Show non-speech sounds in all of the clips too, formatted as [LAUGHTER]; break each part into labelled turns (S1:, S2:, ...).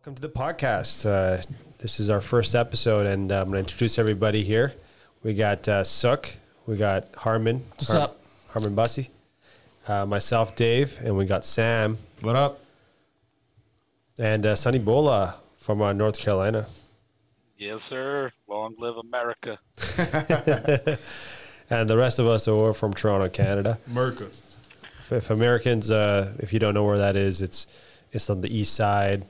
S1: Welcome to the podcast. Uh, this is our first episode, and uh, I'm going to introduce everybody here. We got uh, Suk, we got Harmon.
S2: What's up?
S1: Harmon Bussey, uh, myself, Dave, and we got Sam
S3: What up?
S1: and uh, Sonny Bola from uh, North Carolina.
S4: Yes, sir. Long live America.
S1: And the rest of us are from Toronto, Canada.
S3: Merca.
S1: If, if Americans, uh, if you don't know where that is, it's it's on the east side.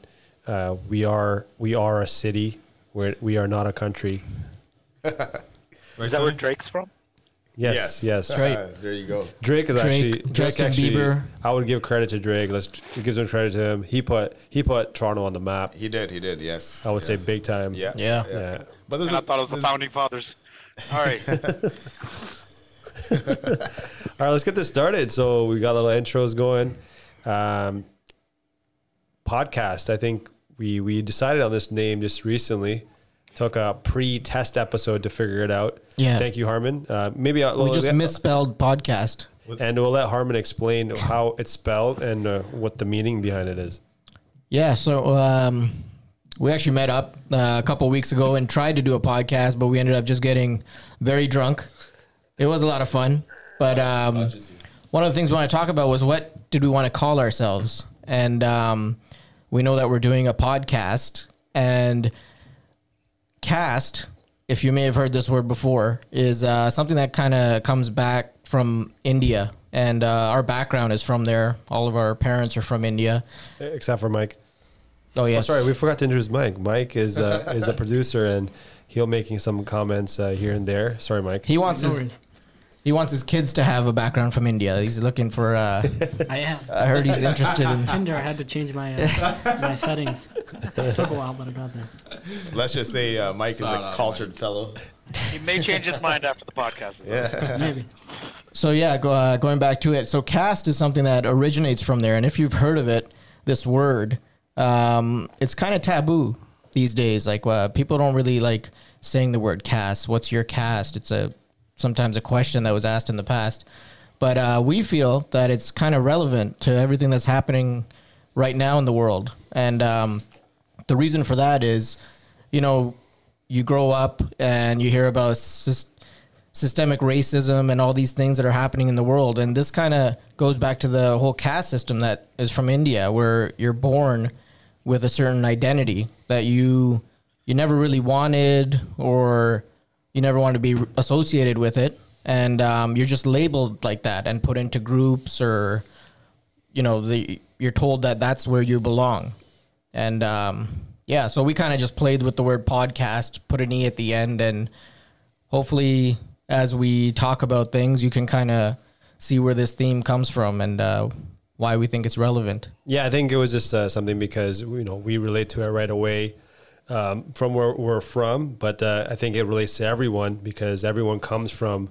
S1: Uh, we are we are a city. We're, we are not a country.
S4: Is that where Drake's from?
S1: Yes, yes.
S2: That's right.
S3: there you go.
S1: Drake is
S2: Drake,
S1: actually Drake
S2: Justin
S1: actually-
S2: Bieber.
S1: I would give credit to Drake. Let's give some credit to him. He put he put Toronto on the map.
S3: He did. He did. Yes.
S1: I would
S3: Yes.
S1: say big time.
S3: Yeah.
S2: Yeah.
S1: yeah.
S3: But this
S4: And I
S3: is.
S4: thought it was the
S3: this-
S4: founding fathers. All right.
S1: All right, let's get this started. So we got little intros going. Um, podcast. I think we we decided on this name just recently. Took a pre-test episode to figure it out.
S2: Yeah.
S1: Thank you, Harmon. Uh, maybe I'll,
S2: We just misspelled podcast.
S1: and we'll let Harmon explain how it's spelled and uh, what the meaning behind it is.
S2: Yeah, so um, we actually met up uh, a couple weeks ago and tried to do a podcast, but we ended up just getting very drunk. It was a lot of fun, but um, one of the things we want to talk about was what did we want to call ourselves, and um, we know that we're doing a podcast and cast. If you may have heard this word before, is uh, something that kind of comes back from India, and uh, our background is from there. All of our parents are from India.
S1: Except for Mike.
S2: Oh
S1: Oh,
S2: yes,
S1: sorry, we forgot to introduce Mike. Mike is uh, is the producer, and he'll making some comments uh, here and there. Sorry, Mike.
S2: He wants his he wants his kids to have a background from India. He's looking for. Uh,
S5: [LAUGHS] I am.
S2: I heard he's interested in.
S5: Tinder, I had to change my uh,
S1: [LAUGHS]
S5: my settings. Took a while, but I got there.
S3: Let's just say uh, Mike is a cultured fellow.
S4: he may change his mind after the podcast is over.
S5: Maybe.
S2: So yeah, go, uh, going back to it. So caste is something that originates from there, and if you've heard of it, this word, um, it's kind of taboo these days. Like uh, people don't really like saying the word caste. What's your caste? It's a sometimes a question that was asked in the past, but uh, we feel that it's kind of relevant to everything that's happening right now in the world, and um, the reason for that is, you know, you grow up and you hear about sys- systemic racism and all these things that are happening in the world. And this kind of goes back to the whole caste system that is from India, where you're born with a certain identity that you you never really wanted or you never wanted to be associated with it, and um, you're just labeled like that and put into groups or you know the you're told that that's where you belong and um yeah so we kind of just played with the word podcast put an e at the end and hopefully as we talk about things you can kind of see where this theme comes from and uh why we think it's relevant
S1: Yeah, I think it was just uh, something because you know we relate to it right away um, from where we're from, but uh, I think it relates to everyone because everyone comes from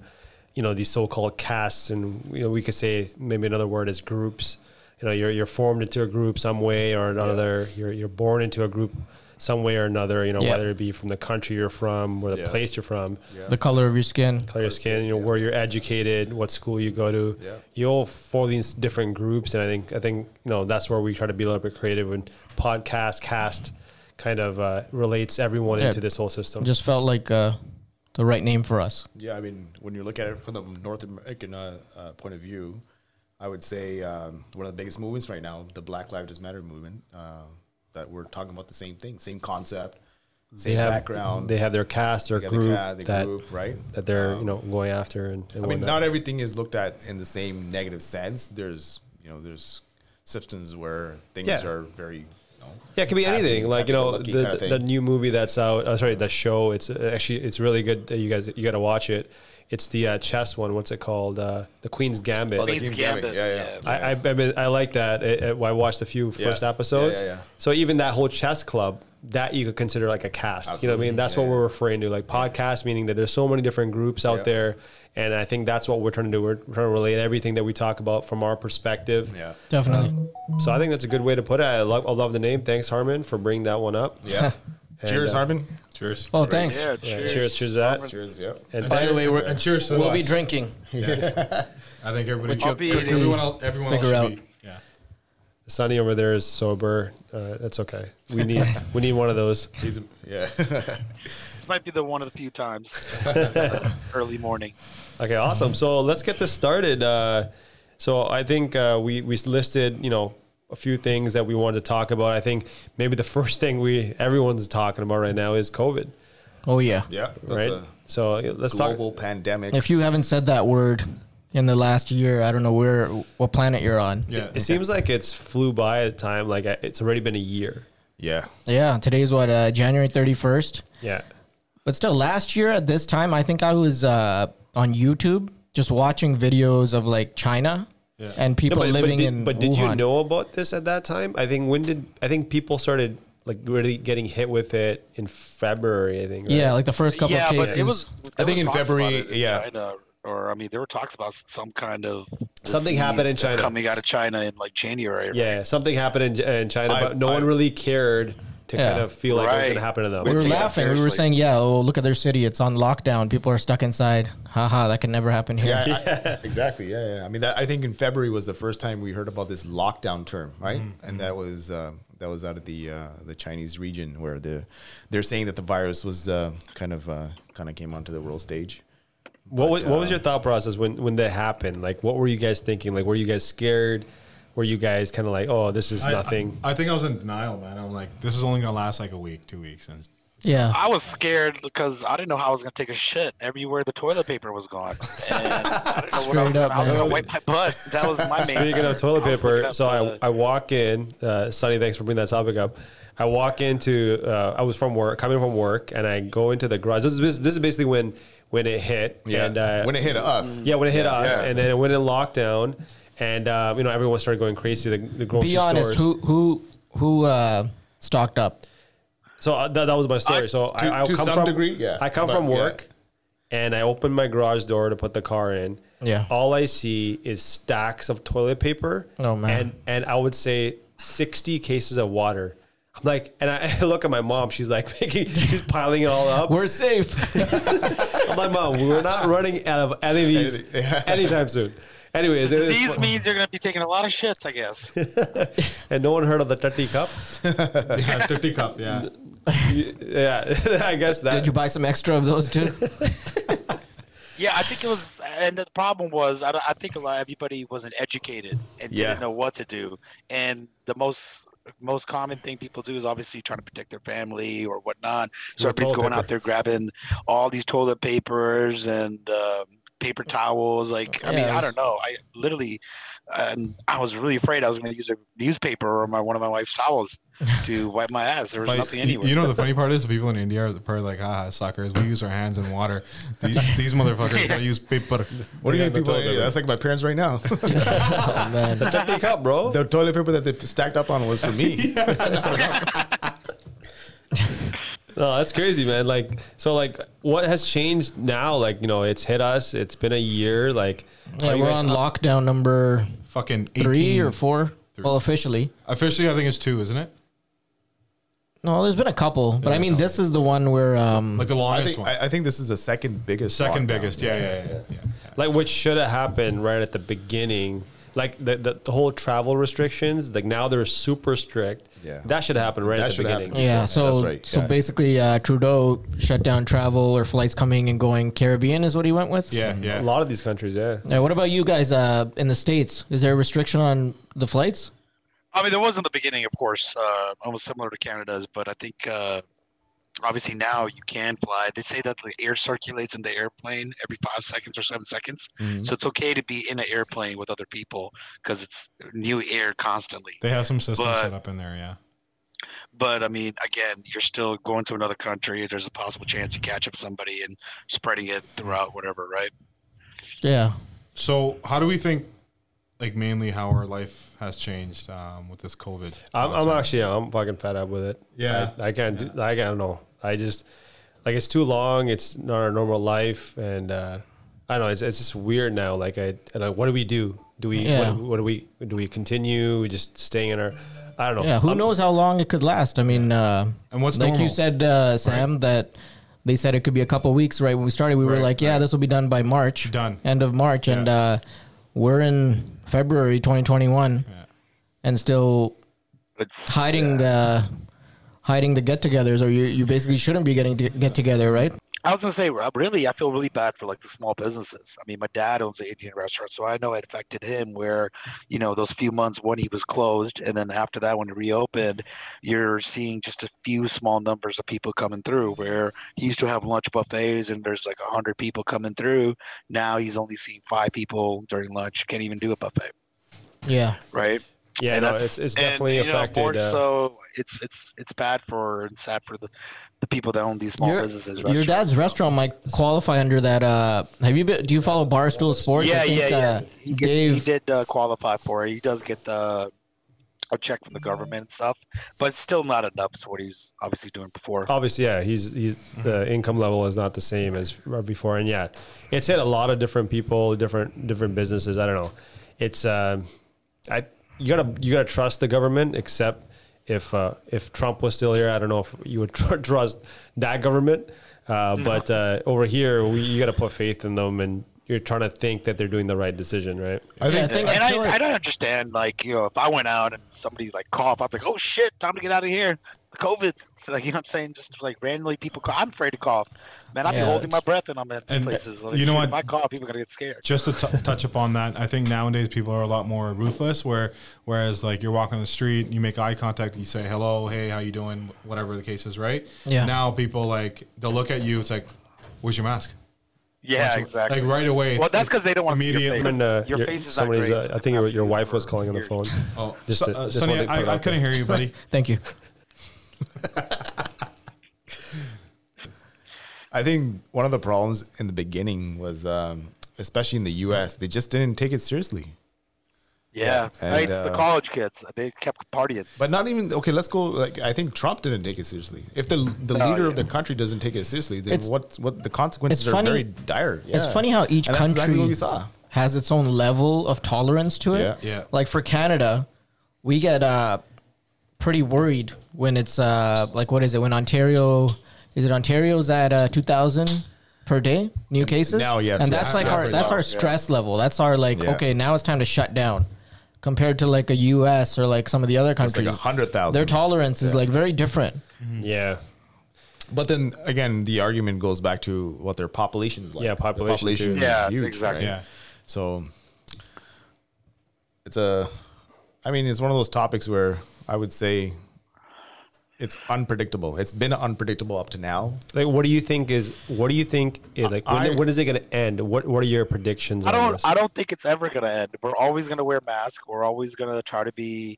S1: you know these so-called castes, and you know we could say maybe another word is groups. You know, you're you're formed into a group some way or another. You're you're born into a group some way or another. You know,
S2: Yeah.
S1: whether it be from the country you're from or the
S3: Yeah.
S1: place you're from.
S2: the color of your skin
S1: color of your skin, you know, where you're educated, what school you go to.
S3: Yeah.
S1: You all form these different groups, and I think I think you know that's where we try to be a little bit creative and podcast cast kind of uh, relates everyone
S2: Yeah.
S1: into this whole system.
S2: just felt like uh the right name for us
S3: Yeah, I mean, when you look at it from the North American uh, uh, point of view, I would say um, one of the biggest movements right now, the Black Lives Matter movement, uh, that we're talking about the same thing, same concept,
S1: they
S3: same
S1: have
S3: background,
S1: they have their cast, their
S3: they got
S1: group
S3: the, ca- the
S1: that
S3: group, right? Um,
S1: that they're you know going after, and, and
S3: I mean,
S1: whatnot.
S3: not everything is looked at in the same negative sense. There's, you know, there's substance where things
S1: Yeah.
S3: are very, you know,
S1: Yeah, it could be
S3: happy-
S1: anything. Like you know,
S3: happy-go-lucky kinda
S1: the, the,
S3: thing.
S1: the new movie that's out. Uh, sorry, the show. It's uh, actually it's really good. That you guys you got to watch it. It's the uh, chess one. What's it called? Uh, the Queen's Gambit.
S3: Oh, the
S4: Queen's
S3: Queen's Gambit.
S4: Gambit,
S3: Yeah, yeah.
S4: yeah.
S1: I, I, I, mean, I like that. It, it- I watched a few
S3: Yeah.
S1: first episodes.
S3: Yeah, yeah, yeah.
S1: So even that whole chess club, that you could consider like a cast. You know what I mean?
S3: Absolutely.
S1: That's
S3: Yeah,
S1: what
S3: yeah.
S1: we're referring to, like podcast, meaning that there's so many different groups out
S3: Yeah.
S1: there, and I think that's what we're trying to do. We're trying to relate everything that we talk about from our perspective.
S3: Yeah.
S1: [LAUGHS]
S2: definitely
S1: So I think that's a good way to put it. I love, I love the name. Thanks, Harmon, for bringing that one up.
S3: Yeah.
S1: And,
S3: Cheers,
S1: uh,
S3: Harbin. Cheers.
S2: oh thanks
S4: Yeah,
S1: Cheers,
S4: cheers.
S1: cheers, to that.
S3: Cheers. Yeah.
S1: And
S2: by the way we're
S6: And cheers to
S2: we'll be
S6: us.
S2: drinking
S6: I think everybody.
S2: Which you'll
S6: everyone else, everyone
S2: figure
S6: else should Be, yeah.
S1: Sunny over there is sober. Uh, that's okay. We need we need one of those.
S3: He's, yeah. [LAUGHS]
S4: This might be the one of the few
S1: [LAUGHS]
S4: times. early morning.
S1: Okay, awesome. So let's get this started. Uh, so I think uh, we we listed you know a few things that we wanted to talk about. I think maybe the [LAUGHS] first thing we everyone's talking about right now is COVID,
S2: Oh yeah.
S3: yeah. That's
S1: right?
S3: a
S1: so yeah, let's talk.
S3: global pandemic.
S2: If you haven't said that word in the last year, I don't know where what planet you're on.
S1: It seems like it's flew by at the time. Like uh, it's already been a year.
S3: yeah.
S2: Yeah, today's what uh, January 31st.
S1: Yeah.
S2: But still, last year at this time, I think I was uh, on YouTube just watching videos of like China and people
S1: but, but
S2: living
S1: did,
S2: in.
S1: but did you
S2: Wuhan.
S1: know about this at that time? I think when did I think people started like really getting hit with it in February. I think. right?
S2: Yeah, like the first couple
S4: yeah,
S2: of cases.
S4: but it was.
S3: I
S4: there
S3: think
S4: were
S3: in
S4: talks about
S3: February,
S4: it in
S3: yeah.
S4: China, or I mean, there were talks about some kind of
S1: Something happened
S4: disease
S1: in
S4: that's
S1: China.
S4: coming out of China in like January. right?
S1: Yeah, something happened in, in China,
S3: I-
S1: but no
S3: I-
S1: one really cared to
S2: Yeah.
S1: kind of feel like it was going
S4: Right.
S1: to happen to them.
S2: we were
S4: take that
S2: laughing. We were
S4: seriously.
S2: saying, "Yeah, oh look at their city. It's on lockdown. People are stuck inside. Haha, that can never happen here."
S3: Yeah,
S2: [LAUGHS]
S3: I- exactly. Yeah, yeah. I mean, that, I think in February was the first time we heard about this lockdown term, right? And that was uh, that was out of the uh, the Chinese region where the they're saying that the virus was uh, kind of uh, kind of came onto the world stage.
S1: what was, what was
S3: uh,
S1: your thought process when when that happened? Like, what were you guys thinking? Like, were you guys scared? Were you guys kind of like, oh, this is
S6: I-
S1: nothing?
S6: I, I think I was in denial, man. I'm like, this is only gonna last like a week, two weeks, and
S2: Yeah.
S4: I was scared because I didn't know how I was gonna take a shit everywhere the toilet paper
S1: [LAUGHS]
S4: was gone. And I didn't know what I was
S2: Straight up,
S4: gonna, I was
S2: man.
S4: gonna wipe my butt. That was my main.
S1: Speaking
S3: [LAUGHS]
S1: of toilet paper, so
S4: uh,
S1: I, I walk in. Uh, Sunny, thanks for bringing that topic up. I walk into. Uh, I was from work, coming from work, and I go into the garage. This is bas- this is basically when when it hit.
S3: Yeah,
S1: And, uh,
S3: when it hit us,
S1: Yeah, when it hit
S3: Yeah.
S1: us,
S3: Yeah.
S1: and then it went in lockdown, and uh, you know everyone started going crazy. The, the grocery
S2: Be honest.
S1: stores.
S2: Who who who uh, stocked up?
S1: So uh, that, that was my story. so
S3: to-
S1: I, I
S3: to
S1: come
S3: some
S1: from
S3: degree, yeah.
S1: I come
S3: But,
S1: from
S3: yeah.
S1: work, and I open my garage door to put the car in.
S2: Yeah.
S1: All I see is stacks of toilet paper.
S2: Oh, man.
S1: And and I would say sixty cases of water. I'm like, and I, [LAUGHS] I look at my mom. She's like, [LAUGHS] making, she's piling it all up. [LAUGHS]
S2: We're safe.
S1: I'm like, mom, we're not running out of any of these anytime soon. Anyways, it is-
S4: disease means you're gonna be taking a lot of shits, I guess.
S1: and no one heard of the Tutty
S3: [LAUGHS]
S1: cup.
S6: yeah, 50 cup, yeah.
S1: [LAUGHS] Yeah, [LAUGHS] I guess that.
S2: Did you buy some extra of
S1: [LAUGHS]
S2: those too?
S4: Yeah, I think it was, and the problem was, I, I think a lot everybody wasn't educated and
S3: Yeah.
S4: didn't know what to do. And the most most common thing people do is obviously trying to protect their family or whatnot. So
S1: With
S4: everybody's
S1: toilet
S4: going
S1: paper.
S4: out there grabbing all these toilet papers and um, paper towels. Like, I mean,
S2: Yeah, it
S4: I
S2: was-
S4: don't know. I literally, um, I was really afraid I was going to use a newspaper or my one of my wife's towels to wipe my ass. There was
S6: Like,
S4: nothing
S6: you-
S4: anywhere.
S6: You, know, the funny part is the people in India are probably like, haha, suckers, we use our hands in water. These, these motherfuckers gotta use paper.
S3: What do you mean people?
S1: toilet paper.
S3: That's like my parents right now. [LAUGHS]
S2: Oh, man.
S1: Tutty cup, bro?
S3: the toilet paper that they stacked up on was for me.
S1: No, that's crazy, man. Like, so, like, what has changed now? Like, you know, it's hit us. It's been a year. Like,
S2: Yeah,
S1: are you
S2: we're
S1: guys-
S2: on lockdown number
S6: Fucking 18.
S2: three or four. Well, officially.
S6: Officially, I think it's two, isn't it?
S2: No, there's been a couple, but I mean, this is the one where um,
S6: Like the
S3: I
S6: longest
S3: think,
S6: one.
S3: I, I think this is the second biggest.
S6: Second
S3: lockdown.
S6: biggest, yeah, yeah, yeah. yeah.
S1: like, what should have happened right at the beginning? Like, the, the, the whole travel restrictions, like, now they're super strict.
S3: Yeah.
S1: That should happen right
S3: That
S1: at the
S3: should
S1: beginning.
S3: happen.
S2: yeah.
S3: That's
S2: So
S3: right,
S2: so
S3: yeah.
S2: basically, uh, Trudeau shut down travel or flights coming and going Caribbean is what he went with.
S6: Yeah, yeah.
S1: A lot of these countries, yeah.
S2: Now, what about you guys uh, in the states? Is there a restriction on the flights?
S4: I mean, there was in the beginning, of course, uh, almost similar to Canada's, but I think uh, obviously now you can fly. They say that the air circulates in the airplane every five seconds or seven seconds, so it's okay to be in an airplane with other people because it's new air constantly.
S6: They have some systems
S4: But-
S6: set up in there, yeah.
S4: But I mean, again, you're still going to another country. There's a possible chance you catch up with somebody and spreading it throughout whatever, right?
S2: Yeah.
S6: So, how do we think, like, mainly how our life has changed um, with this COVID?
S1: I'm, I'm
S6: process?
S1: actually I'm fucking fed up with it.
S6: Yeah.
S1: I, I can't. Do, I don't know. I just like it's too long. It's not our normal life, and uh, I don't know. It's, it's just weird now. Like I and, like what do we do? Do we
S2: Yeah.
S1: what, what do we do? We continue? We just staying in our. I don't know.
S2: Yeah, who
S1: I'm-
S2: knows how long it could last? I mean, uh,
S6: Um, And what's
S2: like you
S6: normal?
S2: said, uh, Sam, that they said it could be a couple weeks. Right when we started, we were
S6: Right,
S2: like, "Yeah, this will be done by March,
S6: Done.
S2: end of March," and uh, we're in February 2021, and still
S4: It's
S2: hiding the hiding the get-togethers, or you, you basically shouldn't be getting to get together, right?
S4: I was gonna say, Rob, really, I feel really bad for like the small businesses. I mean, my dad owns an Indian restaurant, so I know it affected him. Where, you know, those few months when he was closed, and then after that when it reopened, you're seeing just a few small numbers of people coming through. Where he used to have lunch buffets, and there's like hundred people coming through. Now he's only seeing five people during lunch. Can't even do a buffet,
S2: Yeah.
S4: right?
S1: Yeah,
S4: And
S1: no,
S4: that's-
S1: it's, it's
S4: and,
S1: definitely
S4: you know,
S1: affected.
S4: more
S1: uh,
S4: so it's it's it's bad for and sad for the, the people that own these small
S2: Your,
S4: businesses.
S2: your dad's
S4: restaurants.
S2: restaurant might qualify under that. Uh, have you been? Do you follow Barstool Sports?
S4: Yeah,
S2: I think,
S4: yeah, yeah.
S2: uh,
S4: He, gets, he
S2: Dave.
S4: did uh, qualify for it. He does get the a check from the government and stuff, but it's still not enough to what he was obviously doing
S2: Oh,
S4: before.
S1: obviously yeah he's he's the income level is not the same as before and yeah it's hit a lot of different people different different businesses i don't know it's um i you gotta you gotta trust the government except if uh if trump was still here i don't know if you would [LAUGHS] tr- trust that government uh but uh over here we, you gotta put faith in them and you're trying to think that they're doing the right decision right
S3: I
S2: Yeah, I
S3: think
S2: think
S4: And
S2: until it-
S4: I, I don't understand, like, you know, if I went out and somebody like cough, I'm like, oh shit, time to get out of here. COVID, [LAUGHS] like, you know what I'm saying? Just like randomly people cough. I'm afraid to cough. Man, I've
S2: Yeah,
S4: been holding my
S2: it's-
S4: breath and I'm at these
S6: And,
S4: places. Like,
S6: you know
S4: shit,
S6: what?
S4: If I cough, people are going to get scared.
S6: just to t- touch upon that, I think nowadays people are a lot more ruthless. Where whereas like you're walking the street, you make eye contact, you say hello, hey, how you doing, whatever the case is, right?
S2: Yeah.
S6: Now people like they'll look at you. It's like, where's your mask?
S4: Yeah, exactly.
S6: Like right away.
S4: well,
S6: it's-
S4: that's because they don't want to see your
S6: immediately-
S4: face.
S1: And, uh,
S4: your, face is not
S1: somebody's,
S4: great.
S1: uh, I think your, your wife was calling on the phone.
S6: Oh,
S1: Just
S6: so-
S1: to-
S6: uh,
S1: just
S6: Sonny,
S1: wanted to put it
S6: I, I
S1: out
S6: couldn't hear you, buddy.
S2: Thank you.
S3: I think one of the problems in the beginning was, um, especially in the U.S., they just didn't take it seriously.
S4: Yeah,
S3: And,
S4: right, it's the
S3: uh,
S4: college kids. They kept partying.
S3: But not even okay. Let's go. Like I think Trump didn't take it seriously. If the the
S4: No,
S3: leader
S4: yeah.
S3: of the country doesn't take it seriously, then
S2: It's-
S3: what what the consequences
S2: it's
S3: are
S2: funny-
S3: very dire.
S2: It's
S3: Yeah.
S2: funny how each
S3: And that's
S2: country
S3: exactly what we saw.
S2: has its own level of tolerance to it.
S3: Yeah.
S6: Yeah.
S2: Like for Canada, we get uh, pretty worried when it's uh, like what is it when Ontario is it Ontario's at uh, two thousand per day new cases
S3: now, yes,
S2: and
S3: yeah.
S2: that's like our
S3: Average.
S2: that's our stress level that's our like
S3: Yeah.
S2: okay now it's time to shut down compared to like a U.S. or like some of the other
S3: It's like
S2: countries
S3: a hundred thousand.
S2: their tolerance is like very different
S1: Yeah.
S3: But then again, the argument goes back to what their population is like.
S1: Yeah,
S3: Their
S1: population too.
S3: is
S4: Yeah, exactly.
S6: Yeah.
S3: So it's a, I mean, it's one of those topics where I would say it's unpredictable. It's been unpredictable up to now.
S1: Like, what do you think is? What do you think? Is, like, when,
S3: I-
S1: when is it going to end? What What are your predictions?
S4: I
S1: on
S4: don't.
S1: this?
S4: I don't think it's ever gonna end. We're always gonna wear masks. We're always gonna try to be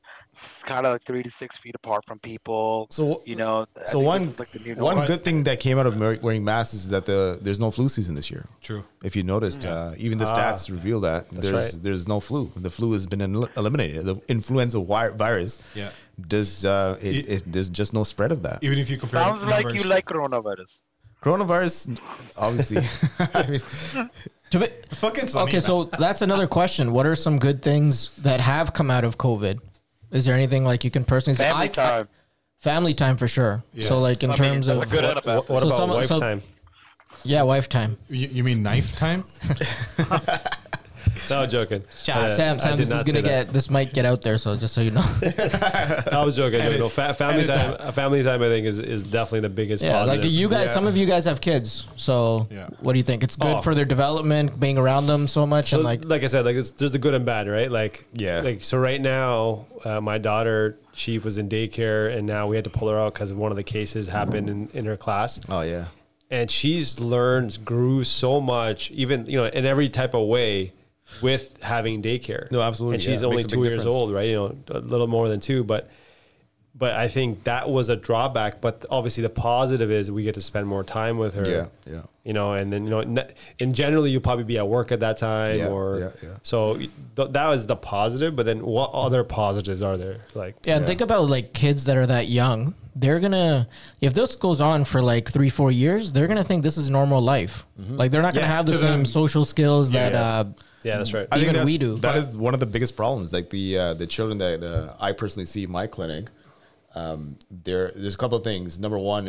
S4: kind of like three to six feet apart from people.
S3: So-
S4: you know. I
S3: so
S4: think
S3: one
S4: this is like the new
S3: one
S4: norm.
S3: good thing that came out of mer- wearing masks is that the there's no flu season this year.
S6: True.
S3: If you noticed,
S4: Mm.
S3: uh, even the stats reveal that there's
S1: right.
S3: there's no flu. The flu has been el- eliminated. The influenza wi- virus
S6: Yeah.
S3: does uh, it,
S6: It-
S3: it, there's just no spread of that.
S6: Even if you compare
S4: Sounds like you
S6: numbers-
S4: like coronavirus.
S3: Coronavirus, obviously. I [LAUGHS] mean,
S2: To be-
S6: fucking Sonny,
S2: okay,
S6: man.
S2: so that's another question. What are some good things that have come out of COVID? Is there anything like you can personally say?
S4: Family
S2: I-
S4: time.
S2: Family time for sure. So like in
S4: I mean,
S2: terms
S4: that's
S2: of
S4: a good and a bad.
S1: What
S2: So
S1: about
S2: some-
S1: wife
S2: so-
S1: time?
S2: yeah, wife time.
S6: you, you mean knife time?
S1: No, I'm
S2: [LAUGHS]
S1: joking. Uh, I
S2: Sam, Sam,
S1: did
S2: this is
S1: not
S2: gonna
S1: say that.
S2: get this might get out there. So just so you know,
S1: I was joking.
S6: Edit-
S1: no,
S2: [LAUGHS]
S1: fa- family
S6: edit
S1: time. Family time. I think is, is definitely the biggest.
S2: yeah,
S1: positive.
S2: like you guys,
S6: Yeah.
S2: some of you guys have kids. So
S6: Yeah.
S2: what do you think? It's good
S1: Oh.
S2: for their development, being around them so much,
S1: So,
S2: and
S1: like,
S2: like
S1: I said, like it's, there's the good and bad, right? Like
S3: Yeah.
S1: Like so, right now, uh, my daughter, she was in daycare, and now we had to pull her out because one of the cases happened in, in her class.
S3: oh yeah.
S1: and she's learned grew so much even you know in every type of way with having daycare
S3: No, absolutely,
S1: and
S3: yeah.
S1: she's
S3: It
S1: only
S3: makes a
S1: two
S3: big
S1: years
S3: difference.
S1: old right you know a little more than two but but i think that was a drawback but obviously the positive is we get to spend more time with her
S3: Yeah, yeah.
S1: you know and then you know ne- in generally you'll probably be at work at that time
S3: Yeah,
S1: or
S3: yeah, yeah.
S1: so th- that was the positive but then what other positives are there like
S2: Yeah, and think about like kids that are that young. They're gonna if this goes on for like three, four years, they're gonna think this is normal life. Like they're not gonna
S6: Yeah,
S2: have the
S6: to
S2: same
S6: them.
S2: social skills
S6: Yeah,
S2: that
S6: yeah.
S2: uh
S1: yeah that's right
S3: I think
S2: Even
S3: that's-
S2: we do.
S3: That is one of the biggest problems. Like the uh, the children that uh, I personally see in my clinic, um, there there's a couple of things. Number one,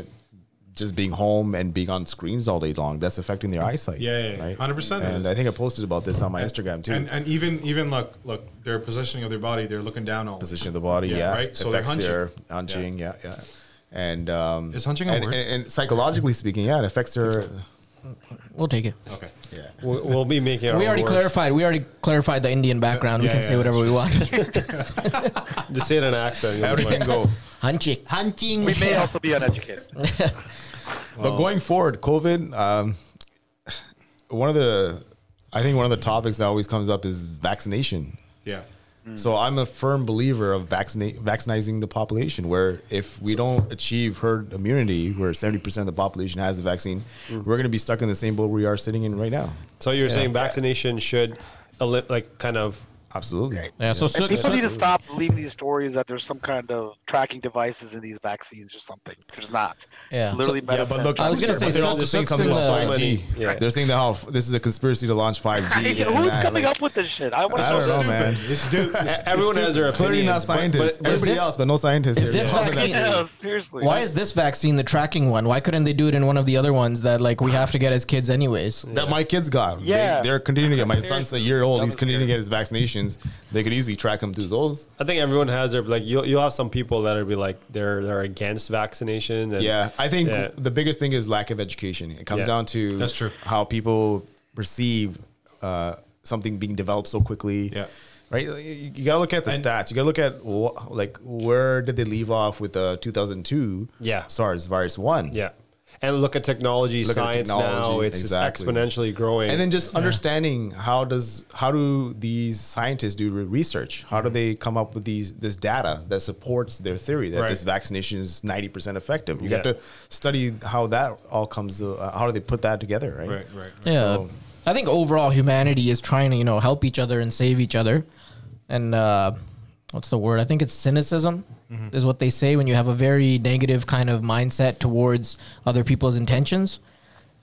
S3: just being home and being on screens all day long, that's affecting their eyesight.
S6: Yeah, yeah, yeah. 100% it
S3: And
S6: is.
S3: I think I posted about this on my Instagram too.
S6: And, and even even look look their positioning of their body, they're looking down all
S3: position of the body.
S6: Yeah,
S3: Yeah,
S6: right? So they're
S3: Affects Their hunching. Yeah, yeah. And um,
S6: Is hunching a
S3: and,
S6: word?
S3: And, and psychologically speaking, yeah, it affects their.
S2: We'll take it.
S6: Okay.
S3: Yeah.
S1: We'll, we'll be making. Our
S2: we
S1: own
S2: already
S1: words.
S2: clarified. We already clarified the Indian background.
S6: Yeah,
S2: we can
S6: yeah,
S2: say whatever we want.
S6: [LAUGHS]
S1: Just say it in an accent. you'll be
S3: Everything
S1: fine.
S3: go.
S2: Hunching. Hunting. [LAUGHS]
S4: We may also be
S3: [LAUGHS]
S4: uneducated.
S3: But going forward, COVID. Um, one of the, I think one of the topics that always comes up is vaccination.
S6: Yeah.
S3: So I'm a firm believer of vaccinate, vaccinizing the population. Where if we don't achieve herd immunity, where 70% of the population has the vaccine, we're going to be stuck in the same boat we are sitting in right now.
S1: So you're saying vaccination should, eli- like, kind of.
S3: Absolutely.
S2: Yeah. So, so,
S4: People
S2: so-
S4: need to stop believing these stories that there's some kind of tracking devices in these vaccines or something. There's not.
S2: Yeah.
S4: It's literally medicine.
S2: I was gonna
S3: But
S2: say,
S3: they're all
S2: so-
S3: just saying
S2: so-
S3: something
S2: so-
S3: about
S1: so-
S3: 5G.
S1: Yeah.
S3: They're saying that how f- this is a conspiracy to launch 5G.
S2: [LAUGHS]
S4: Who's
S3: this and that.
S4: coming
S3: Like,
S4: up with this shit? I want
S3: I don't know, man.
S6: It's dude.
S3: [LAUGHS]
S6: It's,
S1: Everyone has their
S3: Clearly
S1: opinions.
S3: not scientists.
S1: But, but
S3: Everybody
S2: this-
S3: else, but no scientists.
S2: if
S3: here.
S2: this
S3: Yeah.
S2: vaccine-
S4: Yeah, seriously.
S2: why is this vaccine the tracking one? Why couldn't they do it in one of the other ones that like we have to get as kids anyways?
S3: that my kids got,
S4: Yeah.
S3: they, they're continuing to get. My son's a
S4: Seriously,
S3: year old.
S4: that
S3: He's
S4: was
S3: continuing to get his vaccinations. They could easily track him through those.
S1: I think everyone has their like. You'll, you'll have some people that are be like they're they're against vaccination. And
S3: Yeah, I think
S1: Yeah.
S3: the biggest thing is lack of education. It comes
S1: Yeah.
S3: down to
S6: That's true.
S3: how people perceive uh, something being developed so quickly.
S6: Yeah.
S3: Right, Like, you you gotta look at the
S6: And-
S3: stats. You gotta look at wh- like where did they leave off with the 2002
S1: Yeah.
S3: SARS virus one.
S1: yeah. And look at technology,
S3: Look at
S1: science now.
S3: technology,
S1: It's just
S3: exactly.
S1: exponentially growing.
S3: and then just understanding how does how do these scientists do re- research? How do they come up with these this data that supports their theory that
S6: Right.
S3: this vaccination is ninety percent effective? You got
S1: Yeah.
S3: to study how that all comes. Uh, how do they put that together? Right.
S6: right, right.
S2: Yeah.
S3: So-
S2: I think overall humanity is trying to, you know, help each other and save each other. And uh, what's the word? I think it's cynicism
S3: Mm-hmm.
S2: is what they say when you have a very negative kind of mindset towards other people's intentions.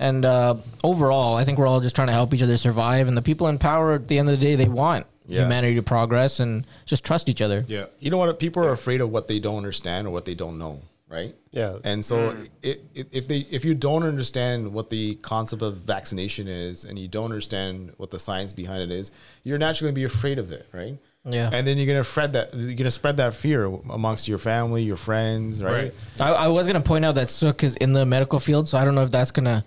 S2: And uh, overall, I think we're all just trying to help each other survive. And the people in power, at the end of the day, they want
S3: Yeah.
S2: humanity to progress and just trust each other.
S6: Yeah.
S3: You know what? People are afraid of what they don't understand or what they don't know, right?
S1: Yeah.
S3: And so,
S2: Mm.
S3: it, it, if they if you don't understand what the concept of vaccination is, and you don't understand what the science behind it is, you're naturally going to be afraid of it, right?
S2: Yeah.
S3: And then you're gonna spread that you're gonna spread that fear amongst your family, your friends, right?
S2: [LAUGHS]
S6: Right.
S2: I, I was gonna point out that Sook is in the medical field, so I don't know if that's gonna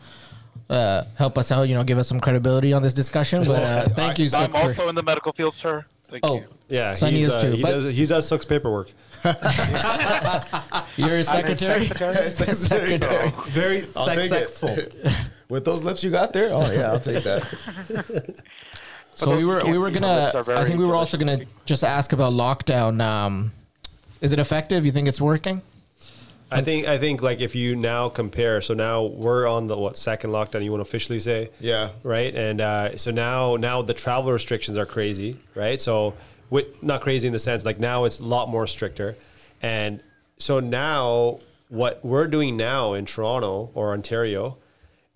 S2: uh, help us out. You know, give us some credibility on this discussion. But uh, thank you, Sook.
S4: I'm
S2: for-
S4: also in the medical field, sir. Thank
S2: oh,
S4: you.
S1: yeah,
S2: Sunny
S1: he's,
S2: is
S1: uh,
S2: too,
S1: he
S2: but-
S1: does he does sucks paperwork.
S2: you're his
S4: I'm a
S2: secretary.
S4: secretary.
S2: secretary.
S6: Very
S3: [LAUGHS] I'll take it. [LAUGHS] With those lips you got there, oh yeah, I'll take that.
S2: So we
S4: those
S2: were
S4: who
S2: we
S4: can't
S2: were
S4: see, my
S2: gonna.
S4: lips are
S2: I
S4: very
S2: think we were also
S4: delicious.
S2: gonna just ask about lockdown. Um, is it effective? You think it's working?
S1: I think I think like if you now compare, so now we're on the what second lockdown you want to officially say,
S3: Yeah.
S1: right? And uh, so now now the travel restrictions are crazy, right? So with, not crazy in the sense like now it's a lot more stricter, and so now what we're doing now in Toronto or Ontario,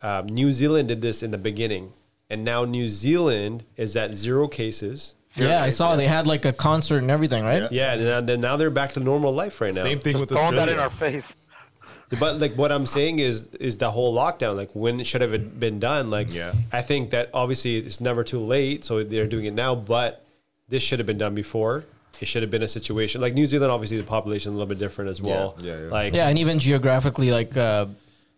S1: um, New Zealand did this in the beginning, and now New Zealand is at zero cases.
S2: yeah, I saw they had like a concert and everything, right?
S1: Yeah, and now- then now they're back to normal life right now.
S3: Same thing
S4: Just
S3: with
S4: throwing that in
S3: Australia.
S4: our face.
S1: But like what I'm saying is is the whole lockdown. Like when it should have been- been done. Like
S3: Yeah.
S1: I think that obviously it's never too late, so they're doing it now. But this should have been done before. It should have been a situation like New Zealand. Obviously, the population is a little bit different as well.
S3: Yeah, yeah.
S1: Like
S2: Yeah, and even geographically, like uh,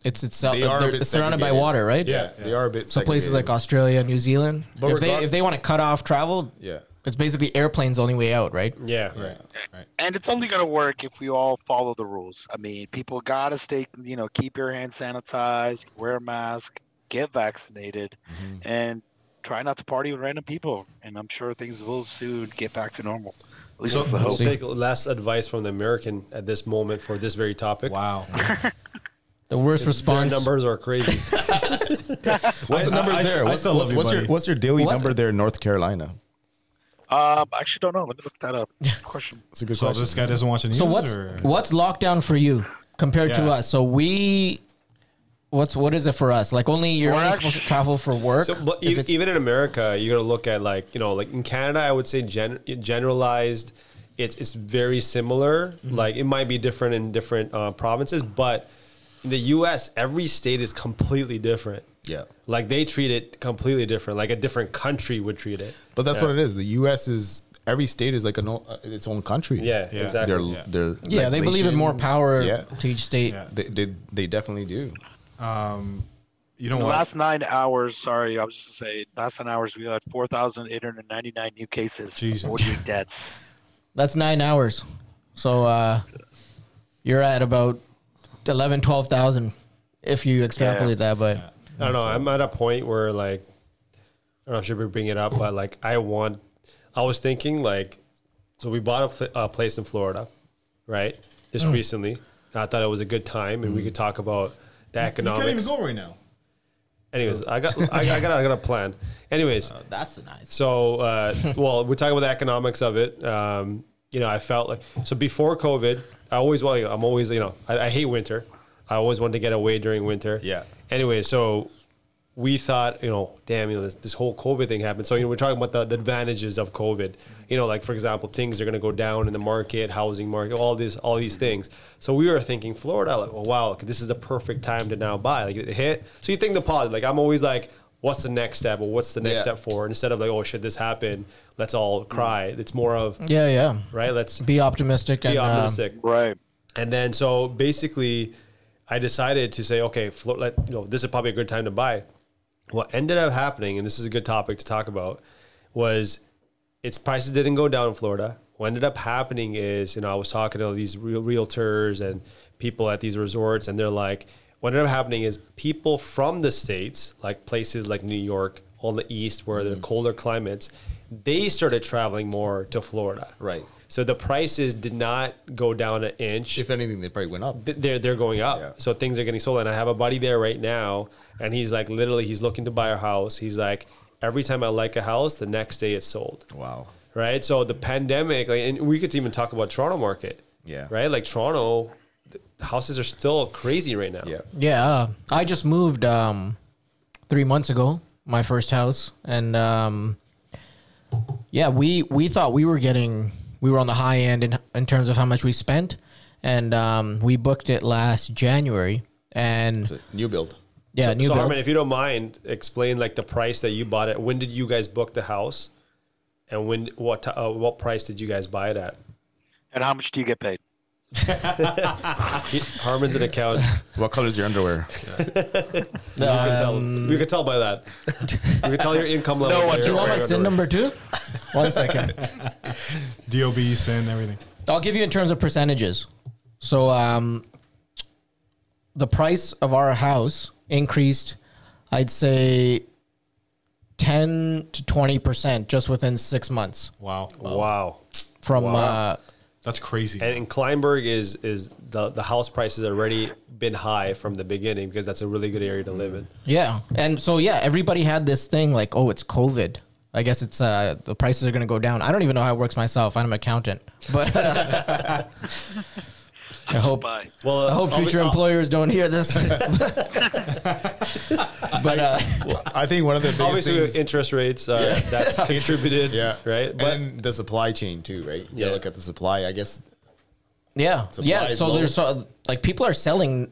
S2: it's itself.
S3: They are a
S2: they're
S3: bit
S2: surrounded by
S3: segregated.
S2: water, right?
S3: Yeah, they are a bit.
S2: So places like
S3: segregated.
S2: Australia, New Zealand,
S3: But
S2: if they
S3: regard-
S2: if they want to cut off travel,
S3: Yeah.
S2: it's basically airplanes the only way out, right?
S1: yeah,
S6: Right. Right.
S4: And it's only gonna work if we all follow the rules. I mean, people gotta stay, you know, keep your hands sanitized, wear a mask, get vaccinated,
S3: Mm-hmm.
S4: and try not to party with random people. And I'm sure things will soon get back to normal. At least that's the
S1: We'll
S4: hope.
S1: take less advice from the American at this moment for this very topic.
S6: Wow.
S2: The worst
S1: Their
S2: response.
S1: numbers are crazy.
S3: What's the
S6: I-
S3: numbers
S6: I- I
S3: there? What's,
S6: still
S3: what's,
S6: love you,
S3: what's your
S6: buddy.
S3: what's your daily
S2: What?
S3: number there in North Carolina?
S4: Um, I actually don't know. Let me look
S2: [LAUGHS]
S4: that up. Good question.
S3: It's a good
S6: So
S3: question.
S6: this guy doesn't watch the news.
S2: So what's
S6: or?
S2: what's lockdown for you compared to
S6: Yeah.
S2: us? So we, what's what is it for us? Like only you're
S4: We're
S2: only supposed to
S4: actu-
S2: travel for work.
S1: So, but
S2: if
S1: e-
S2: it's-
S1: even in America, you got to look at like you know, like in Canada, I would say gen- generalized.
S2: Mm-hmm.
S1: It's it's very similar. Like it might be different in different uh, provinces, but in the U.S., every state is completely different.
S3: Yeah.
S1: Like they treat it completely different. Like a different country would treat it.
S3: But that's
S1: Yeah.
S3: what it is. The U.S. is every state is like an, o- uh, its own country.
S1: Yeah,
S6: Yeah.
S1: exactly.
S3: Their
S6: Yeah.
S3: their
S2: Yeah, they believe in
S3: legislation.
S2: more power
S3: Yeah.
S2: to each state.
S6: Yeah.
S3: They, they they definitely do.
S6: You know
S4: In the
S6: what?
S4: last nine hours, sorry, I was just gonna say, last nine hours, we had 4,899 new cases,
S6: Jesus.
S1: [LAUGHS]
S4: 48 deaths.
S2: That's nine hours. So uh, you're at about 11, 12,000 if you extrapolate that. But
S1: I don't know. I'm at a point where like I don't know if I should we bring it up, but like I want. I was thinking like, so we bought a, fl- a place in Florida, right?
S6: Mm.
S1: Just recently. And I thought it was a good time, and we could talk about the
S6: You can't even
S1: economics.
S6: go right now.
S1: Anyways, I got I, I got I got a plan. Anyways,
S6: Uh,
S7: That's the nice.
S1: so uh, well, we're talking about the economics of it. Um, you know, I felt like so before COVID, I always want. I'm always you know, I, I hate winter. I always wanted to get away during winter.
S3: Yeah.
S1: Anyway, so we thought, you know, damn, you know, this, this whole COVID thing happened. So you know, we're talking about the, the advantages of COVID. You know, like for example, things are going to go down in the market, housing market, all this, all these things. So we were thinking Florida, like, well, wow, okay, this is the perfect time to now buy. Like it hit. So you think the positive. Like I'm always like, what's the next step, or what's the next
S3: Yeah.
S1: step for? Instead of like, oh shit, this happened. Let's all cry. It's more of
S2: yeah, yeah.
S1: right. Let's be
S2: Mm-hmm. Be optimistic. and, uh,
S1: optimistic.
S4: Right.
S1: And then so basically, I decided to say, okay, Flo- let, you know, this is probably a good time to buy. What ended up happening, and this is a good topic to talk about, was its prices didn't go down in Florida. What ended up happening is, you know, I was talking to these real realtors and people at these resorts, and they're like, what ended up happening is people from the states, like places like New York on the east, where there are colder climates, they started traveling more to Florida.
S3: Right.
S1: So the prices did not go down an inch
S3: If anything, they probably went up.
S1: th- they're they're going up.
S3: Yeah.
S1: So things are getting sold. And I have a buddy there right now, and he's like literally he's looking to buy a house. He's like every time I like a house, the next day it's sold.
S3: Wow.
S1: Right. So the pandemic, like, and we could even talk about Toronto market.
S3: Yeah.
S1: Right. Like Toronto, the houses are still crazy right now.
S3: Yeah.
S2: Yeah, uh, I just moved um, three months ago, my first house, and um, yeah, we we thought we were getting we were on the high end in in terms of how much we spent, and um, we booked it last January, and
S3: It's a new build.
S2: yeah, new
S1: so
S2: build.
S1: Harmon, if you don't mind, explain like the price that you bought it. When did you guys book the house, and when what ti- uh, what price did you guys buy it at?
S4: And how much do you get paid?
S1: He, Harmon's an accountant.
S3: What color is your underwear?
S1: You can
S3: Um,
S1: tell. You can tell by that. You can tell your income level.
S4: No,
S1: by
S4: I
S1: your
S4: do
S2: you want my
S1: underwear.
S2: sin number two? One second.
S6: DOB, sin, everything.
S2: I'll give you in terms of percentages. So um, the price of our house increased, I'd say, ten to twenty percent just within six months
S6: Wow.
S1: Wow.
S2: from uh,
S6: That's crazy.
S1: And in Kleinberg is is the the house price has already been high from the beginning because that's a really good area to live in.
S2: yeah, and so yeah, everybody had this thing like, oh, it's COVID. I guess it's uh, the prices are going to go down. I don't even know how it works myself. I'm an accountant, but [LAUGHS] I
S1: Oh,
S2: hope
S4: Bye.
S1: Well,
S2: I hope future employers don't hear this. [LAUGHS] but uh,
S3: I think one of the biggest
S1: Obviously,
S3: things,
S1: with interest rates uh,
S2: [LAUGHS]
S1: that's contributed.
S3: yeah,
S1: Right.
S3: But
S1: But
S3: and the supply chain too, right? Yeah.
S1: Yeah.
S3: Look at the supply. I guess
S2: Yeah, yeah.
S3: is
S2: So
S3: low.
S2: there's uh, like people are selling,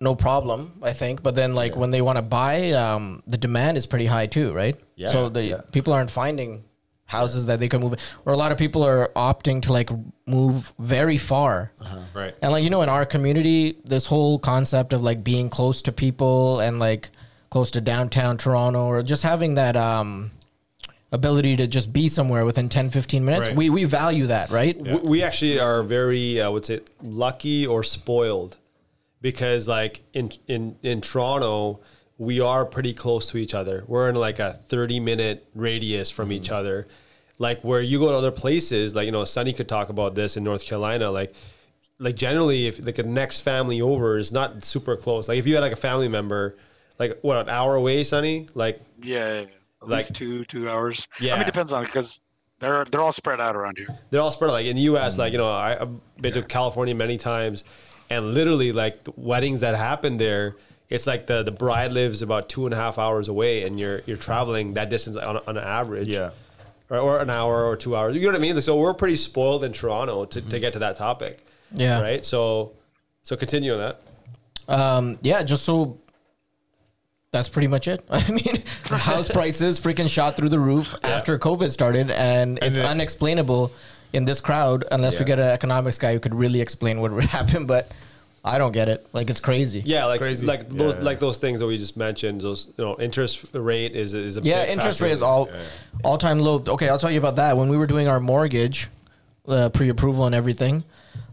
S2: no problem, I think. But then like when they want to buy, um, the demand is pretty high too, right?
S3: Yeah,
S2: So the
S3: yeah.
S2: people aren't finding houses that they can move, or a lot of people are opting to like move very far.
S3: Uh-huh.
S6: right.
S2: And like you know, in our community, this whole concept of like being close to people and like close to downtown Toronto, or just having that um ability to just be somewhere within 10 15 minutes
S6: Right.
S2: we we value that right
S1: we, we actually are very, uh, I would say, lucky or spoiled because, like in in in Toronto, we are pretty close to each other. We're in like a thirty minute radius from each other. Like where you go to other places, like you know, Sunny could talk about this in North Carolina, like. Like generally, if like the next family over is not super close. Like if you had like a family member, like what an hour away, Sunny. Like
S4: Yeah. At
S1: Like-
S4: least two, two hours. I
S1: Yeah.
S4: mean, it depends on because they're, they're all spread out around here.
S1: they're all spread out. like in the U.S.
S3: Mm.
S1: Like you know, I, I've been to California many times, and literally like the weddings that happen there, it's like the the bride lives about two and a half hours away, and you're you're traveling that distance on on average,
S3: Yeah.
S1: or, or an hour or two hours. You know what I mean? So we're pretty
S3: Mm-hmm.
S1: spoiled in Toronto to, to get to that topic,
S2: Yeah.
S1: right? So so continue on that.
S2: Um, yeah, just so that's pretty much it. [LAUGHS] I mean, the house prices freaking shot through the roof after COVID started, and, it's
S3: then-
S2: unexplainable in this crowd unless we
S3: Yeah.
S2: get an economics guy who could really explain what would [LAUGHS] happen. But I don't get it. Like it's crazy.
S1: Yeah, like
S3: crazy.
S1: like those
S3: Yeah.
S1: like those things that we just mentioned. Those you know interest rate is is a
S2: Yeah,
S1: big
S2: interest
S1: factor.
S2: rate is all all time low. Okay, I'll tell you about that. When we were doing our mortgage, uh, pre approval and everything,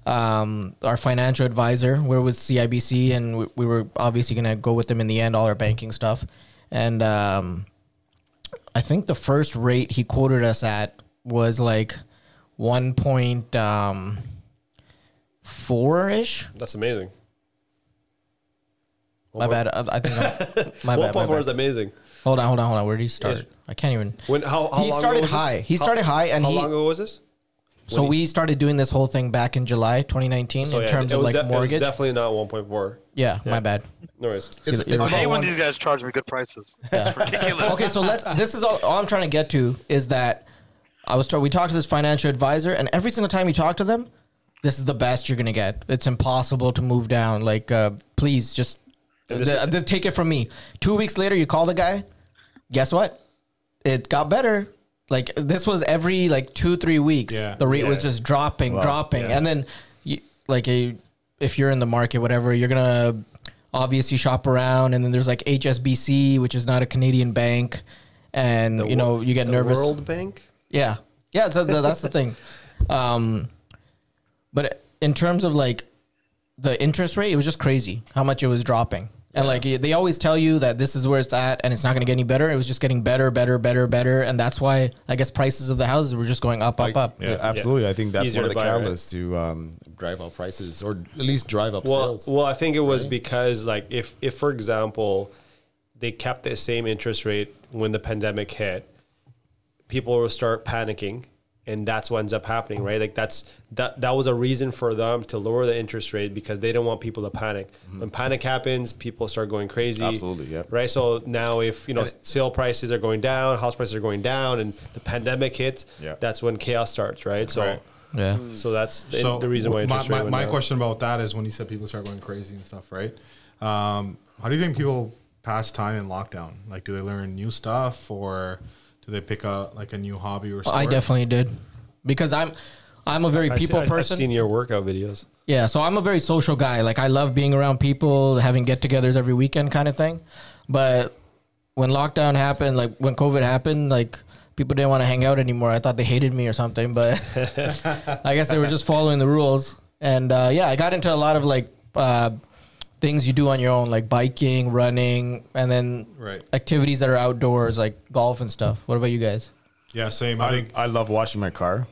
S2: um, our financial advisor, we were with CIBC, and we, we were obviously going to go with them in the end, all our banking stuff, and um, I think the first rate he quoted us at was like one point um, four ish.
S1: That's amazing.
S2: My bad. I, I think I'm,
S1: [LAUGHS]
S2: my
S1: One
S2: bad. my
S1: point four
S2: bad.
S1: is amazing.
S2: Hold on, hold on, hold on. Where did he start? I can't even.
S1: When how, how
S2: He
S1: long
S2: started
S1: ago was this?
S2: high. He
S1: How-
S2: started high and
S1: how
S2: he-
S1: long ago was this?
S2: So we started doing this whole thing back in July 2019
S1: So,
S2: in
S1: Oh, yeah,
S2: terms
S1: it
S2: of
S1: was
S2: like
S1: de- it was
S2: mortgage.
S1: definitely not one point four.
S2: yeah, my bad.
S1: No worries.
S3: It's,
S2: See,
S3: it's
S2: it's
S4: I
S2: about
S3: about
S4: hate when
S2: one-
S4: these guys charge me
S1: [LAUGHS]
S4: good prices. It's ridiculous.
S2: Okay, so let's. This is all, all I'm trying to get to is that I was. told we talked to this financial advisor, and every single time you talk to them, this is the best you're gonna get. It's impossible to move down. Like, uh, please just
S1: this
S2: th- th- take it from me. Two weeks later, you call the guy. Guess what? It got better. Like this was every like two three weeks.
S6: Yeah.
S2: The rate was just dropping, dropping, and then you, like a, if you're in the market, whatever, you're gonna obviously shop around, and then there's like HSBC, which is not a Canadian bank, and you know you get
S1: The
S2: nervous.
S1: World Bank.
S2: Yeah, yeah. So th- that's
S1: [LAUGHS]
S2: the thing. Um, but in terms of like the interest rate, it was just crazy how much it was dropping. And like they always tell you that this is where it's at, and it's not going to get any better. It was just getting better, better, better, better, and that's why I guess prices of the houses were just going up, up, up.
S3: Yeah, absolutely. I think that's
S1: Easier
S3: one of
S1: to
S3: the
S1: buy, right?
S3: catalysts to um, drive up prices or at least drive up
S1: Well,
S3: sales.
S1: well, I think it was because like if if for example, they kept the same interest rate when the pandemic hit, people will start panicking, and that's what ends up happening, right? Like that's that that was a reason for them to lower the interest rate because they don't want people to panic. When panic happens, people start going crazy.
S3: Mm-hmm. Absolutely, yeah.
S1: Right. So now, if you know sale prices are going down, house prices are going down, and the pandemic hits,
S3: Yeah.
S1: that's when chaos starts, right? So.
S6: Right.
S2: Yeah.
S1: So that's the,
S6: So
S1: the reason why
S6: my,
S1: interest
S6: my,
S1: rate went
S6: my
S1: down.
S6: question about that is when you said people start going crazy and stuff, right? Um, how do you think people pass time in lockdown? Like, do they learn new stuff or do they pick up like a new hobby or something?
S2: I definitely did because I'm I'm a very
S1: I see-
S2: people
S1: I- I've
S2: person.
S1: seen your workout videos.
S2: Yeah, so I'm a very social guy. Like I love being around people, having get-togethers every weekend, kind of thing. But when lockdown happened, like when COVID happened, like people didn't want to hang out anymore. I thought they hated me or something,
S6: [LAUGHS]
S2: but I guess they were just following the rules. And uh, yeah, I got into a lot of like uh, things you do on your own, like biking, running, and then
S6: Right.
S2: activities that are outdoors, like golf and stuff. What about you guys?
S6: Yeah, same. I,
S3: I,
S6: think
S3: I love washing my car.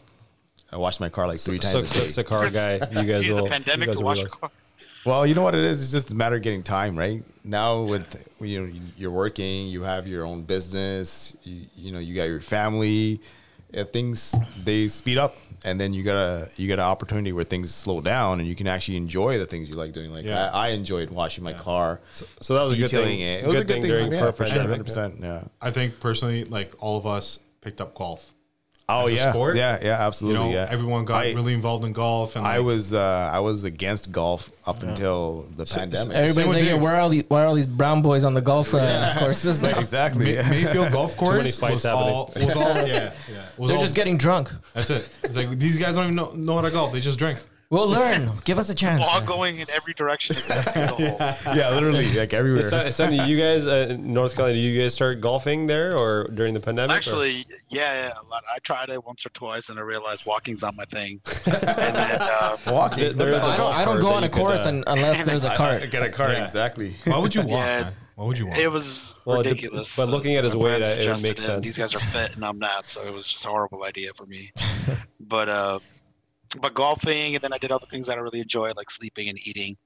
S3: I wash my car like three
S1: Sook,
S3: times a day.
S1: Sook's a car guy. You guys
S4: Due to
S1: will.
S4: [LAUGHS] the pandemic,
S1: you guys
S4: to
S1: will
S4: wash your
S1: realize.
S4: car.
S3: Well, you know what it is. It's just a matter of getting time, right? Now with you know you're working, you have your own business, you, you know you got your family, uh, things they speed up, and then you got a you got an opportunity where things slow down, and you can actually enjoy the things you like doing. Like
S6: Yeah.
S3: I, I enjoyed washing my car,
S1: So that was a good
S3: detailing
S1: thing.
S3: it. It was a good thing,
S1: during
S3: yeah,
S1: for a
S3: for sure,
S1: pandemic.
S3: 100%, Yeah.
S6: I think personally, like all of us picked up golf.
S3: Oh
S6: As a
S3: yeah,
S6: sport?
S3: yeah, yeah,
S6: You
S3: absolutely.
S6: know,
S3: yeah,
S6: everyone got
S3: I,
S6: really involved in golf. And
S3: I
S6: [LAUGHS] like,
S3: was uh, I was against golf up until the pandemic.
S2: Everybody's
S6: with
S2: like, yeah,
S6: Dave.
S2: where are all these, why are all these brown boys on the
S6: [LAUGHS]
S2: golf uh, courses? now?
S3: exactly.
S6: May- Mayfield Golf
S1: many
S6: Course
S1: fights
S6: was all, was all
S1: [LAUGHS]
S6: yeah, yeah. Was
S2: They're
S6: all-
S2: just getting drunk.
S6: That's it. It's like these guys don't even know, know how to golf. They just drink.
S2: We'll learn. Give us a chance.
S4: [LAUGHS] All going in every direction except
S1: [LAUGHS]
S4: for the hole.
S3: [LAUGHS] yeah, literally, like everywhere.
S1: So, so do you guys, uh, in North Carolina, do you guys start golfing there or during the pandemic? or-
S4: Actually, yeah, yeah, a lot. I tried it once or twice, and I realized walking's not
S1: [LAUGHS]
S4: my thing. and then, um,
S3: walking.
S1: There- there is a
S2: I don't, I don't go on a
S1: uh,
S2: course un
S1: [LAUGHS]
S2: unless there's a cart.
S3: Get a cart
S6: Yeah.
S3: exactly.
S6: Why
S2: [LAUGHS]
S6: would you walk?
S4: Yeah.
S6: man? Why would you walk?
S4: it was
S1: Well, it dep-
S4: ridiculous.
S1: but looking at his
S4: My
S1: weight,
S4: friends
S1: I- it would
S4: suggested
S1: make sense.
S4: These guys are fit, and I'm not, so it was just a horrible idea
S1: [LAUGHS]
S4: for me. but uh, but golfing, and then I did other things that I really enjoy, like sleeping and eating.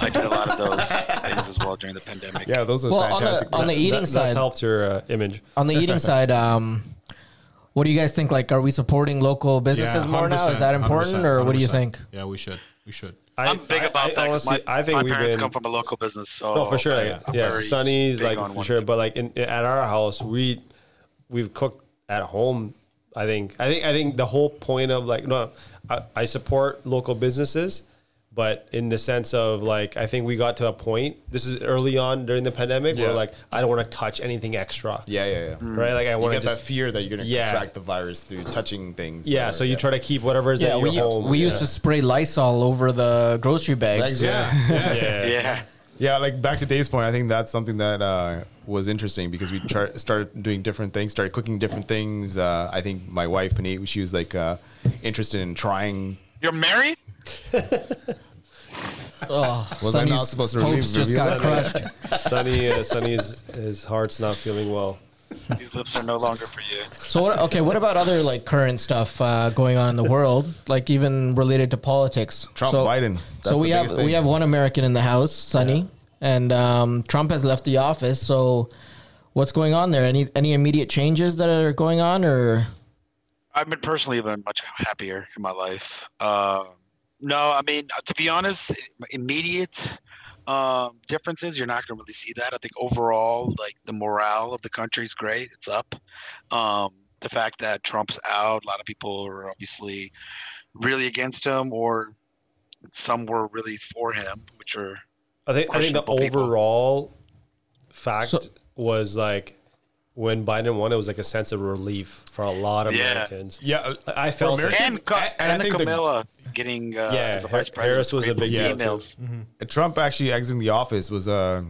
S4: I did a lot
S1: [LAUGHS]
S4: of those things as well during the pandemic.
S3: Yeah, those are
S2: Well, on
S3: fantastic.
S2: the, on the eating
S1: that,
S2: side,
S1: That's helped your uh, image.
S2: on
S1: [LAUGHS]
S2: the eating side, um, what do you guys think? Like, are we supporting local businesses more now? Is
S6: 100%,
S2: that important, or what do you
S6: 100%.
S2: think?
S6: Yeah, we should. We should.
S1: I,
S4: I'm big about that. 'cause
S1: honestly,
S4: my,
S1: I think
S4: my
S1: we've
S4: parents
S1: been,
S4: come from a local business, so
S1: No, Oh, for sure.
S4: I-
S1: Like,
S4: I'm
S1: yeah,
S4: Oh, very
S1: Sunny's
S4: big
S1: like
S4: on
S1: for
S4: one
S1: sure. But like in, at our house, we we've cooked at home. I think I think I think the whole point of like no, I, I support local businesses, but in the sense of like, I think we got to a point. This is early on during the pandemic
S3: Yeah.
S1: where like I don't want to touch anything extra.
S3: Yeah, yeah, yeah.
S1: Mm. Right. Like I
S3: You
S1: want to
S3: get
S1: just
S3: that fear that you're gonna
S1: Yeah.
S3: contract the virus through touching things.
S1: yeah.
S3: that
S1: So
S3: are-
S1: you try to keep whatever is
S2: Yeah,
S1: at your
S2: we,
S1: home.
S2: we
S1: yeah.
S2: used to spray Lysol over the grocery bags.
S3: Yeah. yeah.
S1: [LAUGHS] yeah. [LAUGHS]
S4: Yeah.
S3: [LAUGHS] Yeah, like back to Dave's point, I think that's something that uh, was interesting because we tr- started doing different things, started cooking different things. Uh, I think my wife, Panit, she was like uh, interested in trying.
S4: You're married?
S2: Oh,
S3: Was I
S2: Sonny's
S3: not supposed to
S2: hopes
S3: reveal
S2: just got
S3: that?
S2: crushed.
S1: Sonny, uh, Sonny's his heart's not feeling well.
S4: These lips are no longer for you.
S2: So what, okay, what about other like current stuff uh, going on in the world, like even related to politics?
S3: Trump,
S2: so,
S3: Biden. That's
S2: so
S3: the
S2: we have
S3: biggest thing.
S2: we have one American in the House, Sonny, and um, Trump has left the office. So what's going on there? Any any immediate changes that are going on, or
S4: I've been personally been much happier in my life. Um no, I mean uh, to be honest, immediate um, differences you're not going to really see that. I think overall, like the morale of the country is great; it's up. Um, the fact that Trump's out, a lot of people are obviously really against him, or some were really for him, which are
S1: I think I think the
S4: Questionable people.
S1: overall fact
S2: So-
S1: was like when Biden won, it was like a sense of relief for a lot of
S4: Yeah.
S1: Americans.
S3: Yeah,
S1: I felt it.
S3: America-
S4: and Ka-
S3: and I
S4: and,
S3: think the-
S4: Camilla getting uh,
S1: Yeah,
S4: as a vice
S1: Har- Harris
S4: president
S1: was a
S4: great
S1: big
S4: for
S1: deal, too.
S4: females.
S3: Trump actually exiting the office was a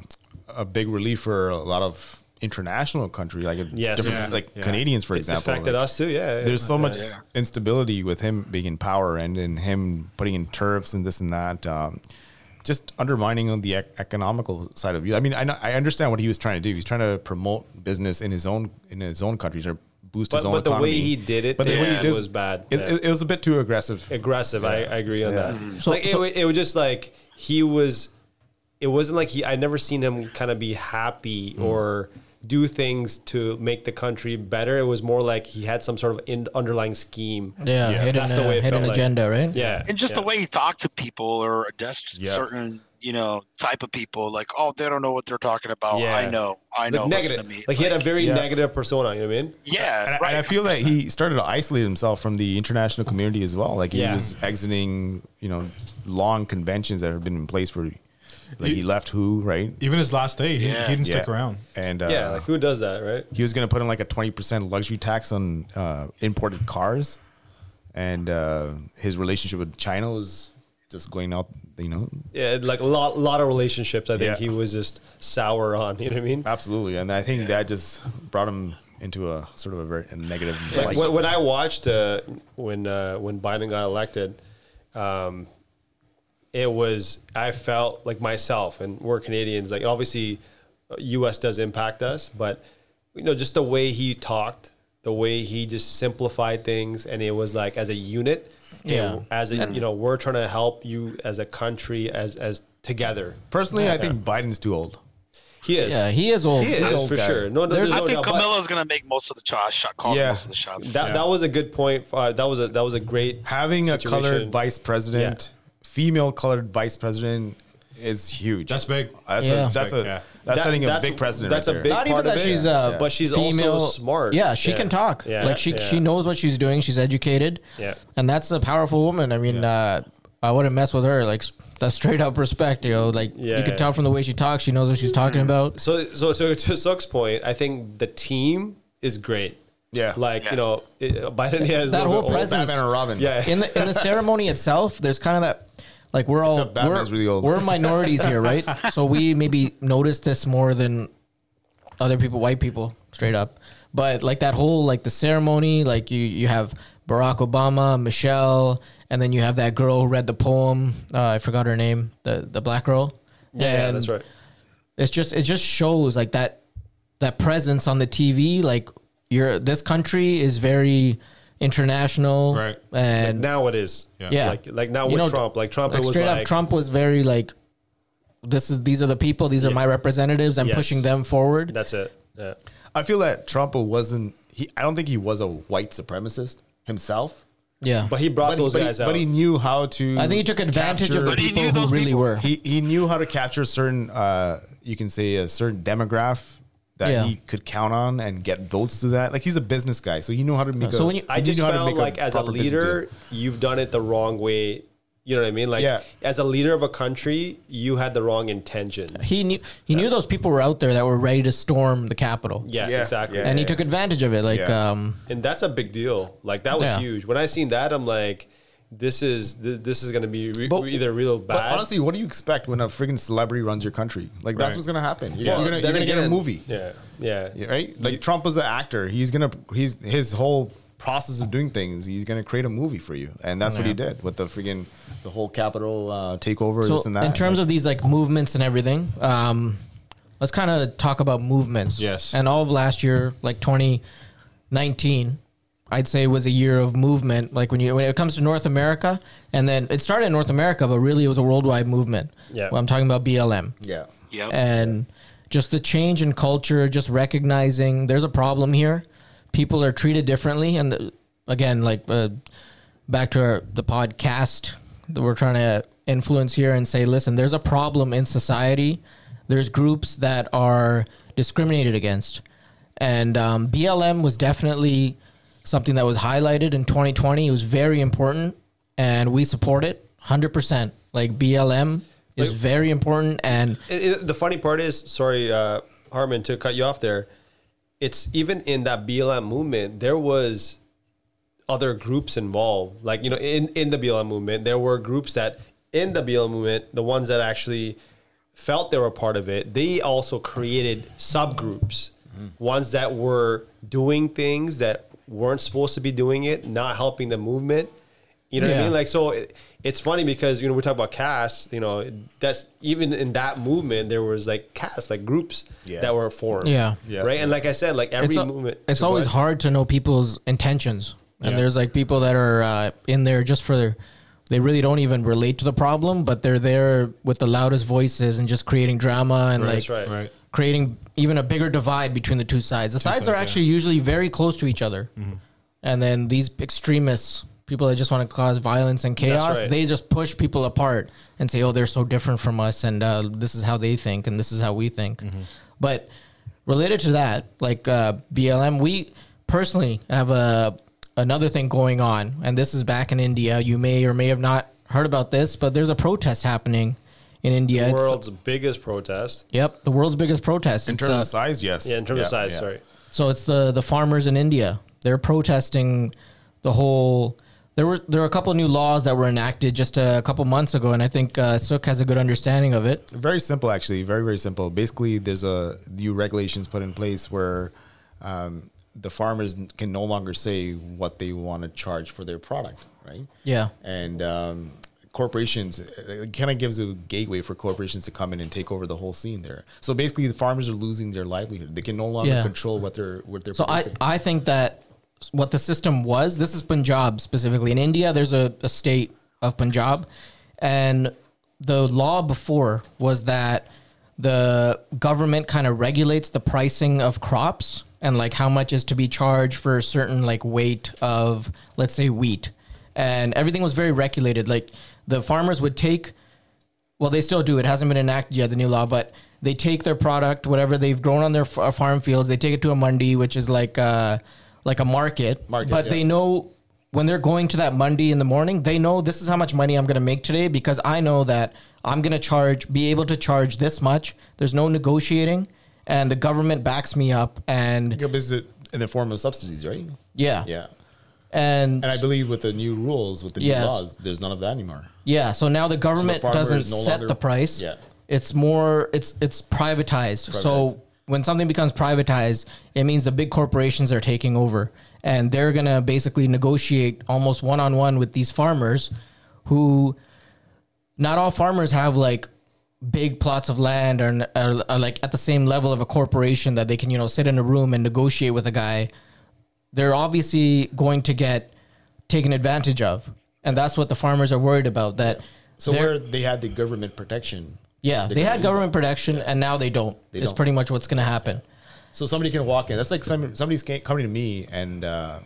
S3: a big relief for a lot of international country, like a
S1: Yes. Yeah.
S3: different- like Canadians, for
S1: It
S3: example.
S1: affected
S3: Like,
S1: us too. Yeah,
S3: There's so much instability with him being in power and in him putting in tariffs and this and that, um, just undermining on the ec- economical side of you. I mean, I, know, I understand what he was trying to do. He's trying to promote business in his own in his own countries or boost
S1: but,
S3: his own.
S1: but the
S3: economy.
S1: way he did it,
S3: but the way he
S1: it
S3: did
S1: was bad.
S3: It,
S1: Yeah.
S3: it, it was a bit too aggressive.
S1: aggressive. I, I agree on
S3: Yeah.
S1: that.
S2: Mm-hmm. So-
S1: like it,
S2: so-
S1: wa- it was just like he was. It wasn't like he. I never seen him kind of be happy
S3: Mm.
S1: or do things to make the country better. It was more like he had some sort of in, underlying scheme.
S2: yeah,
S3: Yeah,
S2: hidden,
S1: that's the
S2: uh,
S1: way it
S2: hidden
S1: felt like.
S2: agenda, right?
S1: Yeah,
S4: and just
S1: yeah.
S4: the way he talked to people or addressed
S3: Yeah.
S4: certain you know type of people like oh they don't know what they're talking about
S1: Yeah.
S4: i know i know
S1: Like
S4: listen
S1: negative.
S4: to me.
S1: Like,
S4: It's
S1: he had a very
S3: Yeah.
S1: negative persona. You know what I mean?
S4: yeah
S3: And, I-
S4: right
S3: and I feel that he started to isolate himself from the international community as well. Like he
S1: Yeah.
S3: was exiting, you know, long conventions that have been in place for. Like he left who right?
S6: Even his last day, he,
S4: Yeah.
S6: he didn't stick
S3: Yeah.
S6: around.
S3: And uh,
S1: yeah, like who does that, right?
S3: he was going to put in like a 20% luxury tax on uh, imported cars and uh, his relationship with china was just going out you know
S1: Yeah, like a lot, lot of relationships. I think
S3: Yeah.
S1: he was just sour on. [LAUGHS] You know what I mean?
S3: absolutely and i think that just brought him into a sort of a very a negative
S1: Like
S3: light.
S1: when, when I watched uh, when uh, when Biden got elected, um, it was I felt like myself, and we're Canadians. Like obviously, uh, U.S. does impact us, but you know just the way he talked, the way he just simplified things, and it was like as a unit. you
S2: Yeah.
S1: know, as a, you know, we're trying to help you as a country, as as together.
S3: personally i think biden's too old
S1: He is,
S2: Yeah, he is old.
S1: he is
S3: old
S1: for
S3: guy.
S1: sure. No, no,
S2: Oh, There's-
S1: there's
S4: i
S1: no
S4: think
S1: doubt, but-
S4: camilla's gonna make most of the shots shot call
S3: Yeah.
S4: most of the shots
S1: That, that was a good point. Uh, that was a that was a great
S3: having a
S1: situation.
S3: colored vice president female colored vice president is huge
S6: That's big.
S3: that's
S2: Yeah.
S3: a that's a
S6: Yeah.
S3: that's
S1: That-
S3: setting a
S1: that's-
S3: big precedent
S1: that's
S3: right
S1: a
S3: there.
S1: big-
S2: not even
S1: part of
S2: that
S1: it.
S2: she's
S1: Yeah.
S2: uh,
S1: But she's also smart.
S2: Yeah, she
S1: Yeah.
S2: can talk.
S1: Yeah.
S2: Like she
S1: Yeah.
S2: she knows what she's doing. She's educated.
S1: Yeah.
S2: and that's a powerful woman. I mean, uh, I wouldn't mess with her. Like s- that's straight up respect, yo. Like
S1: Yeah,
S2: you can
S1: yeah. Mm-hmm.
S2: tell from the way she talks, she knows what she's talking about.
S1: So so so [LAUGHS] to Suk's point, I think the team is great.
S3: Yeah.
S1: like
S4: Yeah.
S1: you know, it, Biden has a
S2: That
S1: little
S2: whole
S1: bit-
S2: presence-
S3: batman and
S1: [LAUGHS]
S3: robin
S1: Yeah,
S2: In the in the ceremony itself, there's kind of that. Like we're all
S3: Except Batman's
S2: we're,
S3: really old.
S2: we're minorities here,
S1: [LAUGHS]
S2: right? So we maybe notice this more than other people, white people, straight up. But like that whole like the ceremony, like you you have Barack Obama, Michelle, and then you have that girl who read the poem. Uh, I forgot her name, the the black girl.
S1: yeah,
S2: And
S1: that's right.
S2: It's just it just shows like that that presence on the TV. Like you're this country is very international,
S6: Right.
S2: And
S1: Now it is.
S2: Yeah.
S1: like like now
S2: You
S1: with
S2: know,
S1: Trump, like Trump,
S2: like
S1: it was
S2: straight
S1: like
S2: up Trump was very like this is these are the people these are my representatives I'm
S1: Yes.
S2: pushing them forward
S1: That's it. Yeah.
S3: I feel that Trump wasn't. He, I don't think he was a white supremacist himself.
S2: yeah
S1: But he brought
S3: But,
S1: those
S3: he, but,
S1: guys
S3: he,
S1: out.
S3: but he knew how to.
S2: I think he took advantage of the
S4: But he
S2: people
S4: knew
S2: who
S4: those
S2: really
S4: people.
S2: were
S3: He, he knew how to capture certain. Uh, you can say a certain demographic that
S2: Yeah.
S3: he could count on and get votes to that. Like he's a business guy, so he knew how to make.
S2: So
S3: a,
S2: when you-
S1: I
S3: he
S1: just
S3: knew how to
S1: felt
S3: make
S1: like as a
S3: proper business
S1: leader, you've done it the wrong way You know what I mean? Like,
S3: Yeah.
S1: as a leader of a country, you had the wrong intentions.
S2: He knew he knew those people were out there that were ready to storm the Capitol.
S1: Yeah,
S3: [LAUGHS] Yeah,
S1: exactly.
S3: yeah.
S2: and he took advantage of it. Like,
S3: Yeah.
S2: um,
S1: and that's a big deal. Like that was
S2: Yeah.
S1: huge. When I seen that, I'm like, this is th- this is gonna be re-
S3: But-
S1: either real bad.
S3: But honestly, what do you expect when a freaking celebrity runs your country? Like that's
S1: Right.
S3: what's gonna happen. You're,
S1: Yeah.
S3: you're gonna,
S1: Then
S3: you're gonna get a
S1: again-
S3: movie,
S1: yeah, yeah,
S3: Yeah, right? Like Trump was an actor. He's gonna he's his whole process of doing things. He's gonna create a movie for you, and that's what he
S2: Yeah.
S3: did with the freaking the whole Capitol uh, takeover,
S2: so
S3: this and that.
S2: in terms of these like movements and everything, um, let's kind of talk about movements.
S6: Yes.
S2: And all of last year, like 2019, I'd say was a year of movement. Like when you when it comes to North America, and then it started in North America, but really it was a worldwide movement.
S1: Yeah.
S2: Well, I'm talking about BLM.
S3: yeah,
S4: Yep.
S2: and just the change in culture, just recognizing there's a problem here. People are treated differently, and the, again, like uh, back to our, the podcast that we're trying to influence here and say, listen, there's a problem in society. There's groups that are discriminated against, and um, BLM was definitely something that was highlighted in 2020. It was very important, and we support it 100%. Like BLM is very important, and
S1: It- it- the funny part is, sorry, uh, Harmon, to cut you off there. It's even in that BLM movement, there was other groups involved. Like you know, in in the BLM movement, there were groups that in the BLM movement, the ones that actually felt they were part of it, they also created subgroups, ones that were doing things that weren't supposed to be doing it, not helping the movement. You know what I
S2: Yeah.
S1: mean? Like so, it, it's funny because you know we talk about casts. You know that's even in that movement there was like casts, like groups
S3: Yeah.
S1: that were formed.
S2: Yeah.
S3: Yeah.
S1: Right. And like I said, like every
S2: it's, al-
S1: movement.
S2: it's
S1: So go
S2: always
S1: ahead.
S2: hard to know people's intentions and there's like people that are uh, in there just for their they really don't even relate to the problem but they're there with the loudest voices and just creating drama and
S1: That's
S2: like
S1: right.
S6: Right.
S2: creating even a bigger divide between the two sides the sides
S6: sides,
S2: are
S6: yeah.
S2: actually usually very close to each other and then these extremists people that just want to cause violence and chaos
S1: right.
S2: they just push people apart and say oh they're so different from us and uh, this is how they think and this is how we think
S3: Mm-hmm.
S2: but related to that like uh, blm we personally have a another thing going on and this is back in india you may or may have not heard about this but there's a protest happening in india It's-
S1: World's biggest protest.
S2: yep the world's biggest protest
S3: in
S2: It's,
S3: terms
S2: uh,
S3: of size, yes,
S1: Yeah, in terms of size,
S3: yeah.
S1: sorry.
S2: so it's the the farmers in India. They're protesting the whole. There were there were a couple of new laws that were enacted just a couple months ago, and I think uh, Sook has a good understanding of it.
S3: Very simple, actually. Very very simple. Basically, there's a new regulations put in place where um, the farmers can no longer say what they want to charge for their product, right?
S2: Yeah.
S3: and um, corporations it kind of gives a gateway for corporations to come in and take over the whole scene there. So basically, the farmers are losing their livelihood. They can no longer
S2: Yeah.
S3: control what they're what they're
S2: So I
S3: producing.
S2: I think that what the system was. This is Punjab specifically in India. There's a, a state of Punjab, and the law before was that the government kind of regulates the pricing of crops and like how much is to be charged for a certain like weight of let's say wheat and everything was very regulated like the farmers would take well they still do it hasn't been enacted yet the new law but they take their product whatever they've grown on their f- uh, farm fields they take it to a mandi which is like a like a market,
S3: Market,
S2: but
S3: yeah.
S2: they know when they're going to that mandi in the morning they know this is how much money i'm going to make today because i know that i'm going to charge be able to charge this much there's no negotiating and the government backs me up and
S3: Yeah, but is it in the form of subsidies, right?
S2: yeah
S3: Yeah,
S2: and,
S3: and I believe with the new rules, with the new
S2: Yes.
S3: laws, there's none of that anymore.
S2: Yeah, so now the government
S3: farmer
S2: doesn't
S3: is no
S2: set
S3: longer-
S2: the price.
S3: Yeah.
S2: It's more it's it's privatized.
S3: Privatized.
S2: So when something becomes privatized, it means the big corporations are taking over and they're going to basically negotiate almost one-on-one with these farmers who not all farmers have like big plots of land or are, are like at the same level of a corporation that they can, you know, sit in a room and negotiate with a guy they're obviously going to get taken advantage of, and that's what the farmers are worried about. That
S3: So
S2: they're-
S3: where they had the government protection,
S2: yeah, they had government protection, and now they don't.
S3: They
S2: is
S3: don't.
S2: pretty much what's going to happen.
S3: So somebody can walk in. That's like some, somebody's ca- coming to me, and uh,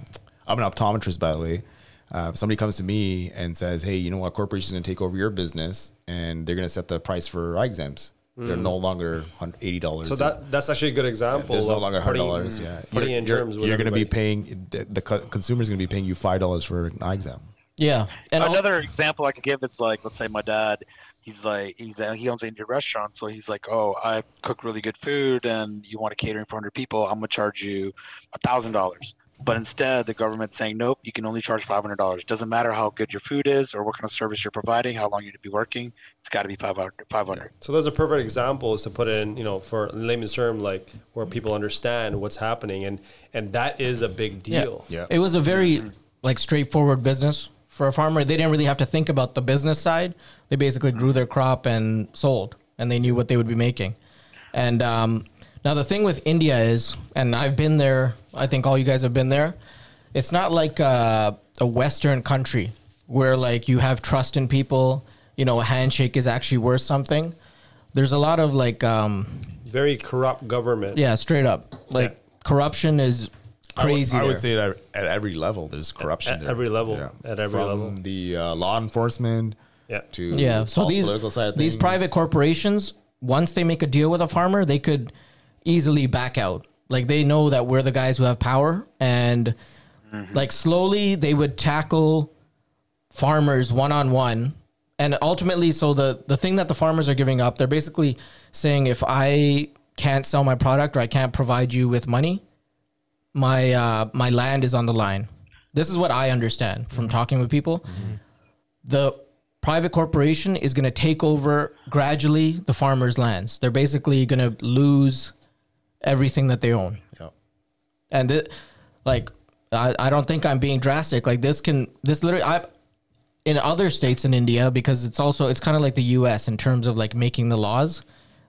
S3: I'm an optometrist, by the way. Uh, somebody comes to me and says, "Hey, you know what? Corporation's going to take over your business, and they're going to set the price for eye exams. They're no longer hun- eighty dollars.
S1: Hmm. So that that's actually a good example.
S3: there's no
S1: of
S3: longer hundred
S1: putting-
S3: dollars. Yeah,
S1: putting hmm, in terms. with
S3: you're going to be
S1: everybody.
S3: paying the, the co- consumer's going to be paying you five dollars for an eye exam.
S2: Yeah. And I'll-
S4: Another example I could give is like, let's say my dad, he's like, he's uh, he owns an Indian restaurant, so he's like, oh, I cook really good food, and you want a catering for 100 people, I'm gonna charge you a thousand dollars. But instead, the government's saying, nope, you can only charge five hundred dollars. Doesn't matter how good your food is or what kind of service you're providing, how long you're to be working, it's got to be five hundred. Five hundred.
S1: So those are perfect examples to put in, you know, for layman's term, like where people understand what's happening, and and that is a big deal.
S3: Yeah.
S2: It was a very like straightforward business for a farmer. They didn't really have to think about the business side. They basically grew their crop and sold, and they knew what they would be making. And um, now the thing with India is, and I've been there. I think all you guys have been there. It's not like uh, a Western country where like you have trust in people. You know, a handshake is actually worth something. There's a lot of like, um,
S1: Very corrupt government.
S2: yeah, straight up like corruption is crazy.
S3: I
S2: there.
S3: would, I would say that at every level, there's corruption.
S1: At
S3: there.
S1: every level. At every
S3: From
S1: level.
S3: the uh, law enforcement.
S1: Yeah.
S3: To
S2: yeah so
S3: all
S2: these
S3: political side of
S2: these
S3: things.
S2: private corporations once they make a deal with a farmer they could easily back out like they know that we're the guys who have power and like slowly they would tackle farmers one on one and ultimately so the the thing that the farmers are giving up they're basically saying if i can't sell my product or i can't provide you with money my uh my land is on the line this is what i understand from talking with people the private corporation is going to take over gradually the farmers' lands. They're basically going to lose everything that they own.
S3: Yep.
S2: And it, like, I, I don't think I'm being drastic. Like this can this literally I in other states in India because it's also it's kind of like the U.S. in terms of like making the laws.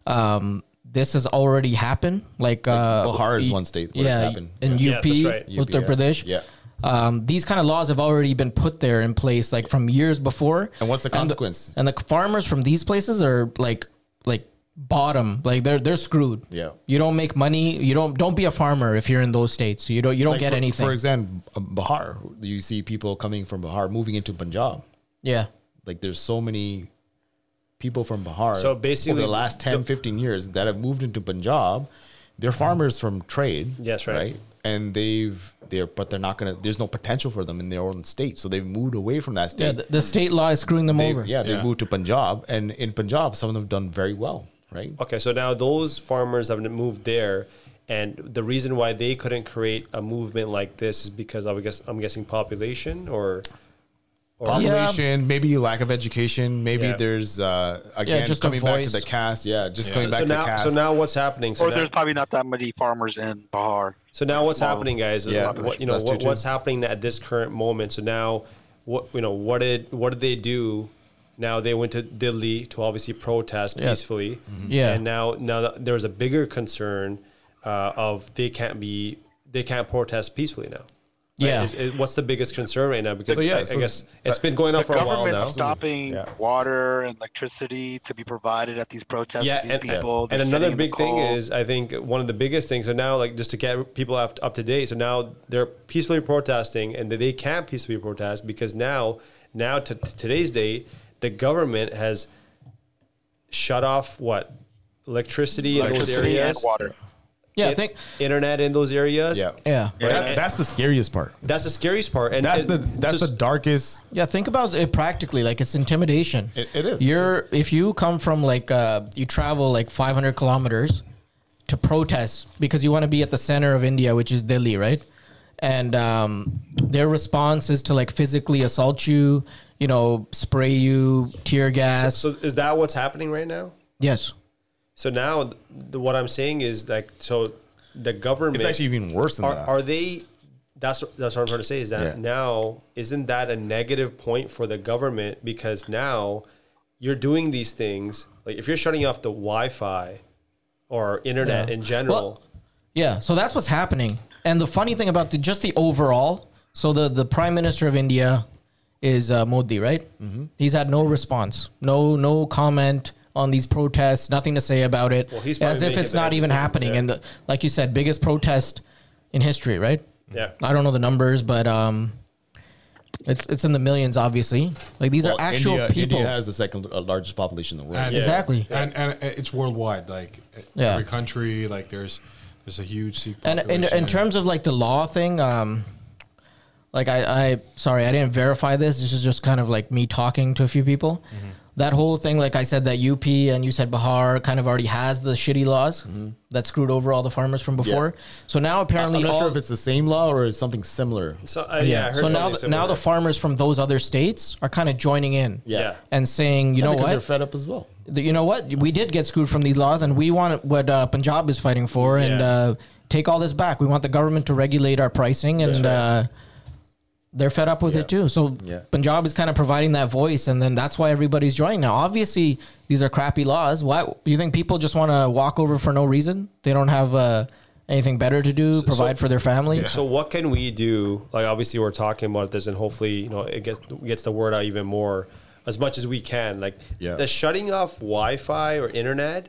S2: Um, this has already happened. Like, uh,
S3: Bihar is one state where it's happened.
S2: In
S1: Yeah,
S2: UP,
S1: that's right.
S3: UP,
S2: Uttar
S3: yeah.
S2: Pradesh
S3: Yeah.
S2: um, these kind of laws have already been put there in place like from years before
S3: And what's the
S2: the-
S3: consequence?
S2: and the, farmers from these places are like like bottom like they're they're screwed
S3: Yeah.
S2: you don't make money you don't don't be a farmer if you're in those states you don't you don't
S3: Like,
S2: get
S3: for,
S2: anything
S3: For example, uh, Bihar. You see people coming from Bihar moving into Punjab.
S2: yeah
S3: Like there's so many people from Bihar.
S1: So basically,
S3: over the last 10,
S1: the-
S3: 15 years that have moved into Punjab, they're farmers from trade.
S1: Yes, right.
S3: And they've they're but they're not gonna. There's no potential for them in their own state, so they've moved away from that state.
S2: yeah the, the state law is screwing them
S3: they,
S2: over
S3: yeah, they
S6: Yeah.
S3: moved to Punjab, and in Punjab, some of them have done very well, right?
S1: Okay, so now those farmers have moved there, and the reason why they couldn't create a movement like this is because I would guess I'm guessing population or
S3: Population, maybe lack of education, maybe
S1: Yeah.
S3: there's uh, again
S2: just a
S3: coming back to
S2: voice.
S3: the cast, yeah, just
S1: so,
S3: coming back
S1: so
S3: to the
S1: now
S3: cast.
S1: so now what's happening? So
S4: Or
S1: now,
S4: there's probably not that many farmers in Bihar.
S1: So now what's
S4: Small.
S1: happening, guys?
S3: Yeah.
S1: what, you know
S3: That's true,
S1: what,
S3: too.
S1: what's happening at this current moment. So now, what you know what did what did they do? Now they went to Delhi to obviously protest peacefully.
S2: Mm-hmm. Yeah.
S1: and now now that there's a bigger concern uh, of they can't be they can't protest peacefully now.
S2: Yeah.
S1: Is- is- what's the biggest concern right now? Because
S3: So, yeah,
S1: I,
S3: so
S1: I guess it's been going on
S4: The
S1: for a while
S4: government
S1: now.
S4: stopping
S3: Yeah.
S4: water and electricity to be provided at these protests.
S1: yeah,
S4: to these
S1: and,
S4: people.
S1: and
S4: They're
S1: another
S4: sitting in the
S1: big thing
S4: cold.
S1: is I think one of the biggest things. So now, like just to get people up, up to date. So now they're peacefully protesting, and they can't peacefully protest because now, now to, to today's date, the government has shut off what electricity, in
S4: electricity
S1: those
S4: and
S1: areas,
S4: water.
S2: yeah i
S1: in-
S2: think
S1: internet in those areas.
S3: yeah,
S2: yeah
S3: That, that's the scariest part.
S1: that's the scariest part. And
S3: That's
S1: and
S3: the that's
S1: just-
S3: the darkest.
S2: Yeah, think about it practically. Like it's intimidation.
S3: It- it is.
S2: You're if you come from like uh, you travel like 500 kilometers to protest because you want to be at the center of India, which is Delhi, right? And um, their response is to like physically assault you, you know, spray you, tear gas.
S1: so is that what's happening right now?
S2: yes.
S1: So now, th- what I'm saying is like so. The government
S3: It's actually even worse than
S1: are,
S3: that.
S1: are they that's that's what i'm trying to say is that
S3: Yeah.
S1: now isn't that a negative point for the government because now you're doing these things like if you're shutting off the wi-fi or internet in general
S2: Yeah, so that's what's happening. And the funny thing about the, just the overall, so the the Prime Minister of India is uh, Modi, right? Mm-hmm. He's had no response, no no comment on these protests, nothing to say about it,
S1: he's probably
S2: as if
S1: making
S2: it's
S1: the
S2: not even
S1: decision,
S2: happening.
S1: yeah.
S2: And the, like you said, biggest protest in history, right?
S1: yeah
S2: I don't know the numbers, but um, it's it's in the millions, obviously. Like these
S3: Well,
S2: are actual
S3: India,
S2: people.
S3: India has the second uh, largest population in the world.
S6: And-
S2: Exactly.
S6: and and it's worldwide. Like
S2: Yeah.
S6: every country, like there's there's a huge Sikh
S2: and in,
S6: population.
S2: in terms of like the law thing um like I, I sorry i didn't verify this this is just kind of like me talking to a few people
S7: Mm-hmm.
S2: that whole thing like i said that up and you said bihar kind of already has the shitty laws that screwed over all the farmers from before so now apparently
S7: Mm-hmm. I'm not
S2: all,
S7: sure if it's the same law or it's something similar.
S1: So uh, yeah. I heard
S2: so now
S1: something
S2: the, now
S1: similar.
S2: the farmers from those other states are kind of joining in
S7: Yeah.
S1: Yeah.
S2: and saying you know
S7: because
S2: what
S7: they're fed up as well.
S2: the- you know what we did get screwed from these laws and we want what uh, punjab is fighting for and
S1: Yeah.
S2: uh, take all this back we want the government to regulate our pricing and uh, they're fed up with it too so
S3: Yeah.
S2: punjab is kind of providing that voice and then that's why everybody's joining now obviously these are crappy laws why you think people just want to walk over for no reason they don't have uh, anything better to do provide for their family
S1: So what can we do? Like obviously we're talking about this, and hopefully you know it gets gets the word out even more as much as we can. Like
S3: Yeah.
S1: the shutting off Wi-Fi or internet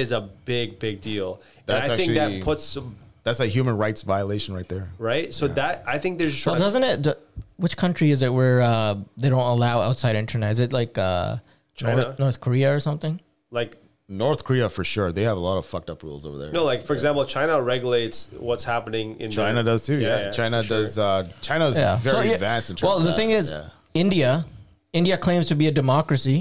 S1: is a big big deal.
S3: That's
S1: and I think
S3: actually-
S1: that puts some-
S3: That's a human rights violation right there.
S1: right. So that I think there's
S2: Well, doesn't it? d- Which country is it where uh, they don't allow outside internet? Is it like uh,
S1: China?
S2: North, North Korea or something?
S1: like
S3: North Korea for sure. They have a lot of fucked up rules over there.
S1: no like for example China regulates what's happening in their-
S3: China does too. Yeah, China
S1: for sure.
S3: does. Uh, China is
S2: Yeah,
S3: very
S2: So, yeah,
S3: advanced in terms.
S2: Well,
S3: of
S2: the
S3: that.
S2: thing is,
S3: Yeah.
S2: India, India claims to be a democracy.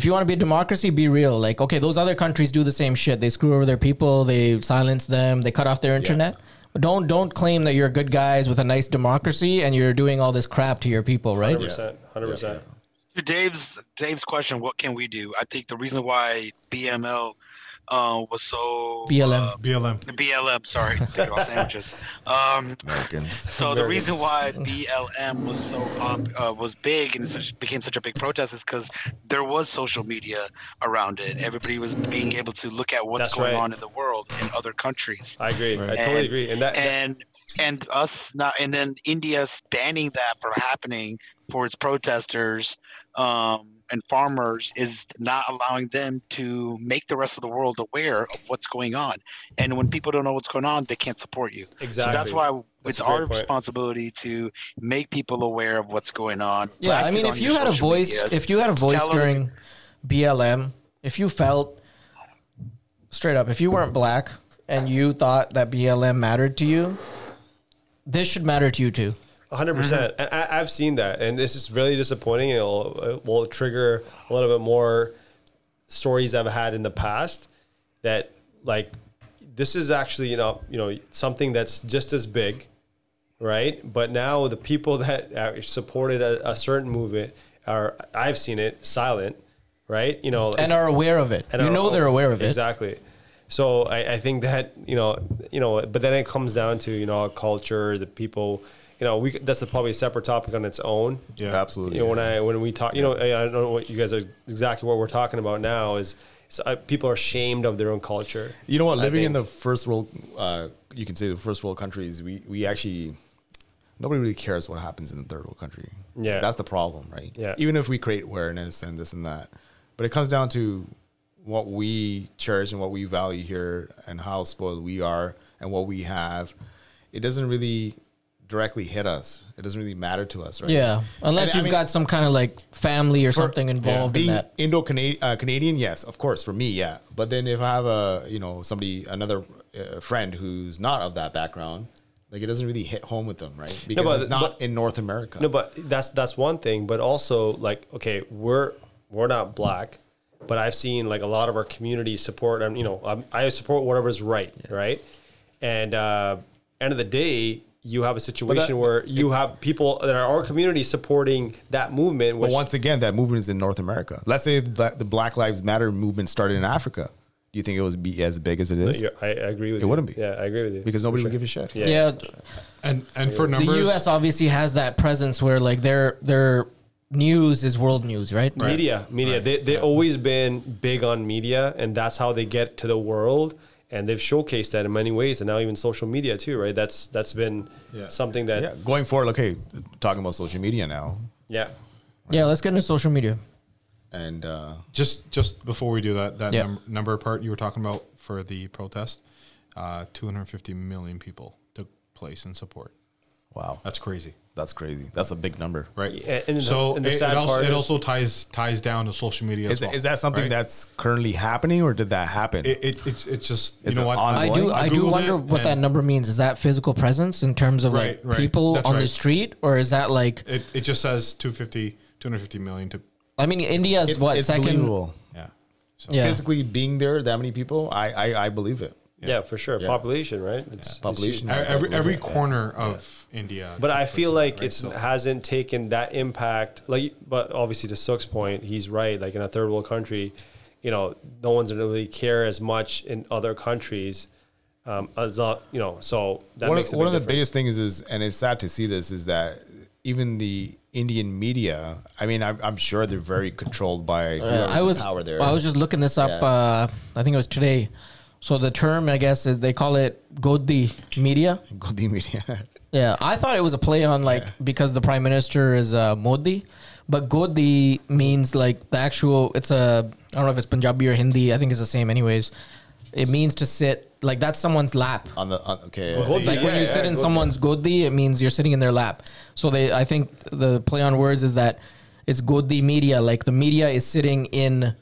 S2: If you want to be a democracy, be real. Like, okay, those other countries do the same shit. They screw over their people. They silence them. They cut off their internet. But Don't don't claim that you're good guys with a nice democracy and you're doing all this crap to your people, right?
S1: 100%, 100%.
S4: to Dave's Dave's question, what can we do? I think the reason why BML uh, was so
S2: BLM.
S6: BLM.
S4: BLM, sorry, thinking about sandwiches. [LAUGHS] Um, so the reason
S1: [LAUGHS]
S4: why BLM was so pop uh, was big and such, became such a big protest is because there was social media around it. Everybody was being able to look at what's
S1: That's
S4: going
S1: right.
S4: on in the world in other countries.
S1: I agree. I totally
S4: And-
S1: agree. And that, that-
S4: and and us not and then India banning that from happening for its protesters um, and farmers is not allowing them to make the rest of the world aware of what's going on. And when people don't know what's going on, they can't support you. So that's
S1: Exactly.
S4: why
S1: That's
S4: it's
S1: a great
S4: our
S1: point.
S4: responsibility to make people aware of what's going on.
S2: Yeah,
S4: Blast
S2: I
S4: it
S2: mean,
S4: on
S2: if
S4: your
S2: you had a
S4: social
S2: voice,
S4: medias.
S2: if you had a voice
S4: Tell 'em-
S2: during BLM, if you felt straight up, if you weren't black and you thought that BLM mattered to you, this should matter to you too.
S1: 100
S2: Mm-hmm.
S1: percent. And I, I've seen that, and this is really disappointing. and It'll it will trigger a little bit more stories I've had in the past that like this is actually you know you know something that's just as big, right? But now the people [LAUGHS] that uh, supported a, a certain movement are I've seen it silent, right? You know, it's-
S2: And are aware of it.
S1: and
S2: you
S1: are-
S2: know they're aware of it.
S1: Exactly. So I, I think that you know you know, but then it comes down to you know our culture, the people. You know, we c- that's a, probably a separate topic on its own.
S3: Yeah, absolutely.
S1: You know, when I when we talk, you know, I, I don't know what you guys are exactly what we're talking about now is. is, uh, people are ashamed of their own culture.
S3: You know what? Living in
S1: think-
S3: the first world, uh, you can say the first world countries, we, we actually, nobody really cares what happens in the third world country.
S1: Yeah.
S3: That's the problem, right?
S1: Yeah.
S3: Even if we create awareness and this and that. But it comes down to what we cherish and what we value here and how spoiled we are and what we have. It doesn't really directly hit us, it doesn't really matter to us, right?
S2: Yeah, unless
S3: And I
S2: you've
S3: mean-
S2: got some kind of like family or
S3: for-
S2: something involved
S3: being
S2: in that.
S3: Indo Canadian, uh, Canadian, yes, of course, for me, yeah. But then if I have a you know somebody another uh, friend who's not of that background, like it doesn't really hit home with them, right? Because
S1: but-
S3: it's not
S1: but-
S3: in North America.
S1: No, but that's that's one thing. But also, like, okay, we're we're not black, but I've seen like a lot of our community support. And you know, I'm, I support whatever's right, right. And uh, end of the day, you have a situation where you have people that are our community supporting that movement. Which
S3: but once again, that movement is in North America. Let's say if the, the Black Lives Matter movement started in Africa, do you think it would be as big as it is?
S1: Yeah, I, I agree with
S3: It
S1: you.
S3: wouldn't be.
S1: Yeah, I agree with you
S3: Because nobody would give a shit.
S1: Yeah.
S2: yeah,
S6: And and for
S2: the
S6: numbers,
S2: U.S. obviously has that presence where like their their news is world news, right?
S1: media media they they always been big on media and that's how they get to the world and they've showcased that in many ways and now even social media too right that's that's been
S6: Yeah.
S1: something that
S3: Yeah.
S1: yeah,
S3: Going forward, okay, talking about social media now,
S2: Yeah, let's get into social media.
S3: and uh,
S6: just just before we do that that
S2: Yeah.
S6: num- number part you were talking about for the protest, uh, 250 million people took place in support.
S3: Wow,
S6: That's crazy,
S3: that's crazy. That's a big number.
S6: right?
S1: Yeah, and the-
S6: so
S1: and the
S6: it,
S1: sad
S6: it also,
S1: part
S6: it
S1: is-
S6: also ties ties down to social media.
S3: Is,
S6: as well,
S3: is that something
S6: right?
S3: that's currently happening, or did that happen?
S6: it, it, it's it's just you
S3: Is it
S6: know what
S3: ongoing?
S6: I,
S2: I do.
S6: I
S2: I, do
S6: Googled
S2: wonder
S6: it
S2: what that
S6: and-
S2: number means. Is that physical presence in terms of
S6: Right,
S2: like
S6: right.
S2: people
S6: That's
S2: on the
S6: right.
S2: street, or is that like?
S6: it, it just says 250 250 million to
S2: I mean, India's
S3: it's,
S2: what
S3: it's
S2: second?
S3: believable.
S6: yeah so
S2: Yeah.
S3: Physically being there, that many people, I I, I believe it.
S1: yeah, for sure. Population, right? It's,
S3: Population.
S6: E- every
S3: Yeah.
S6: every corner of India
S1: But I feel like
S6: Right,
S1: it's
S6: so-
S1: hasn't taken that impact. Like, but obviously, to Sook's point, he's right. Like in a third world country, you know, no one's gonna really care as much in other countries. Um, as lo- you know, so that
S3: one
S1: makes a
S3: of, one of
S1: big
S3: the
S1: difference.
S3: biggest things is, and it's sad to see this, is that even the Indian media. I mean, I'm, I'm sure they're very controlled by
S2: Uh,
S3: whoever's
S2: I
S3: in
S2: was.
S3: power there.
S2: I was just looking this up.
S3: Yeah.
S2: Uh, I think it was today. So the term, I guess, is they call it Godi media.
S3: Gandhi
S2: [LAUGHS]
S3: media.
S2: Yeah, I thought it was a play on like because the prime minister is uh, Modi, but Godi means like the actual. It's a I don't know if it's Punjabi or Hindi. I think it's the same, anyways. It means to sit like that's someone's lap.
S3: on the on, okay.
S1: Gandhi,
S2: Like when
S1: yeah,
S2: you
S1: yeah,
S2: sit in
S1: Gandhi.
S2: someone's godi, it means you're sitting in their lap. So they, I think the play on words is that it's godi media. Like the media is sitting in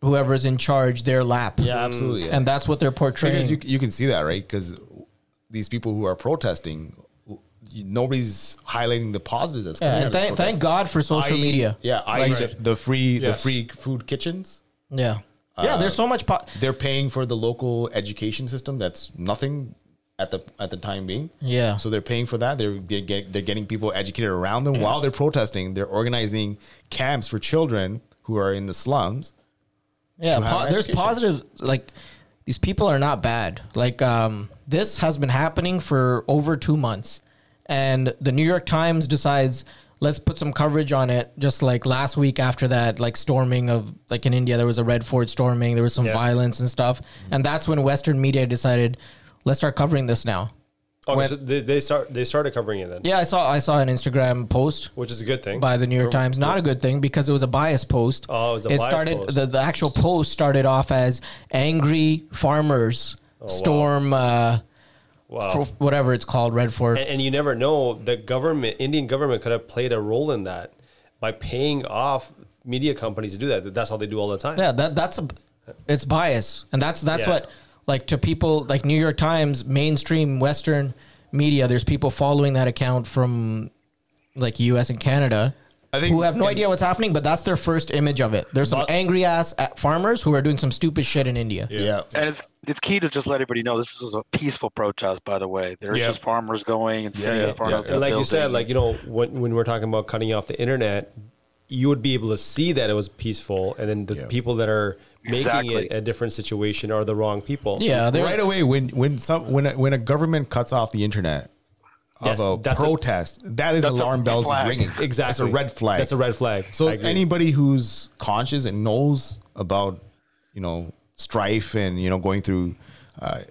S2: whoever's in charge their lap.
S3: yeah, absolutely.
S2: and that's what they're portraying.
S3: because you, you can see that right because these people who are protesting w- you- nobody's highlighting the positives that's
S2: yeah, and
S3: coming out of
S2: thank,
S3: this protest.
S2: thank God for social
S3: I-
S2: media.
S3: yeah I,
S2: Like-
S3: the, the free the
S6: Yes.
S3: free food kitchens
S2: yeah, yeah.
S3: Uh,
S2: There's so much. Po-
S3: they're paying for the local education system that's nothing at the at the time being
S2: Yeah.
S3: so they're paying for that they're they're, get, they're getting people educated around them while they're protesting they're organizing camps for children who are in the slums
S2: Yeah,
S3: to have
S2: po-
S3: an
S2: there's
S3: education.
S2: positive. Like these people are not bad. Like um, this has been happening for over two months, and the New York Times decides let's put some coverage on it. Just like last week after that, like storming of like in India, there was a Red Fort storming. There was some
S1: Yeah.
S2: violence and stuff, and that's when Western media decided let's start covering this now.
S1: Okay,
S2: when-
S1: so they, they start they started covering it then,
S2: Yeah, I saw I saw an Instagram post
S1: which is a good thing.
S2: by the New York Times. Not a good thing because it was a biased post.
S1: Oh, it was a biased
S2: started
S1: post.
S2: The, the actual post started off as angry farmers storm uh,
S1: Oh, wow.
S2: for whatever it's called red fort.
S1: and, and you never know the government indian government could have played a role in that by paying off media companies to do that that's how they do all the time
S2: yeah, that that's a it's bias, and that's that's
S1: Yeah.
S2: what like to people like New York Times mainstream Western media. There's people following that account from like U.S. and Canada.
S3: I think-
S2: who have no idea what's happening, but that's their first image of it. There's some angry ass uh, farmers who are doing some stupid shit in India.
S3: yeah
S4: And it's it's key to just let everybody know this was a peaceful protest, by the way. There's
S1: Yeah.
S4: just farmers going and sitting
S1: Yeah,
S4: in front
S1: yeah.
S4: of the
S1: and like you said
S4: building.
S1: like you know when, when we're talking about cutting off the internet you would be able to see that it was peaceful and then the people that are making
S4: Exactly.
S1: it a different situation are the wrong people
S2: Yeah, there's,
S3: right away when when some when a, when a government cuts off the internet
S1: Yes,
S3: of a
S1: that's a-
S3: protest, that is
S4: that's a
S3: alarm bells
S4: flag.
S3: ringing.
S1: exactly
S3: that's a red flag.
S1: that's a red flag
S3: So
S1: I agree.
S3: anybody who's conscious and knows about you know strife and you know going through uh,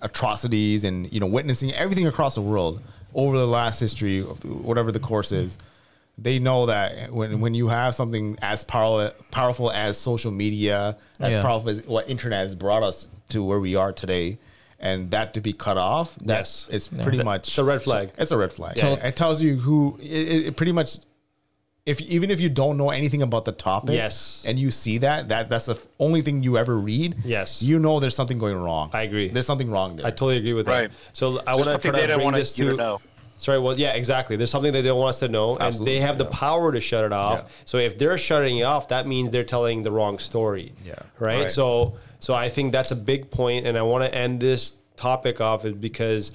S3: atrocities and you know witnessing everything across the world over the last history of the- whatever the course is, they know that when when you have something as power, powerful as social media, as
S2: Yeah.
S3: powerful as what internet has brought us to where we are today. And that to be cut off, that's
S1: Yes.
S3: it's pretty much
S1: It's a red flag.
S3: It's a red flag.
S1: So-
S3: it tells you who it- it, it pretty much if even if you don't know anything about the topic,
S1: Yes.
S3: and you see that that that's the f- only thing you ever read,
S1: Yes.
S3: you know there's something going wrong.
S1: I agree.
S3: There's something wrong there.
S1: I totally agree with
S4: Right.
S1: that. So uh, I want to
S4: something
S1: try
S4: they
S1: to
S4: don't
S1: bring
S4: want
S1: this
S4: you
S1: to.
S4: to know.
S1: Sorry. Well, yeah, exactly. There's something that they don't want us to know,
S3: Absolutely,
S1: and they have the
S3: yeah.
S1: power to shut it off.
S3: Yeah.
S1: So if they're shutting it off, that means they're telling the wrong story.
S3: Yeah.
S1: Right.
S4: Right.
S1: So so I think that's a big point, and I want to end this topic off is because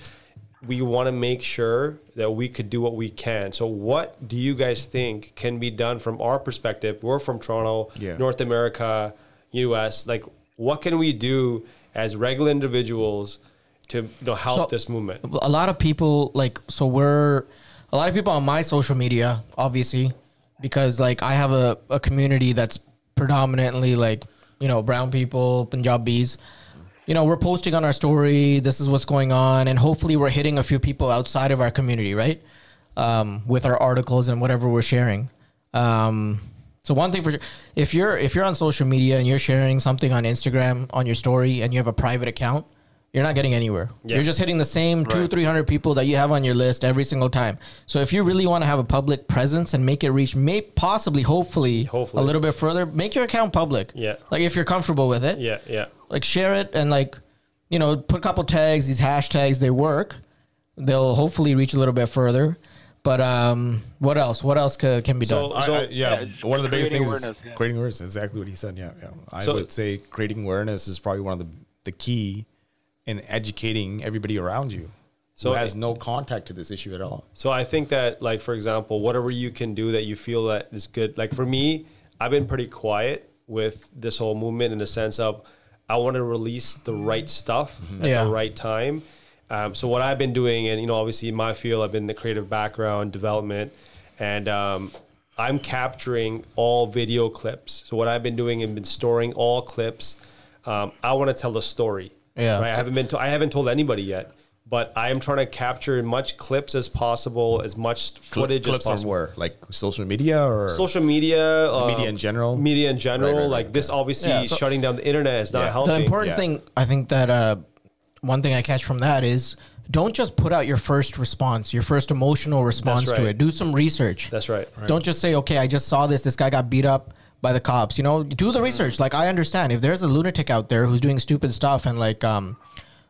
S1: we want to make sure that we could do what we can. So what do you guys think can be done from our perspective? We're from Toronto,
S3: Yeah.
S1: North America, U.S. Like, what can we do as regular individuals to you know, help
S2: So-
S1: this movement?
S2: a lot of people like so we're a lot of people on my social media obviously because like i have a, a community that's predominantly like you know brown people punjabis you know we're posting on our story this is what's going on and hopefully we're hitting a few people outside of our community right um, with our articles and whatever we're sharing um, so one thing for sure if you're if you're on social media and you're sharing something on instagram on your story and you have a private account you're not getting anywhere. You're
S1: Yes.
S2: just hitting the same two,
S4: Right.
S2: three hundred people that you have on your list every single time. So if you really want to have a public presence and make it reach, may possibly, hopefully,
S1: Hopefully.
S2: a little bit further, make your account public.
S1: Yeah.
S2: like if you're comfortable with it.
S1: Yeah, yeah.
S2: like share it and like you know put a couple tags these hashtags they work they'll hopefully reach a little bit further but um what else what else ca- can be
S1: So-
S2: done
S3: I-
S1: so-
S3: I- yeah,
S4: Yeah, just
S3: one of the biggest
S4: creating
S3: things is
S4: awareness, yeah.
S3: creating awareness. Exactly what he said. Yeah, yeah. I
S1: So-
S3: would say creating awareness is probably one of the the key in educating everybody around you
S1: So
S3: who has
S1: it-
S3: no contact to this issue at all.
S1: So I think that, like for example, whatever you can do that you feel that is good. Like for me, I've been pretty quiet with this whole movement in the sense of I want to release the right stuff at
S2: Yeah.
S1: the right time. Um, so what I've been doing, and you know, obviously in my field, I've been in the creative background development, and um, I'm capturing all video clips. So what I've been doing and been storing all clips. Um, I want to tell a story.
S2: Yeah.
S1: Right? I haven't been. To, I haven't told anybody yet, but I am trying to capture as much clips as possible, as much footage
S3: Clips
S1: as
S3: on
S1: possible.
S3: where, like social media or
S1: Social media, uh,
S3: media in general?
S1: media in general.
S3: Right, right,
S1: like
S3: right,
S1: this, obviously
S2: Yeah, so-
S1: shutting down the internet is not
S3: Yeah. The
S1: helping.
S2: the important
S3: yeah.
S2: thing i think that uh one thing i catch from that is don't just put out your first response your first emotional response to
S1: right.
S2: it do some research
S1: That's right.
S2: don't just say okay i just saw this this guy got beat up by the cops you know do the research like i understand if there's a lunatic out there who's doing stupid stuff and like um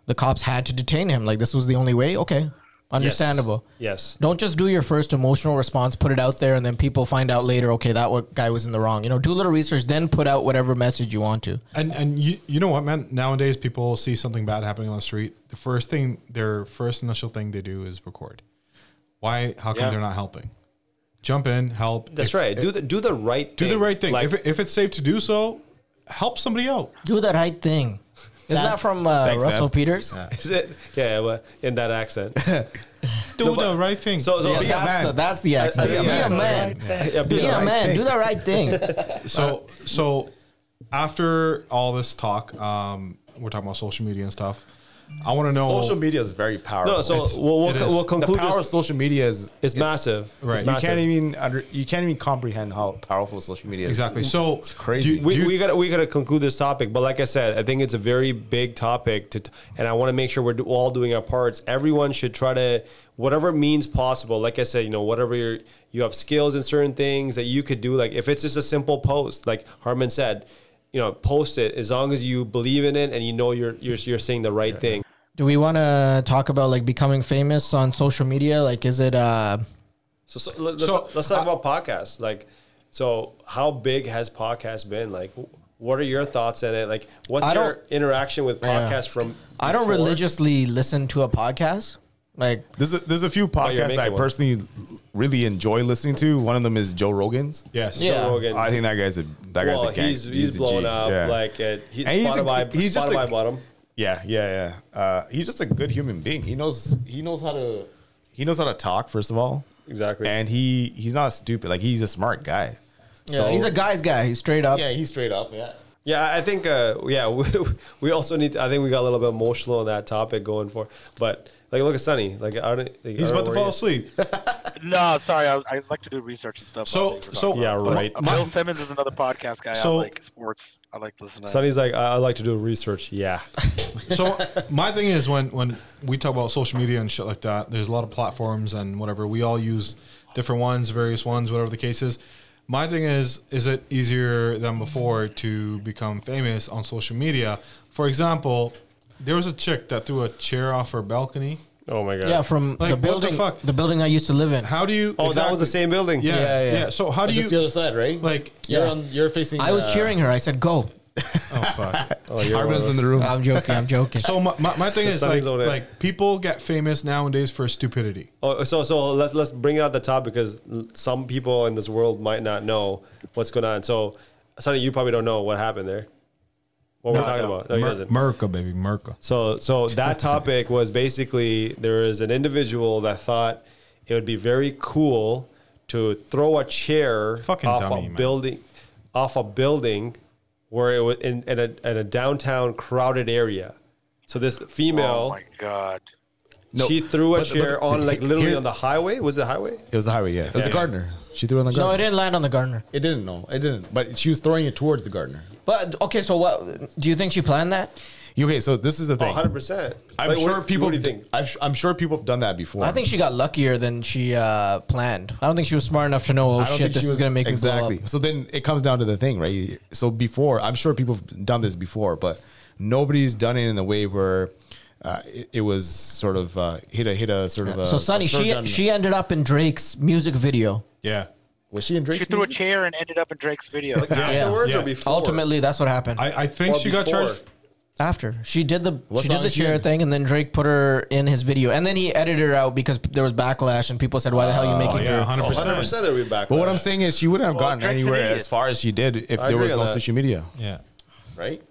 S2: the cops had to detain him like this was the only way okay understandable
S1: Yes.
S2: don't just do your first emotional response put it out there and then people find out later okay that wa- guy was in the wrong you know do a little research then put out whatever message you want to
S6: And and you you know what, man? Nowadays, people see something bad happening on the street. The first thing, their first initial thing they do is record. Why? How come
S4: Yeah.
S6: they're not helping? Jump in, help.
S1: That's
S6: If-
S1: right. Do the do the right
S6: Do
S1: thing.
S6: the right thing.
S1: Like,
S6: if, it- if it's safe to do so, help somebody out.
S2: do the right thing isn't that from uh,
S3: Thanks,
S2: russell
S3: Sam.
S2: peters
S1: is it? [LAUGHS] Yeah, well, in that
S2: [LAUGHS]
S1: accent.
S6: Do the right thing.
S1: So, so
S2: Yeah,
S1: be a
S2: that's,
S1: man.
S2: The, that's the accent.
S1: be a
S2: Be a
S1: man.
S2: man.
S1: Yeah, be
S2: Be
S1: the
S2: a
S1: right
S2: man.
S1: thing.
S2: Do the right thing.
S6: so so after all this talk, um, we're talking about social media and stuff. I want to know
S3: social media is very powerful.
S1: No, so
S6: It's-
S1: we'll we'll,
S6: it
S1: co-
S6: is.
S1: we'll conclude
S3: the power of
S1: this.
S3: social media is
S1: It's massive.
S6: Right.
S1: It's
S6: You
S3: You
S1: massive.
S3: can't even under, you can't even comprehend how powerful social media is.
S6: exactly. So
S3: It's crazy.
S6: do- do
S1: we,
S6: you-
S1: we gotta we gotta conclude this topic but like i said i think it's a very big topic to t- and i want to make sure we're do, all doing our parts everyone should try to whatever means possible like i said you know whatever you're, you have skills in certain things that you could do like if it's just a simple post like harman said you know post it as long as you believe in it and you know you're you're, you're saying the right thing
S2: Do we want to talk about like becoming famous on social media? Like, is it uh,
S1: so, so let- let's,
S6: So,
S1: let's talk about podcasts like so how big has podcasts been like what are your thoughts on it? Like, what's
S2: I
S1: your
S2: don't-
S1: interaction with
S2: Yeah.
S1: podcasts from?
S2: I don't
S1: before?
S2: religiously listen to a podcast. Like,
S3: There's a, there's a few
S6: Oh,
S1: you're
S3: podcasts that I
S1: making one.
S3: personally really enjoy listening to. One of them is Joe Rogan's.
S6: yes.
S2: Yeah.
S1: Joe Rogan.
S3: I think that guy's a that guy's
S1: well,
S3: a gangster.
S1: he's, he's,
S3: a
S1: blown
S3: G.
S1: up.
S3: Yeah.
S1: Like uh, he,
S3: And he's a-
S1: Spotify,
S3: he's just a-
S1: Spotify bought him.
S3: yeah, yeah, yeah. Uh, he's just a good human being. He knows he knows how to he knows how to talk first of all.
S1: Exactly.
S3: And he he's not stupid. Like he's a smart guy.
S2: yeah, he's a guy's guy. He's straight up.
S3: Yeah, he's straight up. Yeah.
S1: Yeah, I think. Uh, yeah, [LAUGHS] we, we also need. I think we got a little bit emotional on that topic going for. But like, look at Sunny. Like, I don't, like,
S6: He's about to fall asleep.
S4: No, sorry. I, I like to do research and stuff.
S6: So so
S1: Yeah, right.
S4: Uh, Bill Simmons is another podcast guy.
S6: So-
S4: I like sports. I like to listen to.
S1: Sunny's like, I, I like to do research. Yeah,
S6: so my thing is when when we talk about social media and shit like that there's a lot of platforms and whatever we all use different ones various ones whatever the case is my thing is is it easier than before to become famous on social media for example there was a chick that threw a chair off her balcony
S1: Oh my god.
S2: Yeah, from
S6: Like,
S2: the
S6: what the
S2: building, the,
S6: fuck?
S2: building I used to live in.
S6: how do you
S1: Oh, that was the same building.
S6: yeah
S2: Yeah,
S6: yeah,
S2: yeah.
S6: so how do
S7: Just the
S6: you
S7: other side, right?
S6: like
S7: you're
S2: Yeah.
S7: on. You're facing.
S2: I was
S7: uh,
S2: cheering her. I said, "Go."
S6: oh fuck
S1: Oh, you're one of
S3: Harmon's
S1: those-
S3: in the room.
S2: I'm joking. I'm joking.
S6: so my, my, my thing is
S1: Sunny's
S6: like,
S1: over there.
S6: like people get famous nowadays for stupidity
S1: Oh, so so let's let's bring out the topic because l- some people in this world might not know what's going on. So, Sunny, you probably don't know what happened there. What we're talking about? No, he
S6: Mer-
S1: doesn't.
S6: merca baby merca
S1: So, so that topic was basically there is an individual that thought it would be very cool to throw a chair
S6: Fucking
S1: off
S6: dummy,
S1: a
S6: man.
S1: building, off a building, where it was in, in, a, in a downtown crowded area. So this
S4: Oh
S1: female,
S4: my god.
S1: she threw a
S3: but- but-
S1: chair on like literally
S3: here-
S1: on the highway. Was it highway?
S3: It was the highway. Yeah. It was the gardener. She threw it on the
S2: No,
S3: gardener.
S2: it didn't land on the gardener.
S3: it didn't. No, it didn't. But she was throwing it towards the gardener.
S2: But okay, so what do you think she planned that?
S3: Okay, so this is the thing.
S1: 100%. Oh,
S3: I'm
S1: Like, what-
S3: sure people.
S1: What do you think?
S3: I've, I'm sure people have done that before.
S2: I think she got luckier than she uh, planned. I don't think she was smart enough to know. Oh
S3: I don't
S2: shit,
S3: think
S2: this
S3: she
S2: is
S3: was-
S2: gonna make
S3: exactly.
S2: me blow up.
S3: So then it comes down to the thing, right? So before, I'm sure people have done this before, but nobody's done it in the way where uh, it, it was sort of uh, hit a hit a sort of. A,
S2: So Sunny,
S3: a surge
S2: she
S3: on-
S2: she ended up in Drake's music video.
S6: Yeah.
S3: was she in Drake's
S4: She threw a
S3: music?
S4: chair and ended up in Drake's video.
S1: Afterwards
S6: Yeah.
S1: or before?
S2: Ultimately, that's what happened.
S6: I, I think
S1: Or
S6: she got
S1: before?
S6: charged.
S2: After she did the
S3: What
S2: she did
S3: song
S2: the
S3: is she
S2: chair
S3: in?
S2: thing, and then Drake put her in his video, and then he edited her out because there was backlash, and people said, "Why the hell are you
S6: Oh,
S2: making
S6: yeah,
S2: her?"
S6: 100%.
S1: 100% they'll be back.
S3: But what
S1: there.
S3: I'm saying is, she wouldn't have
S4: Well,
S3: gotten
S4: Drake's an
S3: anywhere
S4: idiot.
S3: as far as she did if
S1: I
S3: there
S1: agree
S3: was
S1: on
S3: no
S1: that.
S3: social media,
S6: Yeah.
S3: right?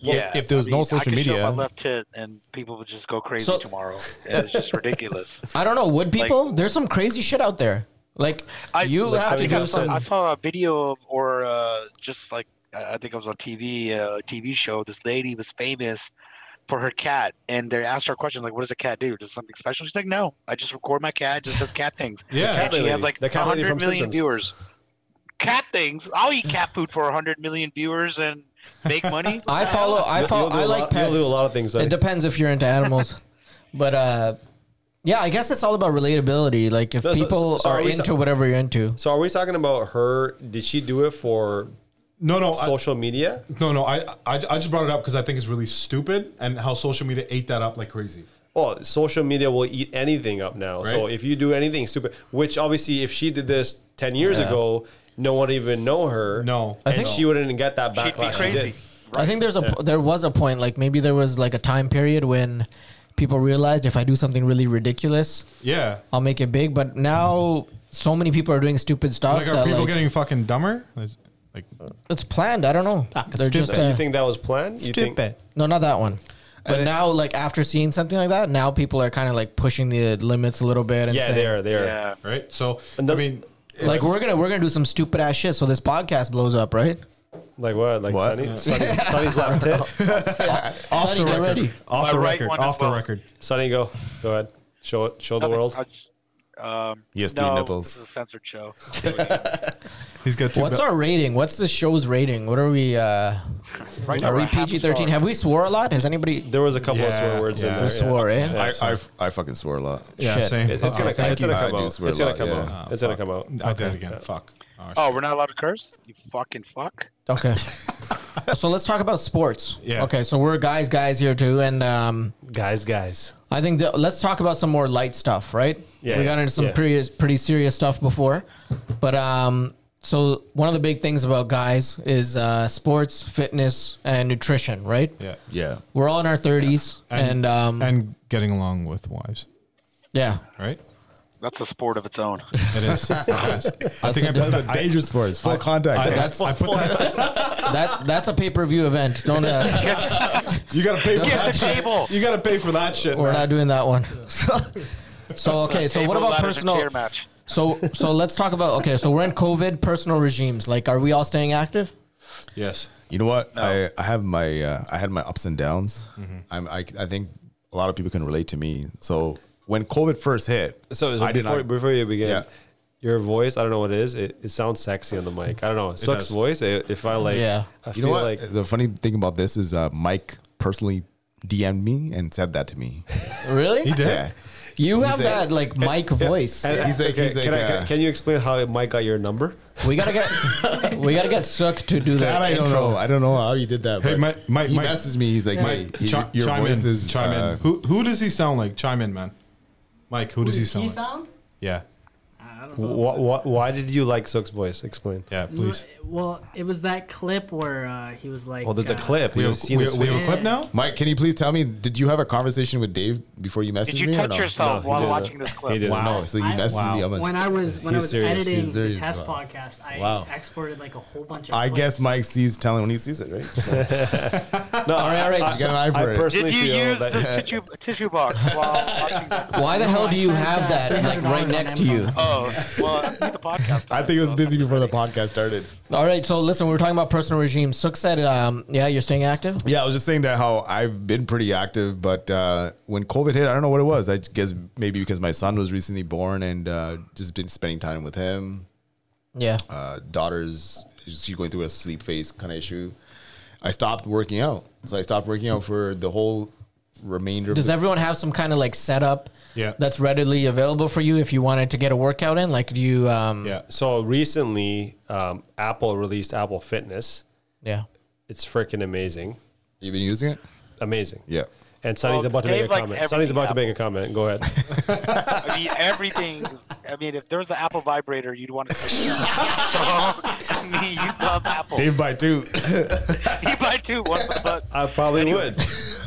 S4: yeah.
S3: if there was no social
S4: I could show
S3: media-
S4: my left hit and people would just go crazy
S2: So-
S4: tomorrow.
S6: [LAUGHS]
S4: It's just ridiculous.
S2: I don't know. Would people? There's some crazy shit out there. Like
S4: I,
S2: you
S4: I
S2: have to
S4: think I
S2: do
S4: saw, I
S2: some.
S4: saw a video of, or uh, just like I I think it was on TV, uh, TV show. This lady was famous for her cat, and they asked her questions like, "What does a cat do? Does something special?" She's like, "No, I just record my cat. Just does cat things."
S6: Yeah.
S4: and she
S1: lady.
S4: has like
S1: The cat lady
S4: 100
S1: from
S4: million
S1: Simpsons.
S4: viewers. Cat things. I'll eat cat food for 100 million viewers and make money.
S2: [LAUGHS] I follow. I
S1: You'll-
S2: follow.
S1: you'll do
S2: I
S1: a
S2: like
S1: lot-
S2: pets.
S1: You'll do a lot of things.
S2: It
S1: Like,
S2: depends if you're into
S1: [LAUGHS]
S2: animals, but uh, yeah, I guess it's all about relatability. Like if
S1: No, so-
S2: people
S1: so are
S2: are
S1: we
S2: into
S1: ta-
S2: whatever you're into.
S1: so are we talking about her? Did she do it for
S6: No, no. I,
S1: social media?
S6: no, no. I, I, I just brought it up because I think it's really stupid and how social media ate that up like crazy.
S1: Well, social media will eat anything up now. So
S6: Right.
S1: if you do anything stupid, which obviously if she did this 10 years ago, no one would even know her.
S6: No.
S1: I
S6: I
S1: think
S6: think-
S1: she wouldn't get that
S4: She'd be
S1: backlash. she
S4: crazy.
S1: did.
S2: I think there's a there was a point like maybe there was like a time period when people realized if I do something really ridiculous,
S6: Yeah.
S2: I'll make it big. But now so many people are doing stupid stuff
S6: Like, are
S2: that
S6: people
S2: like
S6: getting fucking dumber? Like, like
S2: it's planned. I don't know. They're just
S1: So
S2: uh,
S1: Ah, you think that was planned? You think
S2: no, not that one. But now, like after seeing something like that, now people are kind of like pushing the limits a little bit and
S1: Yeah,
S2: saying,
S1: they are. They are.
S4: Yeah.
S6: right? So, I
S1: Another-
S6: mean, it-
S2: like we're gonna we're gonna do some stupid ass shit so this podcast blows up, right?
S1: Like what? Like
S3: What?
S1: Sunny, Sunny, Sunny's left
S2: [LAUGHS]
S1: hit.
S6: off
S2: Sonny,
S6: the
S2: get
S6: record.
S2: ready.
S6: Off
S4: My
S6: the
S4: right
S6: record.
S4: one as
S6: off
S4: well.
S6: the record.
S1: Sunny, go. Go ahead. Show it. Show the
S4: Nothing.
S1: world.
S4: I'll just, um,
S3: Yes, three
S4: no,
S3: nipples.
S4: This is a censored show.
S6: He's got two.
S2: What's
S6: be-
S2: our rating? What's the show's rating? What are we? uh
S4: Right now
S2: Are
S4: we're
S2: we
S4: at half a
S2: PG thirteen?
S4: star.
S2: Have we swore a lot? Has anybody?
S1: There was a couple of
S6: Yeah,
S1: swear words
S6: yeah.
S1: in there.
S2: We swore, eh?
S1: Yeah, so-
S3: I, I, I fucking swore a lot.
S6: yeah,
S2: shit.
S6: same.
S1: It- it's
S6: Oh,
S1: gonna come.
S6: thank
S1: It's
S6: you.
S1: gonna
S3: I
S1: come
S3: do
S1: out. It's
S3: swear a
S1: gonna
S3: lot,
S1: come
S3: yeah.
S1: out. It's gonna come out.
S6: I did it again. Fuck.
S4: Oh, we're not allowed to curse. You fucking fuck.
S2: Okay. [LAUGHS] so let's talk about sports.
S6: Yeah.
S2: Okay, so we're guys, guys here too, and um,
S1: Guys, guys.
S2: I think that, let's talk about some more light stuff, right?
S1: Yeah,
S2: We got
S1: yeah,
S2: into some
S1: yeah.
S2: pretty pretty serious stuff before, but um, so one of the big things about guys is uh, sports, fitness, and nutrition, right?
S6: Yeah.
S3: Yeah.
S2: We're all in our thirties, and, um,
S6: and getting along with wives,
S2: yeah,
S6: right?
S4: That's a sport of its own.
S6: It is. It is. I think I put
S3: That's a
S6: that. I,
S3: dangerous sports. Full
S6: I,
S3: contact.
S6: that's, I put that.
S2: that that's a pay per view event. Don't uh,
S6: [LAUGHS] You gotta pay
S3: [LAUGHS]
S6: for
S4: Get
S6: that.
S4: the [LAUGHS]
S6: shit.
S4: table.
S6: You gotta pay for that shit.
S2: we're
S6: man.
S2: not doing that one. [LAUGHS] So, so okay, so what
S4: Table,
S2: about
S4: ladders, and
S2: personal?
S4: chair match?
S2: So so let's talk about okay. So we're in COVID personal regimes. Like, are we all staying active?
S6: Yes.
S3: You know what?
S1: Oh.
S3: I, I have my uh, I had my ups and downs.
S1: Mm-hmm.
S3: I'm, I I think a lot of people can relate to me. So when COVID first hit,
S1: So, so
S3: I did
S1: before
S3: not-
S1: before you begin,
S3: Yeah.
S1: your voice, I don't know what it is. It, it sounds sexy on the mic. I don't know. Sucks
S6: does.
S1: voice. i if I like,
S2: Yeah.
S1: I
S3: you
S1: feel
S3: know what?
S1: like
S3: the funny thing about this is uh, Mike personally DM'd me and said that
S1: [LAUGHS]
S3: to me.
S2: Really?
S6: He did.
S3: Yeah.
S2: You have
S3: said-
S2: that like mic voice.
S1: And
S3: He's like-
S1: okay,
S3: he's like,
S1: can, I,
S3: uh,
S1: can, can you explain how Mike got your number?
S2: We gotta get we gotta get Sook to do that.
S3: That I don't know. I don't know how you did that.
S6: Hey,
S3: but
S6: Mike- Mike-
S3: he
S6: Mike-
S3: messes me. He's like,
S6: Mike,
S3: hey,
S6: chi-
S3: your
S6: chime
S3: voice
S6: in.
S3: is
S6: chime
S3: uh,
S6: in. Who who does he sound like? Chime in, man. Mike, who does,
S5: Does
S6: he
S5: he
S6: sound? like?
S5: sound?
S6: Yeah.
S5: I don't know.
S1: Why, why, why did you like Sook's voice? Explain.
S6: Yeah. Please.
S5: Well, it was that clip where uh, he was like.
S1: Well, Oh, there's a
S5: uh,
S1: clip.
S6: We
S1: You've
S6: have,
S1: seen
S6: we,
S1: his
S6: we have a
S1: face.
S6: clip now.
S3: Mike, can you please tell me? Did you have a conversation with Dave before you messaged
S4: Did you
S3: me? or
S4: touch
S3: no?
S1: No,
S4: yourself
S1: he
S4: while
S1: didn't.
S4: watching this
S1: He
S4: clip?
S1: didn't.
S3: Wow. So you
S5: I-
S3: messaged me. I'm a-
S5: When I was when I
S1: He's
S5: was
S1: serious. He's
S5: editing the
S3: serious.
S5: test
S3: Wow.
S5: podcast, I
S3: Wow.
S5: exported like a whole bunch of.
S3: I
S5: clips.
S3: guess Mike sees telling when he sees it, right?
S1: No,
S2: All right, all right.
S1: I,
S3: You got an eye
S1: I
S3: for it.
S1: personally
S4: Did you
S1: feel
S4: use
S1: that
S4: this tissue tissue box while watching? The-
S2: Why the
S5: No,
S2: hell
S5: I
S2: do you
S5: spent,
S2: have
S5: uh,
S2: that like
S5: $300
S2: right
S5: on
S2: next to you?
S5: Amazon.
S4: oh, one. Well, I think the podcast.
S3: I think it was busy before the podcast started.
S2: All right, so listen, we were talking about personal regime. Sook said, um, "Yeah, you're staying active."
S3: Yeah, I was just saying that how I've been pretty active, but uh, when COVID hit, I don't know what it was. I guess maybe because my son was recently born and uh, just been spending time with him.
S2: Yeah,
S3: Uh, daughter's she's going through a sleep phase kind of issue. I stopped working out, so I stopped working out for the whole remainder.
S2: Does
S3: of
S2: everyone have some kind of like setup
S6: Yeah.
S2: that's readily available for you if you wanted to get a workout in? Like, do you? Um, yeah.
S6: Yeah.
S1: [LAUGHS] So recently, um, Apple released Apple Fitness. It's freaking amazing,
S3: the, you been using it?
S1: amazing.
S3: Yeah.
S1: And Sonny's
S4: Well,
S1: about to
S4: Dave
S1: make a
S4: likes
S1: comment. Sonny's
S4: everything
S1: about to make a comment. Go
S3: [LAUGHS]
S1: ahead.
S4: I mean, everything. I mean, if there was an Apple vibrator, you'd want to touch it. so, I mean, you'd love Apple.
S3: Dave by two.
S4: [LAUGHS] He buy two, one for the butt.
S1: I probably would.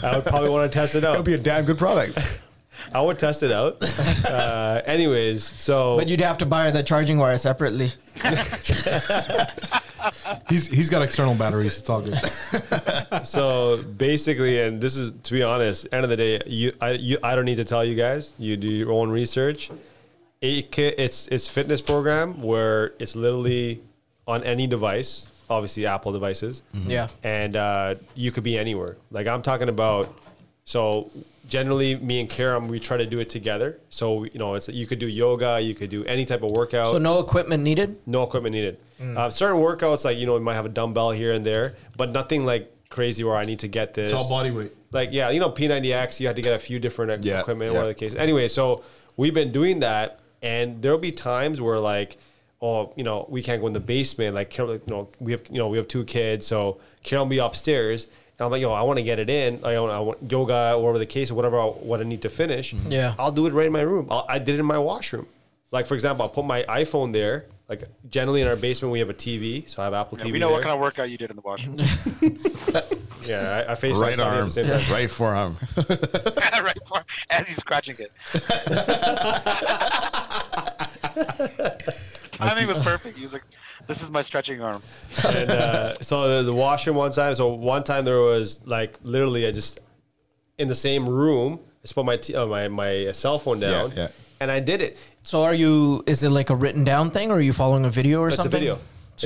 S1: I would probably want to test it
S3: That'll
S1: out.
S3: be a damn good product.
S1: I would test it
S3: [LAUGHS]
S1: out. Uh, anyways, so
S2: But you'd have to buy the charging wire separately.
S6: He's he's got external batteries. It's all good.
S1: so basically, and this is to be honest, end of the day, you I you I don't need to tell you guys. You do your own research. It ca- it's it's fitness program where it's literally on any device, obviously Apple devices.
S2: Yeah.
S1: and uh, you could be anywhere. Like I'm talking about. So generally, me and Karam, we try to do it together. So you know, it's you could do yoga, you could do any type of workout
S2: So no equipment needed.
S1: no equipment needed.
S6: Mm.
S1: Uh, certain workouts, like you know, we might have a dumbbell here and there, but nothing like crazy where I need to get this.
S6: It's all body weight.
S1: Like yeah, you know, P90X, you had to get a few different equ-
S3: Yeah,
S1: equipment,
S3: yeah.
S1: whatever the case. Anyway, so we've been doing that, and there'll be times where like, oh, you know, we can't go in the basement. Like, Carol, like, you know, we have you know we have two kids, so Carol will be upstairs. And I'm like, yo, I want to get it in. I want, I want yoga, or whatever the case, or whatever I, what I need to finish.
S2: Yeah.
S1: I'll do it right in my room. I'll, I did it in my washroom. Like for example, I'll put my iPhone there. Like generally in our basement we have a TV, so I have Apple TV.
S4: we know
S1: there.
S4: what kind of workout you did in the washroom.
S1: Yeah, I, I face
S3: right
S1: at
S3: arm,
S1: the same time.
S3: right forearm.
S4: [LAUGHS] right for, as he's scratching
S6: [LAUGHS]
S4: it. Timing was perfect. He was like, "This is my stretching arm."
S1: and uh, so there's a washroom one time. So one time there was like literally I just in the same room. I just put my t- uh, my my cell phone down,
S3: yeah.
S1: and I did it.
S2: So are you? Is it like a written down thing, or are you following a video or
S1: It's a
S2: something?
S1: video.
S2: So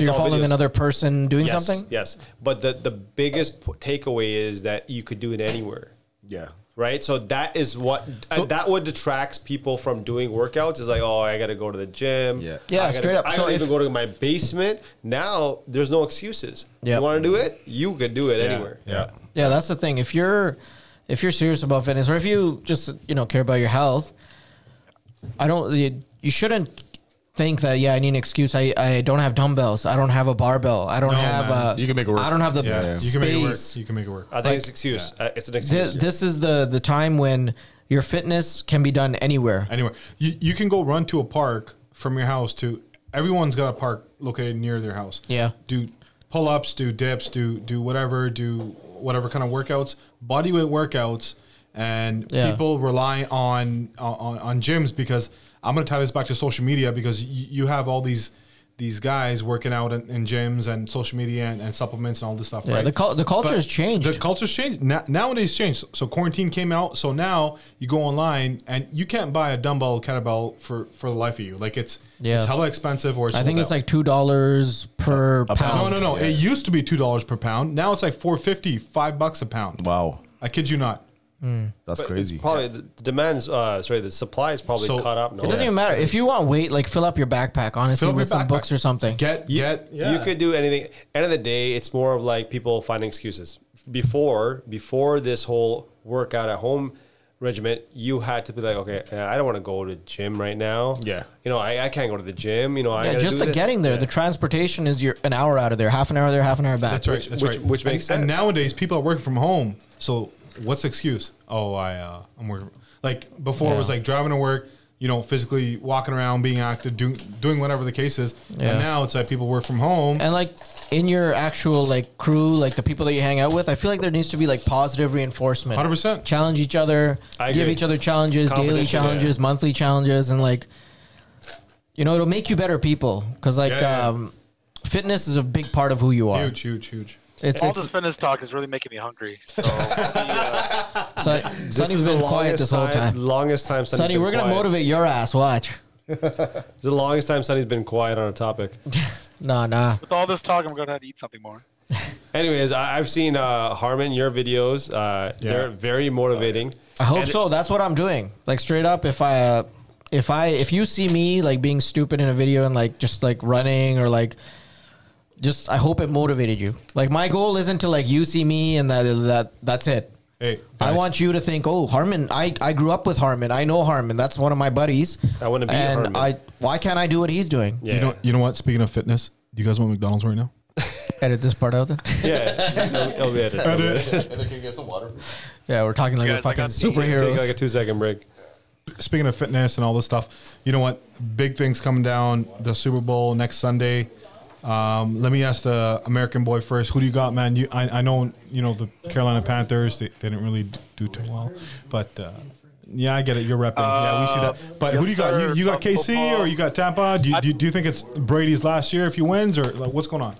S1: It's
S2: you're
S1: all
S2: following
S1: videos.
S2: another person doing
S1: Yes,
S2: something.
S1: yes. But the the biggest p- takeaway is that you could do it anywhere.
S3: Yeah.
S1: right? So that is what and that what detracts people from doing workouts is like, oh, I got to go to the gym.
S3: Yeah.
S2: Yeah,
S1: I gotta-
S2: straight up.
S1: I
S2: So
S1: gotta
S2: if-
S1: even go to my basement. Now there's no excuses.
S2: Yep.
S1: You want to do it? You can do it anywhere.
S3: Yeah.
S2: Yeah, that's the thing. If you're if you're serious about fitness, or if you just you know care about your health, I don't. You, you shouldn't think that. Yeah, I need an excuse. I, I don't have dumbbells. I don't have a barbell. I don't
S6: No,
S2: have.
S6: man.
S2: uh
S3: You can make it work.
S2: I don't have the
S6: Yeah,
S2: space.
S6: you can make it work. You can make it work.
S1: I think it's excuse. Uh, it's an excuse.
S2: This, this is the the time when your fitness can be done anywhere.
S6: Anyway, you, you can go run to a park from your house to everyone's got a park located near their house.
S2: Yeah.
S6: Do pull ups, do dips, do do whatever, do whatever kind of workouts, bodyweight workouts, and
S2: Yeah.
S6: people rely on on on gyms because I'm gonna tie this back to social media because you, you have all these these guys working out in, in gyms and social media and, and supplements and all this stuff.
S2: Yeah,
S6: right?
S2: the cul- the culture has changed.
S6: The culture's changed. Na- nowadays changed. So quarantine came out. So now you go online and you can't buy a dumbbell kettlebell for for the life of you. Like it's
S2: Yeah.
S6: it's hella expensive or it's
S2: I think
S6: sold
S2: it's
S6: out.
S2: like two dollars per
S6: no
S2: pound.
S6: no no. It used to be two dollars per pound. Now it's like four fifty, five bucks a pound.
S3: Wow.
S6: I kid you not.
S3: That's crazy.
S1: Probably the the demands. Uh, sorry, the supply is probably
S6: So-
S1: caught up. now.
S2: It doesn't even matter if you want weight. Like fill up your backpack, honestly,
S6: Fill up
S2: with
S6: your
S2: some
S6: backpack.
S2: books or something.
S6: Get
S1: You-
S6: get yeah.
S1: You could do anything. End of the day, it's more of like people finding excuses. Before before this whole workout at home regiment, you had to be like, okay, uh, I don't want to go to gym right now.
S6: Yeah.
S1: you know, I, I can't go to the gym. You know, I
S2: Yeah,
S1: gotta
S2: just
S1: do
S2: the
S1: this.
S2: getting there.
S1: Yeah.
S2: The transportation is your an hour out of there, half an hour there, half an hour back.
S6: That's right. that's
S1: which-
S6: right.
S1: which makes
S6: and,
S1: sense.
S6: And nowadays, people are working from home. So what's the excuse? Oh, I uh, I'm working. Like before, it was
S2: Yeah.
S6: like driving to work. You know, physically walking around, being active, doing doing whatever the case is.
S2: Yeah.
S6: And now it's like people work from home.
S2: And like in your actual like crew, like the people that you hang out with, I feel like there needs to be like positive reinforcement.
S6: 100%.
S2: Challenge each other.
S1: I
S2: give
S1: agree.
S2: each other challenges, daily
S1: Competition, yeah.
S2: challenges, monthly challenges, and like you know, it'll make you better people. Because like
S6: Yeah, yeah.
S2: um, fitness is a big part of who you are.
S6: huge, huge, huge.
S2: It's,
S4: All
S2: it's
S4: this fitness talk is really making me hungry.
S6: [LAUGHS]
S4: So uh,
S1: [LAUGHS]
S4: yeah.
S2: Son- Sonny's been quiet this whole time.
S1: Longest time. Sonny's
S2: Sonny,
S1: been
S2: we're gonna
S1: quiet.
S2: motivate your ass. Watch.
S1: It's the longest time Sunny's been quiet on a
S2: [LAUGHS]
S1: topic.
S2: Nah, nah.
S4: With all this talk, I'm going to have to eat something more.
S1: Anyways, I, I've seen uh, Harmon your videos. Uh, They're very motivating.
S2: I hope
S1: And-
S2: so. That's what I'm doing. Like straight up, if I, uh, if I, if you see me like being stupid in a video and like just like running or like, just I hope it motivated you. Like my goal isn't to like you see me and that that that's it.
S6: Hey,
S2: I
S6: guys.
S2: want you to think, oh, Harmon. I I grew up with Harmon. I know Harmon. That's one of my buddies.
S1: I wanna be
S2: and
S1: Harmon.
S2: I why can't I do what he's doing?
S1: Yeah.
S6: You know, you know what? Speaking of fitness, do you guys want McDonald's right now?
S2: Edit this part out. Then. [LAUGHS]
S1: yeah. It'll- [LAUGHS] it'll be edited.
S3: Can you get some water?
S2: yeah, we're talking like
S4: You
S2: we're
S4: guys, I
S2: fucking
S4: got the-
S1: Take like a
S2: superheroes.
S1: two second break.
S6: Speaking of fitness and all this stuff, you know what? Big things coming down. The Super Bowl next Sunday. Um, let me ask the American boy first. Who do you got, man? You, I, I know you know the Carolina Panthers. They, they didn't really do too well, but uh, yeah, I get it. You're repping. yeah, we see that. But who
S4: Uh, yes,
S6: do you got? You,
S4: sir.
S6: you got
S4: Club
S6: KC
S4: football.
S6: or you got Tampa? Do you,
S4: I-
S6: do, you, do you think it's Brady's last year if he wins, or like, what's going on?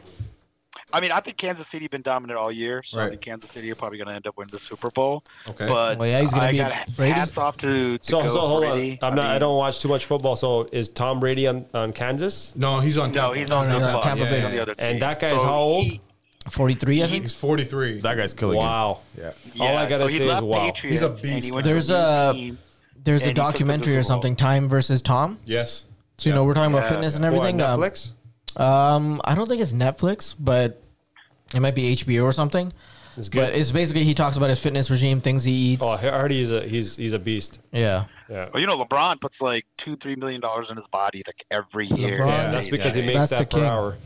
S4: I mean, I think Kansas City been dominant all year, so I
S6: Right.
S4: think Kansas City are probably going to end up winning the Super Bowl.
S6: Okay.
S4: but
S2: Well, yeah, he's gonna
S4: I
S2: be-
S4: got
S2: Brady's-
S4: hats off to, to
S1: So,
S4: go
S1: so hold
S4: Brady.
S1: on. I'm not. I
S4: mean,
S1: don't watch too much football. So is Tom Brady on, on Kansas?
S6: No, he's on.
S4: No,
S6: Tampa.
S4: he's on
S2: no,
S4: Tampa.
S2: Tampa
S4: He's
S2: Bay.
S4: on the other
S1: And
S4: team.
S1: that guy's
S4: So
S1: how old?
S4: he-
S2: Forty three, I think.
S6: He's 43.
S3: That guy's killing
S1: Wow.
S3: it. Wow. Yeah.
S4: yeah,
S1: All I gotta
S4: so he
S1: say is
S4: left
S1: wow. He's
S4: Patriots
S6: a
S4: and he
S6: beast,
S4: went to
S2: There's
S4: new
S2: a
S4: team.
S2: There's
S4: And
S2: a
S4: he took the
S2: documentary or
S4: Super Bowl.
S2: something. Time versus Tom.
S6: yes.
S2: So you know we're talking about
S4: Yeah.
S2: fitness and
S1: What,
S2: everything. Um,
S1: Netflix.
S2: Um, I don't think it's Netflix, but it might be HBO or something.
S1: It's good.
S2: But it's basically he talks about his fitness regime, things he eats.
S1: oh, he- already he's a he's he's a beast.
S2: Yeah,
S1: Yeah.
S4: Well, you know, LeBron puts like two, three million dollars in his body like every
S2: LeBron.
S4: year. Just
S1: Yeah, that's
S4: stay
S1: because he
S4: there.
S1: makes
S2: That's the
S1: that per
S2: king.
S1: hour.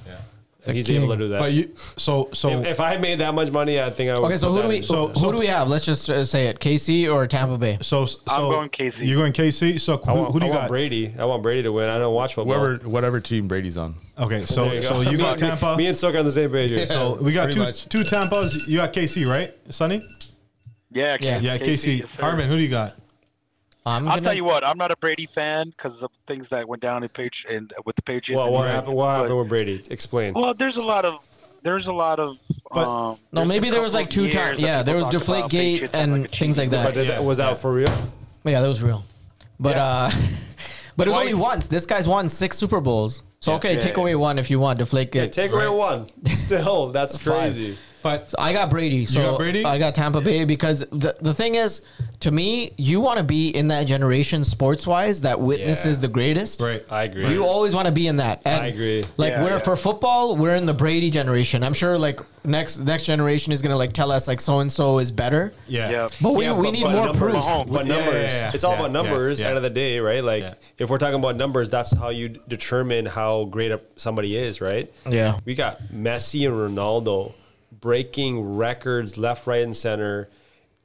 S2: The
S1: he's
S2: king.
S1: able to do that.
S6: But you so so
S1: if, if I made that much money, I think I would.
S2: Okay, so
S1: put
S2: who
S1: that
S2: do we
S1: in.
S6: So-
S2: who
S6: so-
S2: do we have? Let's just uh, say it: KC or Tampa Bay.
S6: so, so
S4: I'm going KC.
S6: You're going KC. So who,
S1: I want,
S6: who do
S1: I
S6: you
S1: want
S6: got?
S1: Brady. I want Brady to win. I don't watch football.
S3: Whoever, whatever team Brady's on.
S6: Okay, so
S1: There you
S6: so
S1: [LAUGHS]
S6: you
S1: Me
S6: got
S1: and-
S6: Tampa.
S1: Me and Sook are on the same page here.
S6: so we got
S3: pretty
S6: two
S3: much.
S6: two Tampas. You got KC, right, Sonny?
S4: Yeah,
S2: Yeah.
S4: Kansas-
S6: Yeah,
S4: KC,
S6: KC.
S4: yes, sir.
S6: Harmon, who do you got?
S2: I'm
S4: I'll
S2: gonna-
S4: tell you what, I'm not a Brady fan because of things that went down in page and with the Patriots.
S1: Well,
S4: and
S1: what
S4: everything.
S1: happened? What happened with Brady? Explain.
S4: Well, there's a lot of there's a lot of
S6: But-
S4: um,
S2: No,
S4: there's
S2: maybe
S4: been a
S2: there was
S4: couple
S2: like
S4: of
S2: two
S4: years
S2: times.
S4: that
S2: Yeah, there was
S4: people talk
S2: Deflate
S4: about
S2: Gate
S4: Patriots having,
S2: and
S4: like, a
S2: things like
S4: cheating-
S1: But
S2: that.
S1: did-
S6: Yeah.
S1: was that
S6: Yeah.
S1: for real?
S2: But yeah, that was real. But uh, [LAUGHS] but it was only
S4: Twice.
S2: once. This guy's won six Super Bowls. So okay,
S4: Yeah.
S2: take away one if you want. Deflate Gate.
S1: Take away one. Still, that's crazy.
S6: But
S2: I got Brady. So
S6: got Brady?
S2: I got Tampa Bay because the, the thing is, to me, you want to be in that generation sports wise that witnesses
S1: Yeah.
S2: the greatest.
S6: right,
S1: I agree.
S2: You always want to be in that. And
S1: I agree.
S2: Like
S4: Yeah,
S2: we're
S4: yeah.
S2: for football, we're in the Brady generation. I'm sure like next next generation is gonna like tell us like so and so is better.
S6: yeah.
S4: Yeah.
S2: But we, we need more
S1: number-
S2: proof.
S1: But
S6: Yeah, yeah,
S1: numbers.
S6: yeah,
S1: It's all
S6: yeah,
S1: about
S6: yeah,
S1: numbers.
S6: yeah.
S1: End of the day, right? Like
S6: Yeah.
S1: if we're talking about numbers, that's how you d- determine how great a, somebody is, right?
S2: Yeah.
S1: We got Messi and Ronaldo breaking records left, right, and center.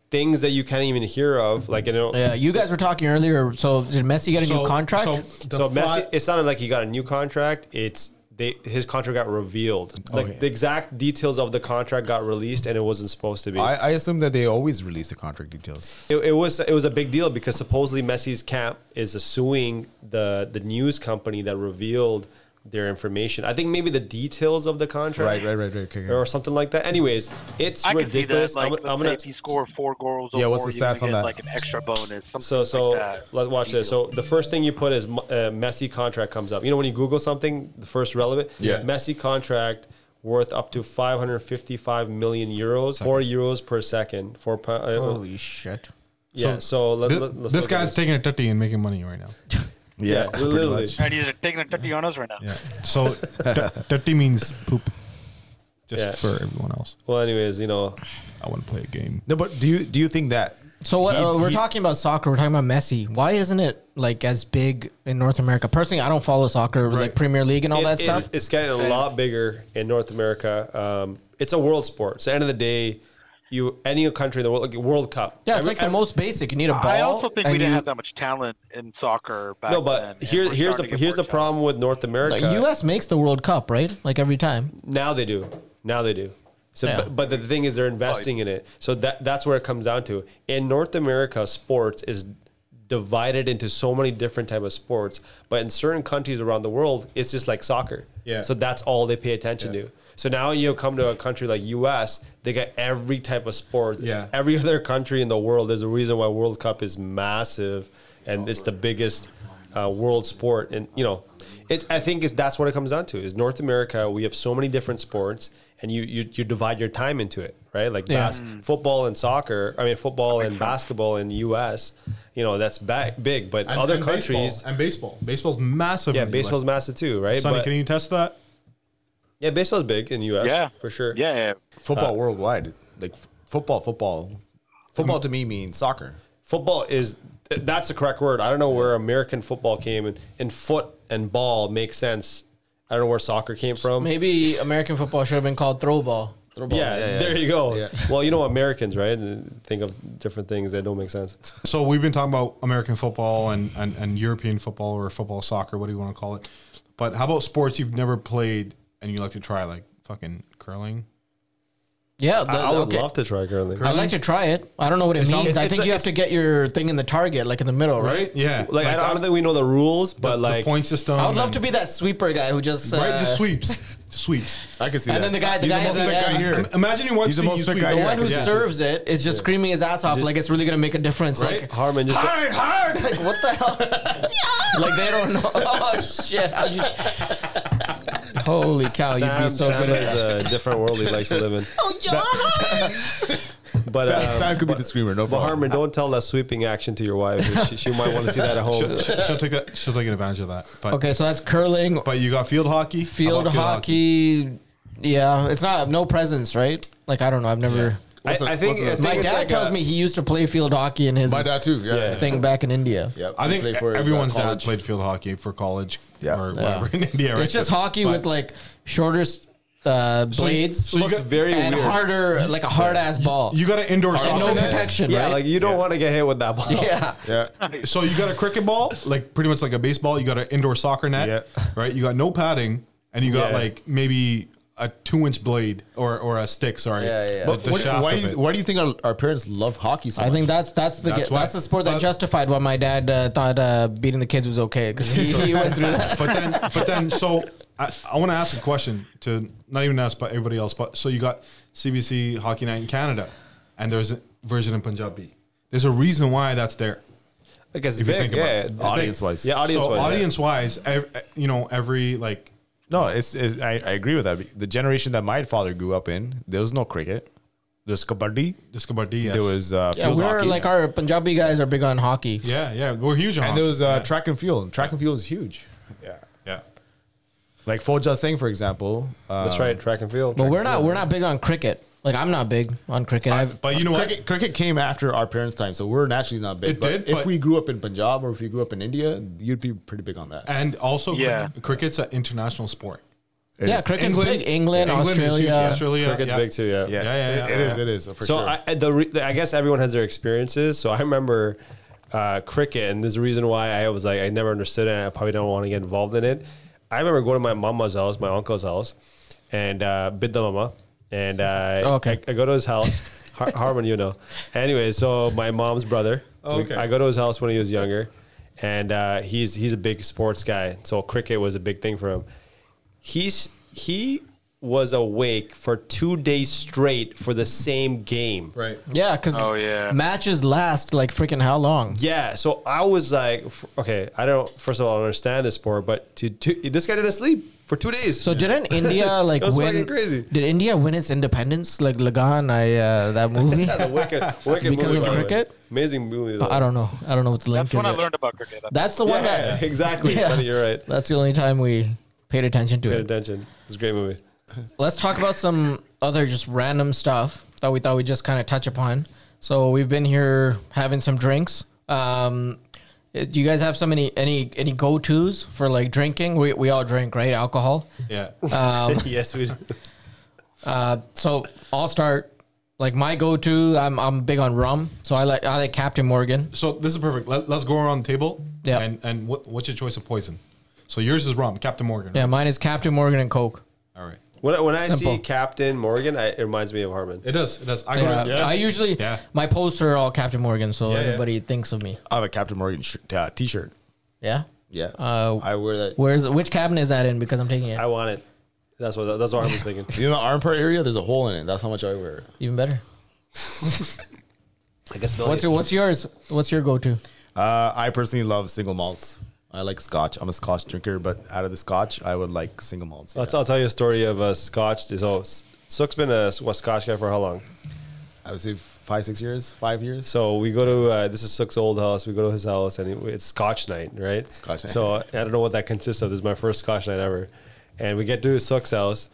S1: Things that you can't even hear of, like you know.
S2: Yeah, you guys were talking earlier. So did Messi get a new contract?
S6: the
S1: So
S6: fly-
S1: Messi, it's not like he got a new contract. It's they his contract got revealed.
S6: Oh,
S1: Like
S3: yeah.
S1: the exact details of the contract got released, and it wasn't supposed to be.
S3: I, I assume that they always release the contract details.
S1: It, it was it was a big deal because supposedly Messi's camp is suing the the news company that revealed their information. I think maybe the details of the contract,
S3: Right, right, right, right. Okay, okay.
S1: or something like that. Anyways, it's
S4: I can see that.
S1: ridiculous.
S4: Like,
S1: I'm-
S4: let's
S1: I'm
S4: say
S1: gonna-
S4: if you score four goals, or
S3: Yeah, what's
S4: more,
S3: the
S4: you can
S3: stats on
S4: get,
S3: that?
S4: Like an extra bonus. Something
S1: So so
S4: like uh, that.
S1: let's watch this. So
S4: Details.
S1: the first thing you put is uh, Messi contract comes up. You know when you Google something, the first relevant.
S3: Yeah.
S1: Messi contract worth up to 555 million euros, four euros per second, four. pa- Uh,
S2: Holy shit.
S1: yeah. So, let,
S6: Thi-
S1: let, let's
S6: this
S1: look at
S6: guy's taking a tutty and making money right now.
S2: [LAUGHS]
S1: Yeah,
S3: pretty
S1: literally.
S3: much.
S4: and he's taking a turkey on us right now.
S6: Yeah. So tu- tutty means poop. Just
S1: Yeah.
S6: for everyone else,
S1: Well, anyways, you know,
S6: I want to play a game.
S3: No, but do you do you think that?
S2: So what
S3: he-
S2: uh, we're
S3: he-
S2: talking about soccer, we're talking about Messi. Why isn't it like as big in North America? Personally, I don't follow soccer, like Premier League and all that
S1: It- it-
S2: stuff.
S1: It's getting a lot bigger in North America. Um, it's a world sport. So, end of the day, you any country in the world, like World Cup.
S2: yeah, it's
S1: Every-
S2: like the
S1: every-
S2: most basic. You need a ball.
S4: I also think we
S2: and
S4: didn't
S2: you-
S4: have that much talent in soccer back
S1: No,
S4: then,
S1: but
S4: and
S1: here,
S4: we're
S1: here's the
S4: starting to get
S1: here's the
S4: more talent.
S1: problem with North America.
S2: The U.S. makes the World Cup, right? Like every time.
S1: Now they do. Now they do. So,
S2: Yeah.
S1: but, but the thing is, they're investing in it. So that that's where it comes down to. In North America, sports is divided into so many different type of sports. But in certain countries around the world, it's just like soccer.
S6: Yeah.
S1: So that's all they pay attention to. So now you come to a country like U.S., they got every type of sport.
S6: Yeah.
S1: Every [LAUGHS] other country in the world, there's a reason why World Cup is massive, and it's the biggest. uh, world sport, and you know, it. I think is that's what it comes down to. Is North America? We have so many different sports, and you you, you divide your time into it, right? Like
S2: Yeah.
S1: bas- football and soccer. I mean, football and basketball in the U.S. You know, that's ba- big, but
S6: And-
S1: other
S6: and baseball-
S1: countries.
S6: and baseball. Baseball's massive.
S1: yeah,
S6: in the US.
S1: baseball's massive too, right?
S6: Sonny,
S1: But-
S6: can you test that?
S1: yeah, baseball's big in the U.S.
S4: Yeah,
S1: for sure.
S4: Yeah, yeah.
S3: Football worldwide, like f- football, football, football to me means soccer.
S1: football is th- that's the correct word. I don't know where American football came and, and foot and ball makes sense. I don't know where soccer came from.
S2: Maybe American football should have been called throw ball. Throw ball.
S1: yeah, there you go.
S3: Yeah.
S1: [LAUGHS] Well, you know Americans, right? Think of different things that don't make sense.
S6: So we've been talking about American football and, and, and European football or football soccer, what do you want to call it? But how about sports you've never played and you like to try, like fucking curling?
S2: Yeah, the,
S1: I, I would
S2: okay.
S1: love to try curling.
S2: I'd like to try it. I don't know what it
S1: all-
S2: means. I
S1: it's
S2: think
S1: a-
S2: you have to get your thing in the target, like in the middle, right?
S6: Right? Yeah.
S1: Like, I, don't, I
S6: that-
S1: don't think we know the rules, but
S6: the
S1: like
S6: point system.
S2: I would love
S6: and-
S2: to be that sweeper guy who just uh,
S6: right. The sweeps, the sweeps.
S3: I can see
S2: And
S3: that.
S2: then the guy- the guy-
S3: most
S2: the
S3: fit
S2: guy-
S3: here.
S6: Im- Imagine you want
S3: He's
S6: to
S3: the
S6: see
S3: most
S6: you
S3: fit
S6: sweep.
S3: guy
S2: the
S3: Yeah,
S2: one who
S3: yeah.
S2: serves it is just screaming his ass off like it's really gonna make a difference. Like
S1: Harmon just
S2: hard, hard. [LAUGHS] Like what the hell? like they don't know. [LAUGHS] Oh shit! How'd you? [LAUGHS] Holy cow! Oh, You'd
S1: Sam,
S2: be so
S1: Sam
S2: good. At,
S1: has a different world he likes to live in.
S2: oh, John!
S1: [LAUGHS] But
S3: [LAUGHS] Sam,
S1: um,
S3: Sam could be the screamer. No
S1: but
S3: problem.
S1: Harmon, don't tell that sweeping action to your wife. She, she might want to see that at home.
S6: She'll, she'll- she'll take that. She'll take advantage of that. But,
S2: okay, so that's curling,
S6: But you got field hockey. How about
S2: field hockey. Yeah, it's not no presence, right? Like I don't know. I've never.
S1: I,
S3: What's the-
S1: I think,
S3: what's the-
S1: I think
S2: My
S1: it's
S2: dad
S1: like
S2: tells
S1: a-
S2: me he used to play field hockey in his
S3: My dad too. Yeah.
S1: Yeah.
S2: thing back in India.
S3: Yep.
S6: I
S3: He
S6: think
S3: played for his, uh,
S6: everyone's dad
S3: college.
S6: played field hockey for college
S3: Yeah.
S6: or
S3: Yeah.
S6: whatever in India. right?
S2: It's just
S6: But-
S2: hockey
S6: but-
S2: with like shorter uh, blades
S6: So you
S1: looks
S6: got,
S1: very
S2: and
S1: weird.
S2: harder, like a hard ass ball.
S6: you got an indoor
S2: and no
S6: soccer net.
S2: protection,
S1: yeah,
S2: right?
S1: like you don't want to get hit with that ball. [LAUGHS]
S2: yeah.
S3: Yeah.
S6: So you got a cricket ball, like pretty much like a baseball. You got an indoor soccer net,
S3: Yeah.
S6: right? You got no padding, and you got
S1: Yeah.
S6: like maybe a two-inch blade or or a stick. Sorry,
S2: Yeah, yeah.
S6: But the
S3: What-
S6: shaft
S3: why,
S6: of
S3: do
S6: it.
S3: you, why do you think our, our parents love hockey so
S2: I
S3: much?
S2: think that's that's the
S6: That's
S2: that's,
S6: why-
S2: the sport that
S6: but-
S2: justified why my dad uh, thought uh, beating the kids was okay because he,
S6: [LAUGHS]
S2: he went through that.
S6: but then, but then, so I, I want to ask a question to not even us, but everybody else. But so you got CBC Hockey Night in Canada, and there's a version in Punjabi. There's a reason why that's there.
S1: I guess
S6: If you think
S1: big,
S6: about
S1: yeah.
S6: it.
S1: it's big.
S3: Audience-wise.
S1: Yeah, audience
S6: so
S1: wise.
S6: audience wise, ev- you know, every like
S3: No, it's, it's I, I agree with that. The generation that my father grew up in, there was no cricket. There's kabaddi.
S6: Discobardillas.
S3: There was uh,
S2: Yeah,
S3: field
S2: we're
S3: hockey.
S2: like our Punjabi guys are big on hockey.
S6: yeah, yeah, we're huge on.
S3: and
S6: hockey.
S3: there was uh,
S6: yeah.
S3: track and field. Track and field is huge. Yeah.
S6: yeah.
S3: Like Foja Singh, for example. Uh,
S1: That's right, track and field.
S2: But we're not we're not big on cricket. Like I'm not big on cricket. I've,
S6: But you know what?
S7: Cricket, cricket came after our parents' time, so we're naturally not big.
S6: It
S7: but
S6: did,
S7: If
S6: but-
S7: we grew up in Punjab or if you grew up in India, you'd be pretty big on that.
S6: And also,
S4: Yeah.
S6: cricket, cricket's an international sport.
S2: yeah, cricket's big. England,
S6: Yeah, England is huge.
S2: Australia.
S6: Australia,
S1: Cricket's
S6: yeah.
S1: big too, yeah.
S3: Yeah,
S6: Yeah, yeah, yeah,
S3: it- it
S6: yeah.
S3: is. It is for
S1: so
S3: sure.
S1: I, the re- I guess everyone has their experiences. So I remember uh, cricket, and there's a reason why I was like, I never understood it. And I probably don't want to get involved in it. I remember going to my mama's house, my uncle's house, and uh, bid the mama, and uh,
S2: Okay.
S1: I, I go to his
S2: [LAUGHS]
S1: house. Har- Harmon, you know. Anyway, so my mom's brother.
S6: Oh,
S1: we-
S6: okay.
S1: I go to his house when he was younger, and uh, he's he's a big sports guy. So cricket was a big thing for him. he's he was awake for two days straight for the same game.
S6: Right.
S2: Yeah, because
S4: Oh, yeah.
S2: matches last like freaking how long?
S1: Yeah, so I was like, f- okay, I don't. First of all, I don't understand this sport, but to, to, this guy didn't sleep for two days.
S2: So didn't
S1: [LAUGHS]
S2: India like
S1: That's
S2: win?
S1: fucking crazy.
S2: Did India win its independence? Like Lagan, I uh, that
S1: [LAUGHS]
S2: movie.
S1: the wicked, wicked
S2: [LAUGHS] Because
S1: movie,
S2: of
S1: by the way.
S2: cricket?
S1: amazing movie.
S2: [LAUGHS] I don't know. I don't know what the link
S4: That's
S2: is.
S4: when I
S2: yet.
S4: learned about cricket.
S2: That's the one
S1: Yeah, [LAUGHS]
S2: that.
S1: exactly.
S2: Yeah.
S1: Sonny, you're
S2: [LAUGHS]
S1: right.
S2: That's the only time we paid attention to
S1: Pay
S2: it.
S1: attention. It's a great movie.
S2: Let's talk about some other just random stuff that we thought we'd just kind of touch upon. So we've been here having some drinks. Um, eh, do you guys have some any any any go tos for like drinking? We we all drink, right? Alcohol.
S6: Yeah.
S2: Uh,
S1: [LAUGHS] yes, we. do.
S2: So I'll start. Like my go to, I'm I'm big on rum, so I like I like Captain Morgan.
S6: so this is perfect. Let, let's go around the table.
S2: Yeah.
S6: And and what, what's your choice of poison? So yours is rum, Captain Morgan.
S2: Yeah,
S6: right?
S2: mine is Captain Morgan and Coke.
S6: All right.
S1: When, I- when I see
S2: Simple.
S1: Captain Morgan, I, it reminds me of Harmon.
S6: It does. It does. I
S2: Yeah.
S6: go to,
S2: I usually
S6: Yeah.
S2: my posts are all Captain Morgan, so
S6: Yeah, yeah.
S2: everybody thinks of me.
S3: I have a Captain Morgan sh- uh, T-shirt.
S2: Yeah.
S3: Yeah,
S2: Uh,
S3: I wear that.
S2: Where's which cabin is that in? Because I'm taking it.
S1: I want it. That's what. That's what Harmon's [LAUGHS] thinking.
S3: You know, the armpit area, there's a hole in it. That's how much I wear.
S2: Even better.
S1: I guess.
S2: What's your, what's yours? What's your go to?
S3: Uh, I personally love single malts. I like Scotch. I'm a Scotch drinker, but out of the Scotch, I would like single malts.
S1: I'll, I'll tell you a story of a Scotch. So Sook's been a, a Scotch guy for how long?
S3: I would say five, six years, five years.
S1: So we go to uh, this is Sook's old house. We go to his house, and it, it's Scotch night, right?
S3: Scotch night.
S1: So I don't know what that consists of. This is my first Scotch night ever, and we get to Sook's house,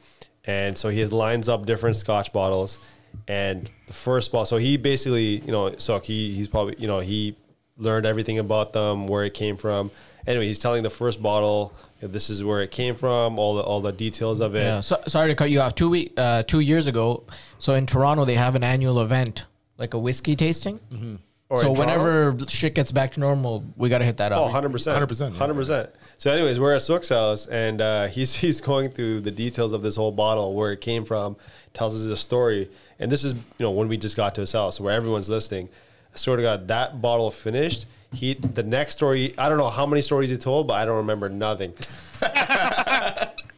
S1: and so he has lines up different Scotch bottles, and the first bottle. So he basically, you know, Sook, he he's probably, you know, he learned everything about them, where it came from. Anyway, he's telling the first bottle, this is where it came from, all the all the details of it.
S2: Yeah. So, sorry to cut you off. Two week, uh, two years ago. So in Toronto, they have an annual event, like a whiskey tasting. so
S3: in Toronto?
S2: whenever shit gets back to normal, we gotta hit that up.
S1: Oh, 100%.
S3: 100%, yeah.
S1: 100%. So, anyways, we're at Sook's house, and uh, he's, [LAUGHS] he's going through the details of this whole bottle, where it came from, tells us a story. And this is, you know, when we just got to his house, where everyone's listening. I sort of got that bottle finished. He The next story, I don't know how many stories he told, but I don't remember nothing.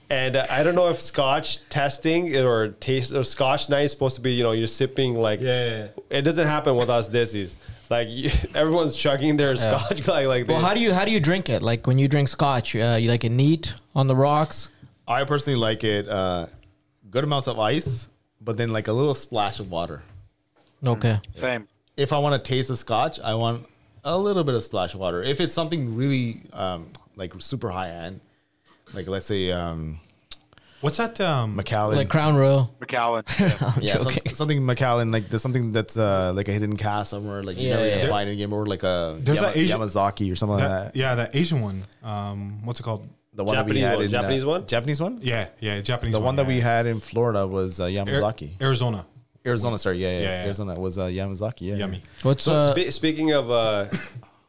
S1: And uh, I don't know if Scotch testing or taste or Scotch night is supposed to be, you know, you're sipping like.
S6: Yeah,
S1: It doesn't happen with us Dissies. Like [LAUGHS] you, everyone's chugging their Scotch [LAUGHS] like like.
S2: Well,
S1: they-
S2: how do you how do you drink it? Like when you drink scotch, uh, you like it neat on the rocks.
S3: I personally like it. Uh, good amounts of ice, but then like a little splash of water.
S2: Okay.
S4: Same.
S3: If I want to taste the Scotch, I want a little bit of splash of water. If it's something really um, like super high end, like let's say um,
S6: What's that? Um,
S3: Macallan,
S2: Like Crown Royal.
S1: [LAUGHS]
S4: McAllen. Yeah.
S3: yeah, some-
S2: joking.
S3: something Macallan, like there's something that's uh, like a hidden cast somewhere, like you
S2: Yeah,
S3: never
S2: yeah,
S3: gonna
S2: yeah.
S3: find in a game, or like a
S6: There's that Asian-
S3: Yamazaki or something like
S6: that,
S3: that.
S6: yeah, that Asian one. Um, what's it called?
S3: The one that we
S1: Japanese
S3: had
S1: one,
S3: in
S1: Japanese
S3: uh,
S1: one?
S3: Japanese one.
S6: Yeah, yeah, Japanese.
S3: The one that we
S6: yeah.
S3: had in Florida was uh,
S6: Ar-
S3: Yamazaki.
S6: Arizona.
S3: Arizona, sorry, yeah, yeah,
S6: Yeah, yeah.
S3: Arizona was uh, Yamazaki. Yeah,
S6: Yummy.
S2: What's
S1: So
S2: uh,
S1: spe- speaking of uh,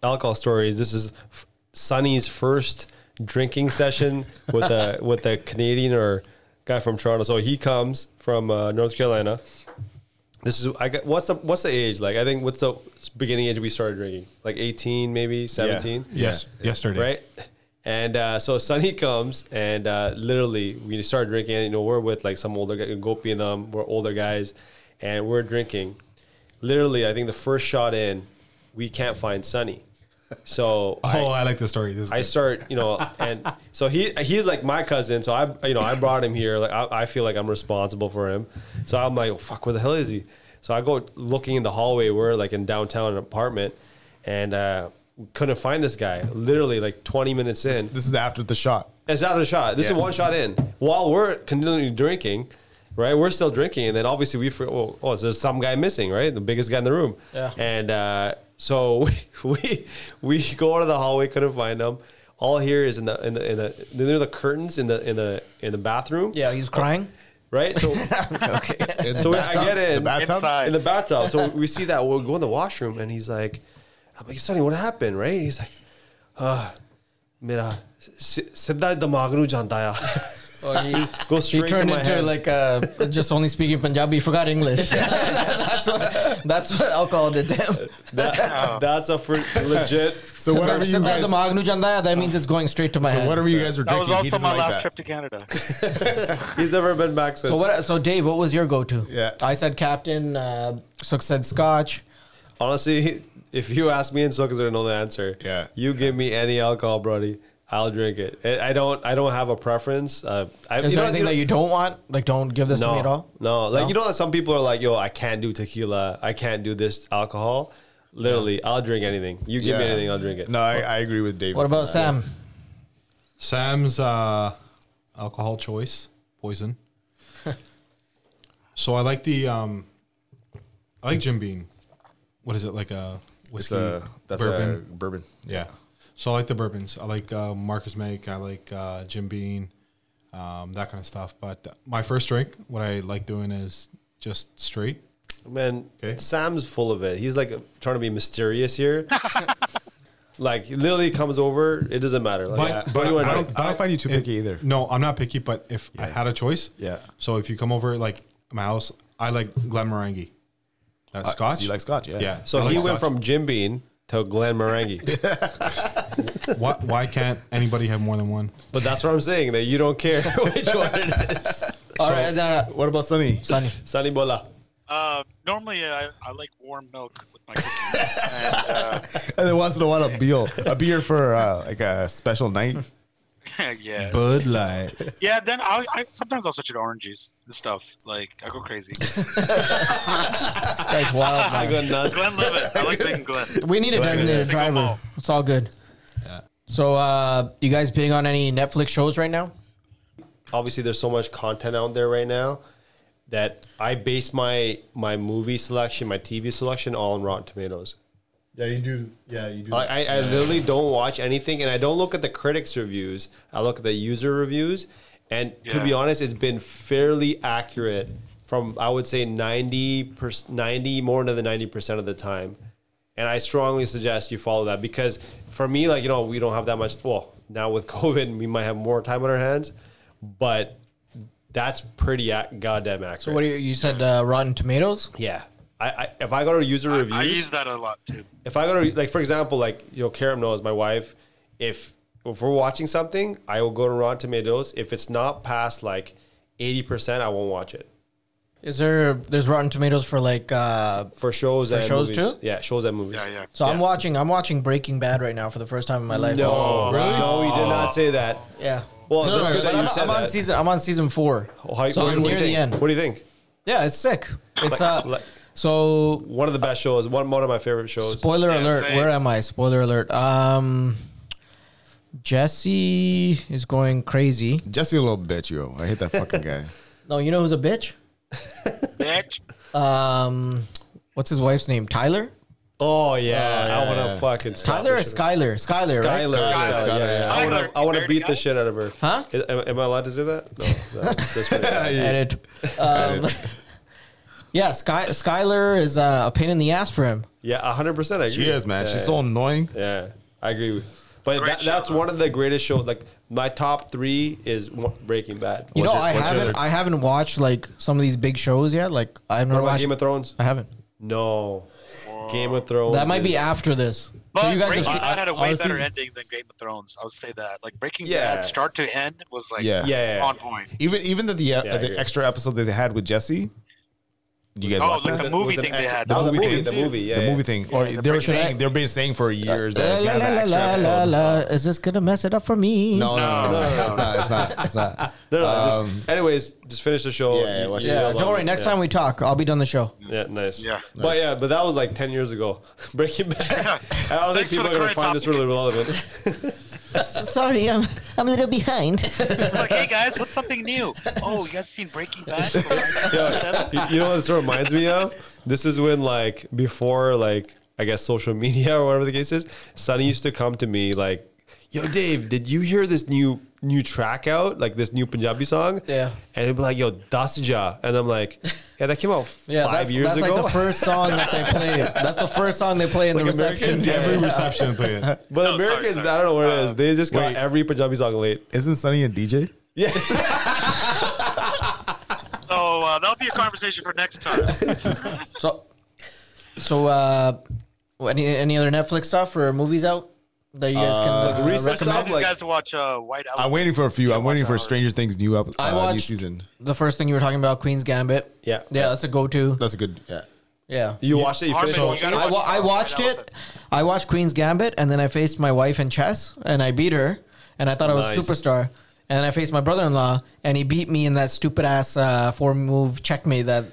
S1: alcohol stories, this is F- Sonny's first drinking session with a with a Canadian or guy from Toronto. So he comes from uh, North Carolina. This is I got what's the what's the age like? I think what's the beginning age we started drinking? Like eighteen, maybe seventeen.
S6: Yes, yesterday.
S1: right? And uh, so Sunny comes and uh, literally we start drinking. You know, we're with like some older guy, Gopi and them. We're older guys, and we're drinking. Literally, I think the first shot in, we can't find Sunny.
S6: [LAUGHS]
S1: So I-
S6: Oh, I like the story. This is
S1: I
S6: good.
S1: start, you know, and so he he's like my cousin. So I, you know, I brought him here. Like I, I feel like I'm responsible for him. So I'm like, oh, fuck, where the hell is he? So I go looking in the hallway. We're like in downtown an apartment, and uh, couldn't find this guy. Literally like 20 minutes in.
S3: This is after the shot.
S1: It's out of the shot. This is
S3: Yeah.
S1: one shot in. While we're continuing drinking, right? We're still drinking, and then obviously we forget. Oh, oh, there's some guy missing, right? The biggest guy in the room. Yeah. And uh, so [LAUGHS] we we go out of the hallway, couldn't find him. All here is in the in the in the near the curtains in the in the in the bathroom.
S2: yeah, he's crying.
S1: Right. So
S2: [LAUGHS] okay.
S1: so we, I get in
S4: Inside.
S1: in the bathtub. So we see that we'll go in the washroom, and he's like, "I'm like, Sonny, what happened?" Right? he's like, "Uh, mera si- sidda dimag nu janta [LAUGHS] hai."
S2: Or [LAUGHS] he,
S1: Go
S2: he
S1: Oh, straight
S2: turned
S1: to my
S2: into
S1: head.
S2: like uh, just only speaking Punjabi. He forgot
S1: [LAUGHS]
S2: English. that's what that's what alcohol did to him.
S1: That- [LAUGHS] that's a fr- legit. [LAUGHS]
S3: So whatever you
S2: Siddhartha
S3: guys,
S2: Magnu Jandaya, that means it's going straight to my
S3: so
S2: head.
S3: whatever you guys were
S4: That
S3: drinking,
S4: was
S3: he
S4: also
S3: doesn't
S4: my
S3: like
S4: last
S3: that.
S4: trip to Canada.
S1: He's never been back since.
S2: So what? So Dave, what was your go-to?
S3: Yeah.
S2: I said Captain. Uh, Sook said Scotch.
S1: Honestly, if you ask me and Suckers, I know the answer.
S3: Yeah.
S1: You give me any alcohol, Brody, I'll drink it. I I don't. I don't have a preference. Uh, I,
S2: Is
S1: you
S2: there
S1: know-
S2: anything that you don't want? Like, don't give this
S1: no,
S2: to me at all.
S1: No, like
S2: No?
S1: you know, how some people are like, "Yo, I can't do tequila. I can't do this alcohol." Literally, I'll drink anything. You give me
S3: Yeah.
S1: anything, I'll drink it.
S3: No, I, I agree with David.
S2: What about
S3: Uh,
S2: Sam?
S6: Sam's uh, alcohol choice poison. so I like the um, I like Jim Beam. What is it like a
S3: It's
S6: whiskey?
S3: a that's
S6: bourbon.
S3: a bourbon.
S6: yeah. So I like the bourbons. I like uh, Marcus Make. I like uh, Jim Beam, um, that kind of stuff. But my first drink, what I like doing is just straight.
S1: Man,
S6: Okay.
S1: Sam's full of it. He's like trying to be mysterious here. like, he literally comes over. It doesn't matter. Like,
S6: But,
S1: Brody
S6: but
S1: went
S6: I
S1: out.
S6: don't,
S3: I don't find you too picky either.
S6: No, I'm not picky. But if I had a choice,
S3: Yeah.
S6: So if you come over like my house, I like Glenmorangie. That
S3: Uh,
S6: Scotch.
S3: so you like Scotch, yeah.
S6: Yeah.
S1: So
S6: I
S1: he
S6: like
S1: went
S6: Scotch.
S1: from Jim Bean to Glenn Marangi.
S6: Why, why can't anybody have more than one?
S1: but that's what I'm saying, that you don't care [LAUGHS] which one it is.
S2: All right, no, no,
S3: What about Sunny?
S2: Sonny.
S1: Sunny Bola.
S4: Uh, normally, I, I like warm milk with my cookies. and, uh,
S3: And then once in a while, a beer, a beer for uh, like a special night.
S4: [LAUGHS] yeah,
S6: Bud Light.
S4: yeah. Then I, I sometimes I'll switch it to orange juice and stuff. Like I go
S1: [LAUGHS]
S4: crazy.
S2: This guy's wild.
S1: I
S2: man.
S1: go nuts.
S4: Glenn Levitt. I like being Glenn.
S2: We need a designated
S4: Single
S2: driver.
S4: malt.
S2: It's all good. So, uh, you guys being on any Netflix shows right now?
S1: Obviously, there's so much content out there right now that I base my my movie selection, my TV selection, all on Rotten Tomatoes.
S6: Yeah, you do. Yeah, you do.
S1: I, I, I literally don't watch anything, and I don't look at the critics' reviews. I look at the user reviews, and to be
S4: Yeah.
S1: honest, it's been fairly accurate from I would say 90 per, 90 more than the 90 percent of the time. And I strongly suggest you follow that because for me, like you know, we don't have that much. Well, now with [LAUGHS] COVID, we might have more time on our hands, but that's pretty ac- goddamn accurate.
S2: So, what do you, you said? Uh, Rotten Tomatoes.
S1: yeah. I, I, if I go to user reviews,
S4: I use that a lot too.
S1: if I go to like for example, like you know, Karam knows my wife. If if we're watching something, I will go to Rotten Tomatoes. If it's not past like eighty percent, I won't watch it.
S2: Is there? There's Rotten Tomatoes for like. Uh,
S1: For shows and
S2: shows
S1: movies.
S2: too?
S1: Yeah, shows and movies.
S4: Yeah, yeah.
S2: so I'm watching. I'm watching Breaking Bad right now for the first time in my life.
S1: No,
S6: really?
S1: no, you did not say that.
S2: Yeah.
S1: Well,
S2: No,
S1: that's
S2: no,
S1: good
S2: but
S1: that
S2: I'm,
S1: you said
S2: I'm on
S1: that.
S2: season. I'm on season four.
S1: Oh, how-
S2: so
S1: what, what do
S2: I'm near
S1: you
S2: the
S1: think?
S2: end.
S1: What do you think?
S2: Yeah, it's sick. It's uh.
S1: [LAUGHS] like-
S2: so
S1: One of the best shows. One, one of my favorite shows.
S2: spoiler
S4: Yeah,
S2: alert.
S4: same.
S2: Where am I? Spoiler alert. Um, Jesse is going crazy.
S3: Jesse, a little bitch, yo. I hate that fucking guy.
S2: No, you know who's a bitch?
S4: Bitch.
S2: Um, what's his wife's name? Tyler.
S1: oh yeah, I want to fucking slap
S2: Tyler or
S1: the shit out-
S2: Skyler? Skyler,
S1: Skyler,
S2: right?
S4: Skyler,
S1: Skyler,
S4: Skyler,
S1: yeah, yeah.
S4: yeah.
S1: I want
S4: Tyler,
S1: to, I want to
S4: married
S1: beat
S4: guy?
S1: the shit out of her.
S2: Huh?
S1: Is- Am, am I allowed to say that? No. that's- that's
S2: [LAUGHS]
S1: right.
S2: Edit. Um, [LAUGHS] yeah, Sky Skyler is uh, a pain in the ass for him.
S1: yeah, hundred percent. I agree.
S3: She is, man.
S1: Yeah,
S3: She's
S1: yeah.
S3: so annoying.
S1: Yeah, I agree with. But
S4: Great
S1: that, that's
S4: show.
S1: one of the greatest shows. Like my top three is one- Breaking Bad.
S2: You
S1: What's
S2: know,
S1: your-
S2: I
S1: what's your
S2: haven't
S1: other-
S2: I haven't watched like some of these big shows yet. Like
S1: What
S2: I've never
S1: about
S2: watched.
S1: Game of Thrones?
S2: I haven't.
S1: No, Game of Thrones.
S2: That might be
S1: is-
S2: after this.
S4: But
S2: so you guys
S4: Breaking
S2: have seen,
S4: Bad had a way
S2: honestly,
S4: better ending than Game of Thrones. I would say that. Like Breaking
S1: Yeah.
S4: Bad, start to end was like
S3: Yeah.
S1: Yeah, yeah,
S4: on
S1: yeah.
S4: point.
S3: Even even the the, uh,
S1: Yeah, I agree.
S3: the extra episode that they had with Jesse. You guys
S4: Oh,
S3: watch
S4: like
S3: that?
S4: the
S1: Was
S4: movie
S1: was an
S4: thing they
S1: ex-
S4: had.
S1: Oh,
S4: The
S1: the
S3: movie
S1: movie.
S3: thing,
S1: The
S3: too.
S1: movie. Yeah,
S3: the
S1: yeah.
S3: movie thing, or they were saying they've been saying for years that it's
S2: La,
S3: gonna
S2: la,
S3: have an
S2: la,
S3: extra
S2: la,
S3: episode.
S2: la, la. Is this gonna mess it up for me?
S3: No, no,
S4: No.
S3: no, no, no, it's not. It's not. It's not.
S1: No, no. just, anyways, just finish the show.
S3: Yeah, yeah, watch it.
S2: Um, Yeah, don't worry. Next time we talk, I'll be done the show.
S1: Yeah, nice.
S4: Yeah.
S1: but yeah, but that was like ten years ago. [LAUGHS] Breaking
S4: [LAUGHS]
S1: Bad. I don't think
S4: Thanks for
S1: people
S4: the
S1: are gonna
S4: current
S1: find this
S4: topic.
S1: really relevant.
S2: Sorry, I'm I'm a little behind.
S4: like, hey guys, what's something new? Oh, you guys seen Breaking
S3: [LAUGHS]
S4: Bad?
S1: Yeah, you, you know what this reminds me of? This is when like before like I guess social media or whatever the case is. Sonny used to come to me like, "Yo, Dave, did you hear this new new track out? Like this new Punjabi song?"
S2: Yeah.
S1: and he'd be like, "Yo, Dasja," and I'm like, "Yeah, that came out
S2: [LAUGHS] Yeah,
S1: five
S2: that's,
S1: years
S2: that's
S1: ago."
S2: like the first song that they play. That's the first song they play in the
S1: Like
S2: reception.
S1: Americans,
S6: every
S2: Yeah.
S6: reception play
S1: [LAUGHS]
S6: it.
S1: but
S4: No, sorry,
S1: Americans,
S4: sorry.
S1: I don't know what it
S4: Uh,
S1: is. They just got
S3: wait.
S1: every Punjabi song late.
S3: Isn't Sunny a DJ?
S4: So uh, that'll be a conversation for next
S3: [LAUGHS]
S4: time.
S2: So, so uh, any any other Netflix stuff or movies out that you guys can uh,
S1: recent
S2: recommend?
S1: stuff,
S4: Sometimes you
S1: like-
S4: guys watch uh, White
S3: I'm
S4: Album.
S3: waiting for a few. I'm waiting
S4: watch
S3: for
S4: that
S3: Stranger Things new up
S2: I
S3: uh, new
S2: watched
S3: season.
S2: the first thing you were talking about, Queen's Gambit.
S1: Yeah.
S2: yeah, that's a go-to.
S3: That's a good. Yeah.
S2: Yeah,
S1: You watched it. You
S4: Harmon,
S1: finished
S4: you
S1: watching
S4: gotta
S1: it.
S2: I, wa- I watched it. I watched Queen's Gambit, and then I faced my wife in chess, and I beat her, and I thought I was
S1: Nice.
S2: superstar. And I faced my brother-in-law, and he beat me in that stupid ass uh, four-move checkmate. That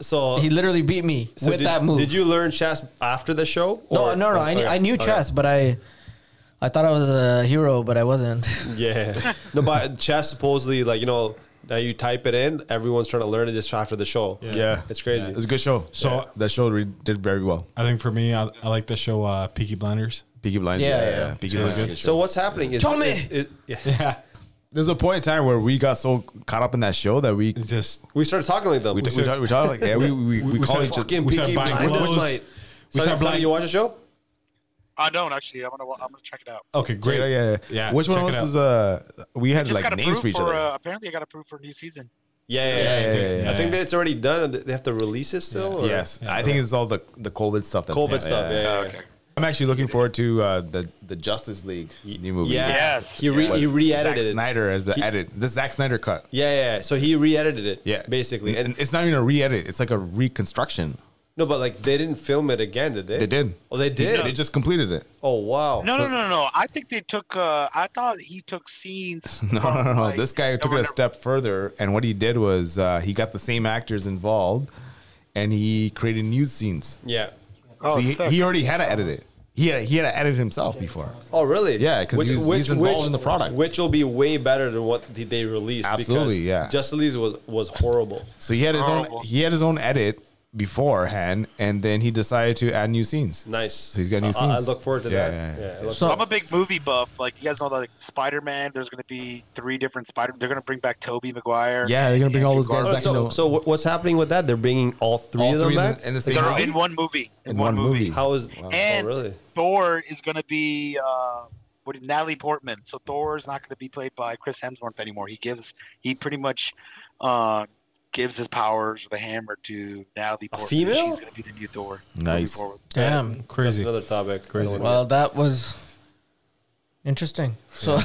S1: So
S2: he literally beat me
S1: so
S2: with
S1: did,
S2: that move.
S1: Did you learn chess after the show?
S2: No,
S1: or-
S2: no, no. I, knew-
S1: okay,
S2: I knew
S1: okay.
S2: chess, but I, I thought I was a hero, but I wasn't.
S1: Yeah. No, but chess supposedly, like, you know, now you type it in, everyone's trying to learn it just after the show.
S6: Yeah.
S3: Yeah,
S1: It's crazy.
S3: It's a good show. So
S6: So-
S3: that show re- did very well.
S6: I think for me, I, I like the show uh, Peaky Blinders.
S3: Peaky Blinders.
S2: Yeah,
S3: Yeah,
S2: yeah,
S3: yeah.
S2: yeah.
S3: Peaky Blinders. is a good show.
S1: So what's happening is.
S2: Tommy!
S1: is- is- yeah.
S6: Yeah,
S3: There's a point in time where we got so caught up in that show that we
S6: it's just
S1: We started talking like them.
S3: we
S1: We,
S3: we, we, talk, we talk like yeah we
S1: [LAUGHS]
S3: we, we,
S6: we
S3: call
S6: said
S3: each
S1: fucking
S3: other.
S6: we
S1: Peaky
S6: started buying
S1: Blinders.
S6: clothes.
S1: Like,
S6: We
S1: Sonny,
S6: started
S1: Sonny,
S6: buying-
S1: you watch the show?
S4: I don't actually. I'm gonna wa- I'm gonna check it out.
S6: okay. Great.
S3: Yeah, yeah,
S6: Yeah,
S3: Which one
S6: check
S3: was
S6: it out.
S3: is uh we had
S4: Just
S3: like
S4: got
S3: names
S4: approved
S3: for each
S4: for.
S3: other.
S4: Uh, apparently, I got approved for a new season.
S1: Yeah, yeah,
S3: yeah,
S1: yeah.
S3: yeah, yeah,
S1: I
S3: yeah.
S1: think that it's already done. and They have to release it still? Or?
S3: yes, I think it's all the the COVID stuff. That's
S1: COVID stuff. Yeah, yeah, yeah.
S4: okay.
S3: I'm actually looking forward to uh, the the Justice League new movie.
S4: Yes.
S1: He re,
S4: Yes.
S1: he
S3: Zack
S1: re-edited it.
S3: Snyder as the
S1: He-
S3: edit, the Zack Snyder cut.
S1: Yeah, yeah. So he re-edited it.
S3: Yeah,
S1: basically.
S3: and
S1: And
S3: it's not even a re-edit; it's like a reconstruction.
S1: no, but like they didn't film it again, did they?
S3: They did.
S1: Oh, they did.
S3: They just completed it.
S1: oh, wow.
S4: No, no, no, no, no. I think they took. Uh, I thought he took scenes.
S3: [LAUGHS] No,
S4: from,
S3: no, no.
S4: like,
S3: this guy
S4: Oh, that
S3: took
S4: were
S3: it a
S4: never-
S3: step further, and what he did was uh, he got the same actors involved, and he created new scenes.
S1: Yeah.
S4: Oh,
S3: so he,
S4: sick.
S3: he already had to edit it. He had, he had to edit himself before.
S1: Oh, really?
S3: Yeah, 'cause
S1: Which-
S3: he was-
S1: which-
S3: he's involved
S1: which-
S3: in the product.
S1: which will be way better than what did they released.
S3: Absolutely, yeah.
S1: Justice League was was horrible.
S3: So he had his
S4: Horrible.
S3: own he had his own edit beforehand, and then he decided to add new scenes.
S1: Nice.
S3: So he's got new
S1: I- I, I
S3: scenes.
S1: look forward to
S3: Yeah,
S1: that.
S3: yeah, yeah.
S1: I look
S2: So-
S1: forward-
S4: I'm a big movie buff. Like you guys know, that, like Spider Man. There's going to be three different Spider. They're going to bring back Toby Maguire.
S3: Yeah, they're gonna bring all those guys
S1: Oh,
S3: back
S1: so,
S3: into
S1: so what- what's happening with that? They're bringing all three
S3: all
S1: of them
S3: three in
S1: back.
S3: the, in the same
S4: They're
S3: movie?
S4: in one movie. In,
S3: In
S4: one,
S3: one
S4: movie.
S3: movie.
S1: How is?
S4: And
S1: oh, really?
S4: Thor is going to be uh, what, Natalie Portman. So Thor is not going to be played by Chris Hemsworth anymore. He gives he pretty much uh, gives his powers with a hammer to Natalie
S1: A
S4: Portman.
S1: female?
S4: She's going to be the new Thor. moving
S3: Nice.
S4: forward.
S2: Damn.
S1: That's
S6: Crazy.
S1: another topic. I
S6: Crazy.
S1: don't wanna-
S2: Well, that was interesting. So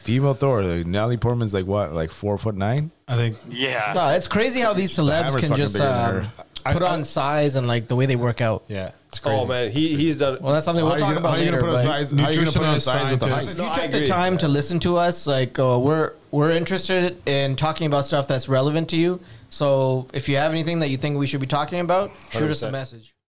S3: Female Thor. Like, Natalie Portman's like what, like four foot nine?
S6: I think
S4: Yeah.
S2: [LAUGHS] no, it's crazy how these celebs
S3: hammer's
S2: can
S3: fucking
S2: just
S3: bigger than
S2: um,
S6: her.
S2: put
S6: I-
S2: on
S6: I-
S2: size and like the way they work out.
S3: Yeah, it's crazy.
S1: oh man, he he's done.
S2: Well, that's something we'll
S3: how
S2: talk
S3: you,
S2: about
S3: how you
S2: later.
S3: gonna put on
S2: but-
S3: size? How you gonna put on
S6: Nutritionist,
S3: size with the
S6: scientist.
S1: No,
S3: height?
S2: you
S1: I
S2: took the
S1: agree.
S2: time to listen to us, like uh, we're we're interested in talking about stuff that's relevant to you. So if you have anything that you think we should be talking about, shoot us a
S1: 100%.
S2: message.